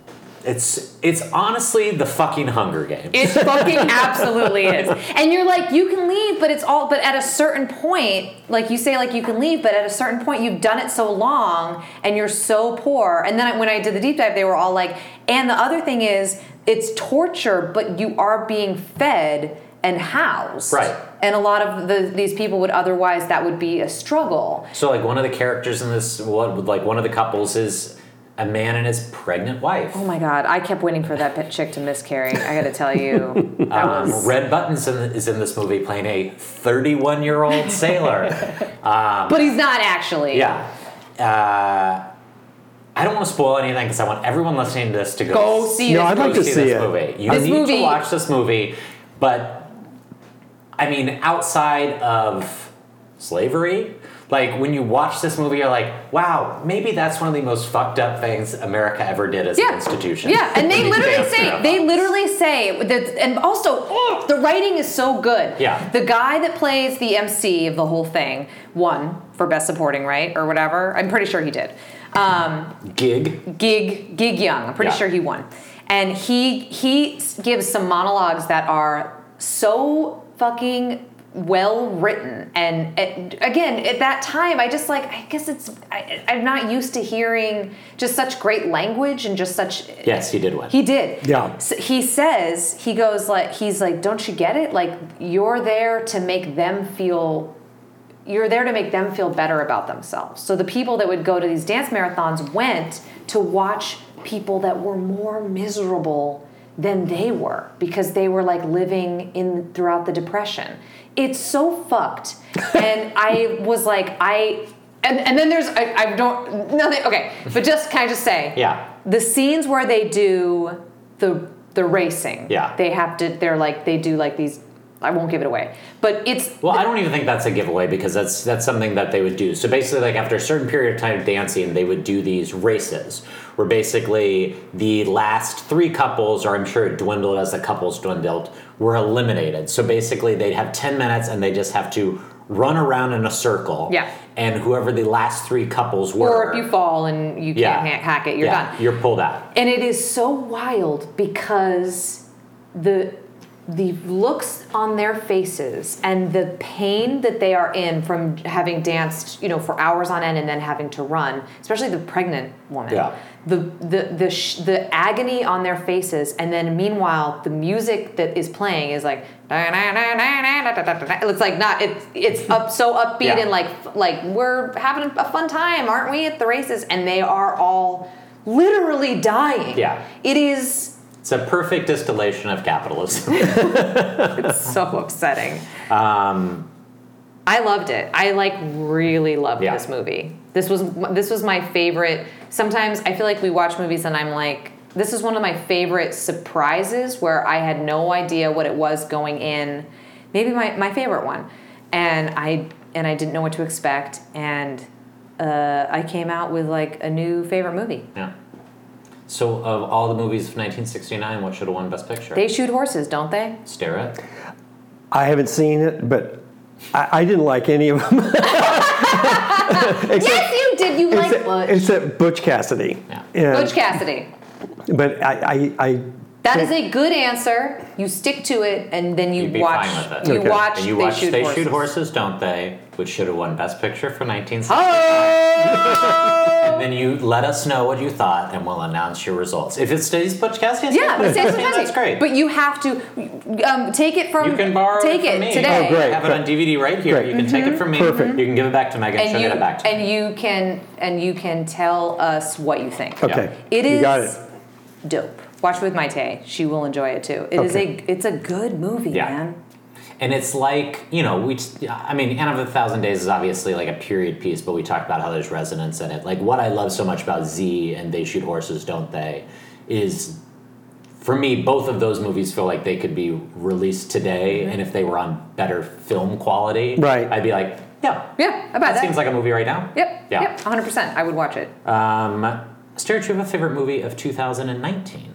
It's it's honestly the fucking Hunger Games.
It fucking absolutely is. And you're like, you can leave, but it's all, but at a certain point, like you say, like you can leave, but at a certain point, you've done it so long and you're so poor. And then when I did the deep dive, they were all like, and the other thing is, it's torture, but you are being fed and housed.
Right.
And a lot of the, these people would otherwise, that would be a struggle.
So like one of the characters in this, what like one of the couples is a man and his pregnant wife.
Oh my God, I kept waiting for that pit chick to miscarry. I gotta tell you, that was.
Um, Red Buttons in, is in this movie playing a 31 year old sailor.
But he's not actually.
yeah. Uh, I don't want to spoil anything because I want everyone listening to this to go,
Go see
No,
this
I'd like
go
to see
this
it.
movie. You
This
need
movie-
to watch this movie. But I mean, outside of slavery, like when you watch this movie, you're like, wow, maybe that's one of the most fucked up things America ever did as an institution.
Yeah, and they
When you
literally
dance
say
around.
they literally say that, and also oh, the writing is so good.
Yeah.
the guy that plays the MC of the whole thing won for best supporting, right, or whatever. I'm pretty sure he did. Um,
gig.
Gig Gig Young. I'm pretty
Yeah.
sure he won, and he he s- gives some monologues that are so fucking well written. And it, again, at that time, I just like I guess it's I, I'm not used to hearing just such great language and just such
Yes, he did win.
he did.
Yeah.
So he says he goes like he's like, don't you get it? Like you're there to make them feel. You're there to make them feel better about themselves. So the people that would go to these dance marathons went to watch people that were more miserable than they were because they were like living in throughout the depression. It's so fucked. and I was like, I and, and then there's I, I don't nothing okay, but just can I just say
yeah.
the scenes where they do the the racing
Yeah.
they have to they're like they do like these i won't give it away but it's
Well, I don't even think that's a giveaway because that's that's something that they would do. So basically, like after a certain period of time of dancing, they would do these races where basically the last three couples, or I'm sure it dwindled as the couples dwindled, were eliminated. So basically, they'd have ten minutes and they just have to run around in a circle.
Yeah.
And whoever the last three couples were,
or if you fall and you
yeah,
can't ha- hack it you're
yeah,
done
You're pulled out.
and it is so wild because the the looks on their faces and the pain that they are in from having danced you know for hours on end and then having to run especially the pregnant woman
Yeah.
the the the, sh- the agony on their faces and then meanwhile the music that is playing is like it's like not it's it's up so upbeat
Yeah.
and like like we're having a fun time aren't we at the races and they are all literally dying
Yeah.
it is
It's a perfect distillation of capitalism.
so upsetting i loved it i like really loved
Yeah.
this movie this was this was my favorite sometimes i feel like we watch movies and i'm like this is one of my favorite surprises where i had no idea what it was going in maybe my, my favorite one and i and i didn't know what to expect and uh, i came out with like a new favorite movie
yeah. So of all the movies of 1969, what should have won Best Picture?
they shoot horses don't they
Stare at.
I haven't seen it, but I, I didn't like any of them
Yes, you did. You like
except,
Butch.
except Butch Cassidy.
Yeah.
And-
Butch Cassidy.
But I, I, I
That is a good answer. You stick to it, and then you
You'd be
watch.
fine with it.
You
Okay.
watch.
And you
they
watch
shoot
They
horses.
Shoot Horses, Don't They? Which should have won Best Picture for 1960.
Oh!
And then you let us know what you thought, and we'll announce your results. If it stays Butch Cassidy, it stays
yeah,
Butch
it says
Cassidy,
fantastic.
That's great.
But you have to um, take it from.
you can borrow
Take
it
it,
from me.
today. Mm-hmm.
Oh, great.
I have it on DVD right here.
Great.
You can take it from me.
Perfect.
You can give it back to Megan.
And
She'll
you
get it back to me.
and you can and you can tell us what you think.
okay.
It is
You got it.
dope. Watch with my Tay. She will enjoy it too. It is
Okay.
a it's a good movie,
Yeah.
man.
And it's like, you know, we, I mean, Anna of a Thousand Days is obviously like a period piece, but we talked about how there's resonance in it. Like, what I love so much about Z and They Shoot Horses, Don't They, is for me, both of those movies feel like they could be released today,
Mm-hmm.
and if they were on better film quality,
Right.
I'd be like, yeah,
Yeah, about
that,
that.
seems like a movie right now.
Yep.
Yeah.
Yep. 100%. I would watch it.
Um, Sarah, do you have a favorite movie of 2019?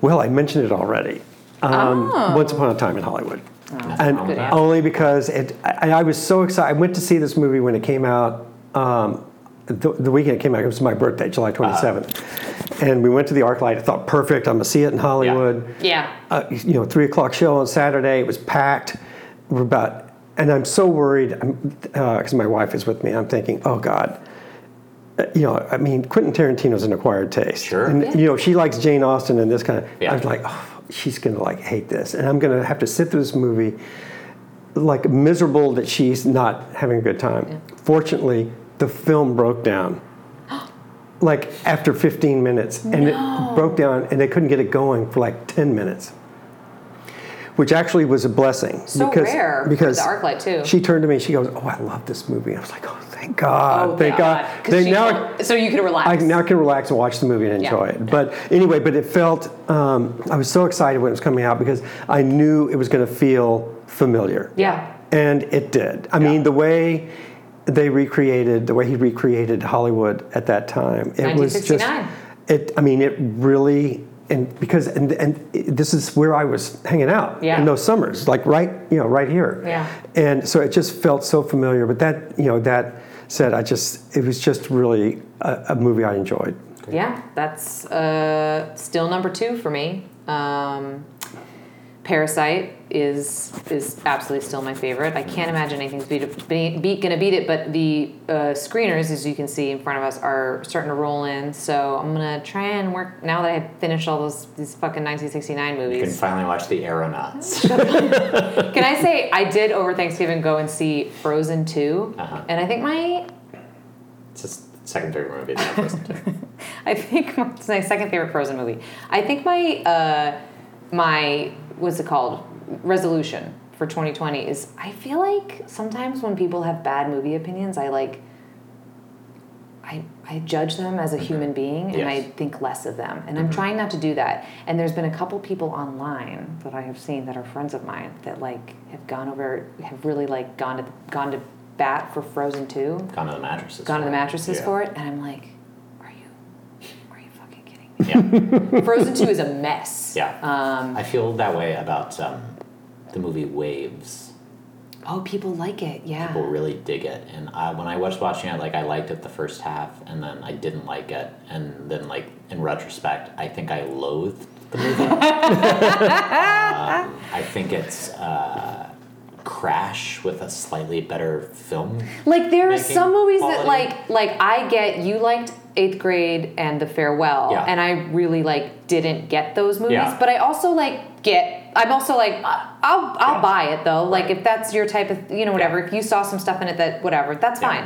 Well, I mentioned it already. Um,
Oh.
Once upon a time in Hollywood, and
wrong with that.
only because it. I, I was so excited. I went to see this movie when it came out. Um, the, the weekend it came out, it was my birthday, July 27th. And we went to the Arclight. I thought, perfect, I'm going to see it in Hollywood.
Yeah.
uh, you know, three o'clock show on Saturday. It was packed. We're about, and I'm so worried because my wife is with me. I'm thinking, oh God, Uh, you know, I mean, Quentin Tarantino's an acquired taste,
Sure.
and
Yeah.
you know, she likes Jane Austen and this kind of.
Yeah.
I was like, oh, she's gonna like hate this, and I'm gonna have to sit through this movie, like miserable that she's not having a good time. Fortunately, the film broke down. Like after 15 minutes, and it broke down, and they couldn't get it going for like 10 minutes which actually was a blessing.
So rare for
Because
the ArcLight, too.
She turned to me. She goes, "Oh, I love this movie." I was like, "Oh, thank God,
Oh,
thank God."
'Cause
They-
she
now,
won't- so you can relax.
I now can relax and watch the movie and
Yeah.
enjoy it. But anyway, but it felt um, I was so excited when it was coming out because I knew it was going to feel familiar.
Yeah.
And it did. I mean, the way they recreated, the way he recreated Hollywood at that time, it was just.
1969.
It. I mean, it really. And because and and it- this is where I was hanging out
Yeah.
in those summers, like right you know right here.
Yeah.
And so it just felt so familiar. But that you know that said, I just it was just really a, a movie I enjoyed.
Yeah, that's uh, still number two for me. Um, Parasite is is absolutely still my favorite. I can't imagine anything's beat, beat, beat gonna beat it. But the uh, screeners, as you can see in front of us, are starting to roll in. So I'm gonna try and work now that I have finished all those these fucking 1969
You can
movies.
finally watch The Aeronauts.
Can I say I did over Thanksgiving go and see Frozen 2
Uh-huh.
and I think my
it's just second favorite movie. that I've listened to.
I think my- it's my second favorite Frozen movie. I think my uh, my what's it called resolution for 2020 is I feel like sometimes when people have bad movie opinions, I like I I judge them as a human being and I
Yes.
think less of them. And I'm trying not to do that. And there's been a couple people online that I have seen that are friends of mine that like have gone over have really like gone to gone to bat for Frozen 2
Gone to the mattresses.
gone to the mattresses
yeah.
for it, and I'm like, are you, are you fucking kidding me?
Yeah,
Frozen Two is a mess. Um,
yeah. I feel that way about um, the movie Waves.
Oh, people like it. Yeah.
People really dig it, and I, when I was watching it, like I liked it the first half, and then I didn't like it, and then like in retrospect, I think I loathed the movie. um, I think it's. Uh, Crash with a slightly better film.
like there are
making
some movies that
quality.
like like I get you liked Eighth Grade and The Farewell,
Yeah.
and I really like didn't get those movies,
Yeah.
but I also like get. I'm also like I- I'll I'll
Yeah.
buy it though. Like
Right.
if that's your type of you know whatever. If you saw some stuff in it that whatever, that's
Yeah.
fine.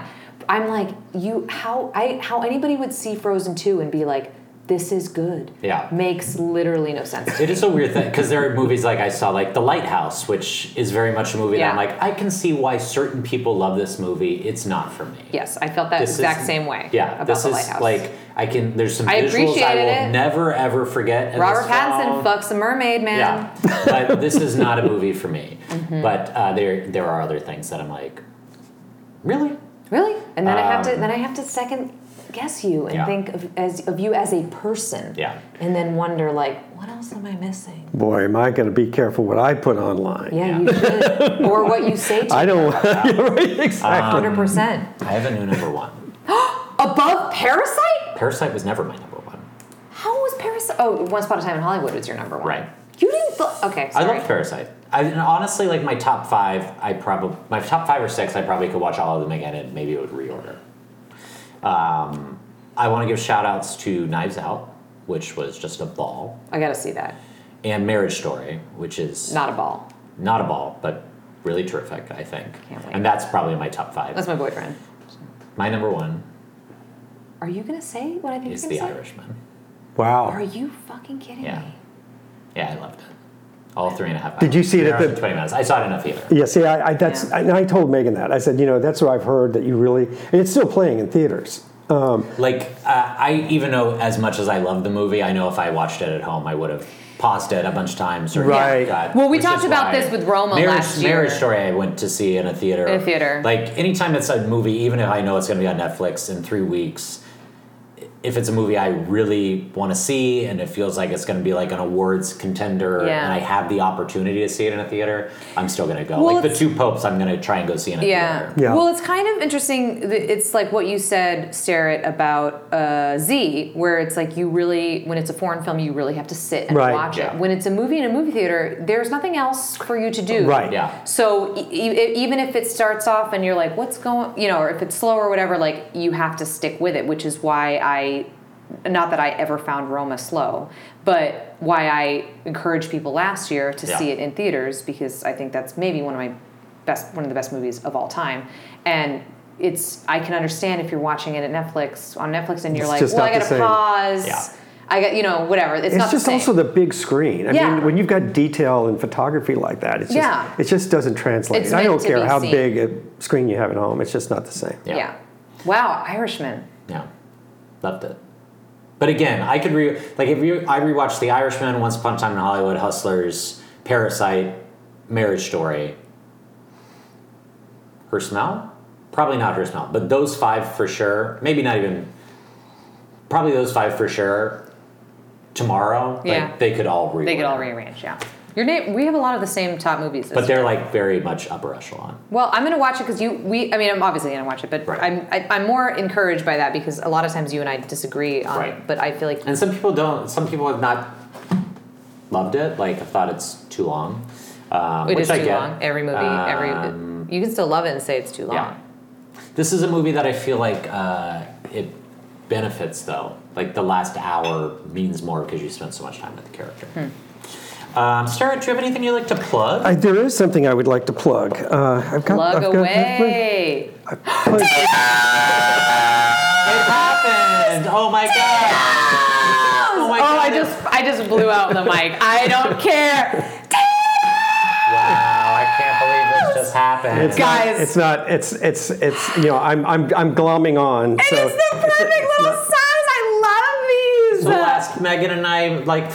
I'm like you how I how anybody would see Frozen two and be like this is good.
Yeah.
makes literally no sense.
It is a weird thing because there are movies like I saw, like The Lighthouse, which is very much a movie that I'm
Yeah.
like, I can see why certain people love this movie. It's not for me.
Yes, I felt that
This
exact
is-
same way.
Yeah,
about
this
the
is
lighthouse.
like I can. There's some
I
visuals I
appreciated
will
it.
never ever forget. in
Robert
this
Pattinson
film.
fucks a mermaid, man.
Yeah, but this is not a movie for me.
Mm-hmm.
But uh, there there are other things that I'm like, really?
Really? And then I have to
Um,
then I have to second guess you and
Yeah.
think of as of you as a person.
Yeah.
And then wonder like, what else am I missing?
Boy, am I going to be careful what I put online.
Yeah, you should. or what you say to
I don't. right, exactly.
hundred percent.
I have a new number one.
Above Parasite?
Parasite was never my number one.
How was Parasite? Oh, Once Upon a Time in Hollywood was your number one.
Right.
You didn't. Th- okay. Sorry.
I love Parasite. I and honestly like my top five. I probably my top five or six. I probably could watch all of them again, and maybe it would reorder. Um, I want to give shout outs to Knives Out, which was just a ball,
I gotta see that.
and Marriage Story, which is
Not a ball.
not a ball, but really terrific. I think,
Can't wait.
and that's probably my top five.
That's my boyfriend.
my number one
Are you gonna say what I think
is
you're
The
gonna say?
Irishman.
Are
Wow.
you fucking kidding
Yeah.
me?
Yeah, I loved it. All three and a half. Hours.
Did you see it
Three
at
hours
the-
and twenty minutes? I saw it in a theater.
Yeah. See, I, I that's
Yeah.
and I told Megan that I said, you know, that's where I've heard that you really, and it's still playing in theaters.
Like uh, I, even though as much as I love the movie, I know if I watched it at home, I would have paused it a bunch of times. Or
Right.
got-
Well, we
which is
talked about
why
this with Roma
Marriage,
last year.
Marriage Story, I went to see in a theater.
In a theater.
Like anytime it's a movie, even if I know it's going to be on Netflix in three weeks. If it's a movie I really want to see and it feels like it's going to be like an awards contender
Yeah.
and I have the opportunity to see it in a theater, I'm still going to go.
Well,
like the
it's-
two popes, I'm going to try and go see in a
Yeah.
theater.
Yeah.
Well, it's kind of interesting. that It's like what you said, Starrett, about uh, Z, where it's like you really, when it's a foreign film, you really have to sit and
Right.
watch
Yeah.
it. When it's a movie in a movie theater, there's nothing else for you to do.
Right.
Yeah.
So e- e- even if it starts off and you're like, what's going, you know, or if it's slow or whatever, like you have to stick with it, which is why I, not that I ever found Roma slow, but why I encouraged people last year to
Yeah.
see it in theaters because I think that's maybe one of my best, one of the best movies of all time, and. It's I can understand if you're watching it at Netflix on Netflix and you're
It's
like,
just
well, I
not the
gotta
same.
pause.
Yeah.
I got you know whatever. It's, not
It's just
the same.
also the big screen. I
Yeah.
mean, when you've got detail in photography like that, it's just,
Yeah.
it just doesn't translate.
It's
I
meant
don't
to
care
be
how
seen.
big a screen you have at home, it's just not the same.
Yeah.
yeah. Wow, Irishman.
Yeah, loved it. But again, I could re like if you I rewatched The Irishman, Once Upon a Time in Hollywood, Hustlers, Parasite, Marriage Story. Her smell? Probably not her smell, but those five for sure. Maybe not even. Probably those five for sure. Tomorrow, like,
Yeah.
they could all reorder.
They could all rearrange, yeah. Your name. We have a lot of the same top movies.
But they're like very much upper echelon.
well, I'm gonna watch it because you. We. I mean, I'm obviously gonna watch it, but
Right.
I'm. I, I'm more encouraged by that because a lot of times you and I disagree on.
Right.
But I feel like.
And some people don't. Some people have not loved it. Like have thought it's too long. Um,
It
which
is
I
too
get.
long. Every movie,
Um,
every you can still love it and say it's too long.
Yeah. This is a movie that I feel like uh, it benefits though. Like the last hour means more because you spent so much time with the character.
Hmm.
Um, Starrett, do you have anything you'd like to plug?
I, there is something I would like to plug. Uh, I've got,
Plug
I've got-
away.
I've got-
it happened! Oh my god! Oh my
Oh,
god!
I just I just blew out the mic. I don't care,
Wow! I can't believe this just happened.
It's
Guys.
not, it's not. It's it's it's. You know, I'm I'm I'm glomming on. so
it's the perfect little size. I love these.
the last Megan and I like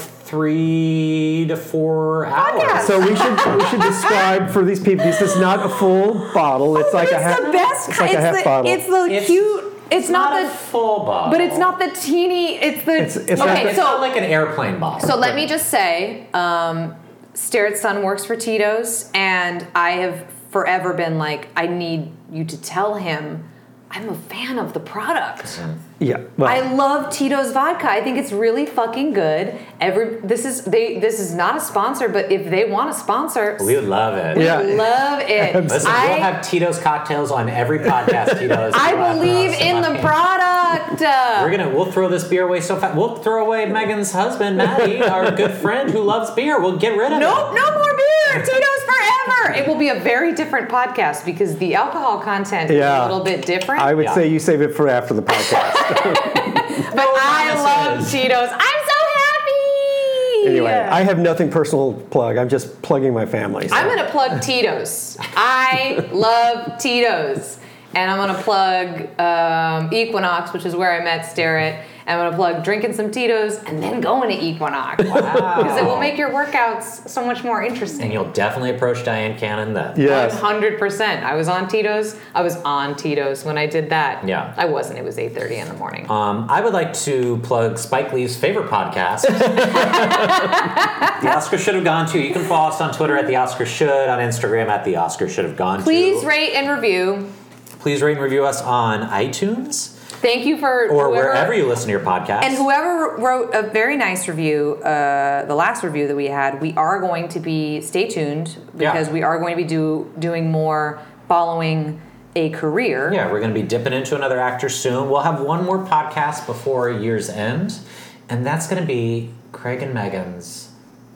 three to four hours.
So we should we should describe for these people. This is not a full bottle. It's like a
Oh, it's
half.
the best.
It's like
ki-
a half
it's, the,
bottle.
it's the
It's-
cute. It's, not,
not
the
a full bottle,
But it's not the teeny. It's the.
It's- it's not
okay,
the-
It's not
so
like an airplane bottle.
so let me just say, um, Starrett's son works for Tito's, and I have forever been like, I need you to tell him. I'm a fan of the product.
Mm.
yeah. Well,
I love Tito's vodka. I think it's really fucking good. Every this is they this is not a sponsor, but if they want a sponsor,
we would love it.
Yeah.
I love it.
Listen,
I,
we'll have Tito's cocktails on every podcast. Tito's.
I believe in the product. Uh,
We're gonna. We'll throw this beer away so fast. We'll throw away Megan's husband, Maddie, our good friend who loves beer. We'll get rid of
Nope,
him.
no more beer. Tito's forever. It will be a very different podcast because the alcohol content is a
Yeah.
little bit different.
I would
Yeah.
say you save it for after the podcast.
but I love
promises.
Cheetos. I'm so happy.
anyway, I have nothing personal to plug. I'm just plugging my family. so.
I'm gonna plug Tito's. I love Tito's, and I'm gonna plug um, Equinox, which is where I met Starrett. And I'm gonna plug drinking some Tito's and then going to Equinox because it will make your workouts so much more interesting.
And you'll definitely approach Diane Cannon then.
Yes.
hundred percent. I was on Tito's. I was on Tito's when I did that.
Yeah.
I wasn't. It was eight thirty in the morning.
Um, I would like to plug Spike Lee's favorite podcast. the Oscar Should Have Gone To. You can follow us on Twitter at The Oscar Should, on Instagram at The Oscar Should Have Gone
Please
To.
rate and review.
Please rate and review us on iTunes
Thank you for
or
whoever-
wherever you listen to your podcast.
And whoever wrote a very nice review, uh, the last review that we had, we are going to be stay tuned
Yeah.
because we are going to be do doing more following a career.
Yeah, we're going to be dipping into another actor soon. We'll have one more podcast before year's end, and that's going to be Craig and Megan's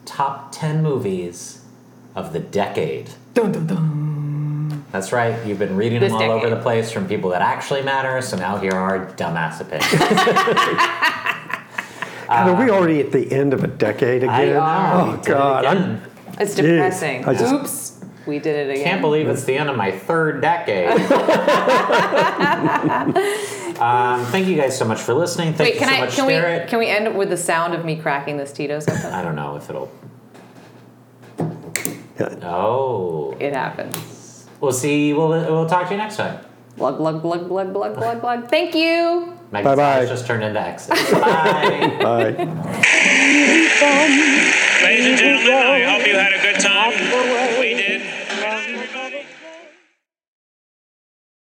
top 10 movies of the decade. Dun, dun, dun. That's right. You've been reading
This
them all over
decade.
the place from people that actually matter, so now here are dumbass opinions.
God, are we already at the end of a decade
I
again?
know.
Oh God. I'm,
It's depressing.
I just-
Oops.
We did it again.
Can't believe it's the end of my third decade. um, thank you guys so much for listening. Thank
Wait,
you
can
so
I?
much,
Can we?
Garrett.
Can we end with the sound of me cracking this Tito's open?
I don't know if it'll.
Yeah.
Oh,
it happens.
we'll see. We'll we'll talk to you next time.
Glug glug glug glug glug glug glug. Thank you.
Magnetized
Bye-bye.
just turned into exits. Bye.
Bye.
Ladies and gentlemen, I hope you had a good time.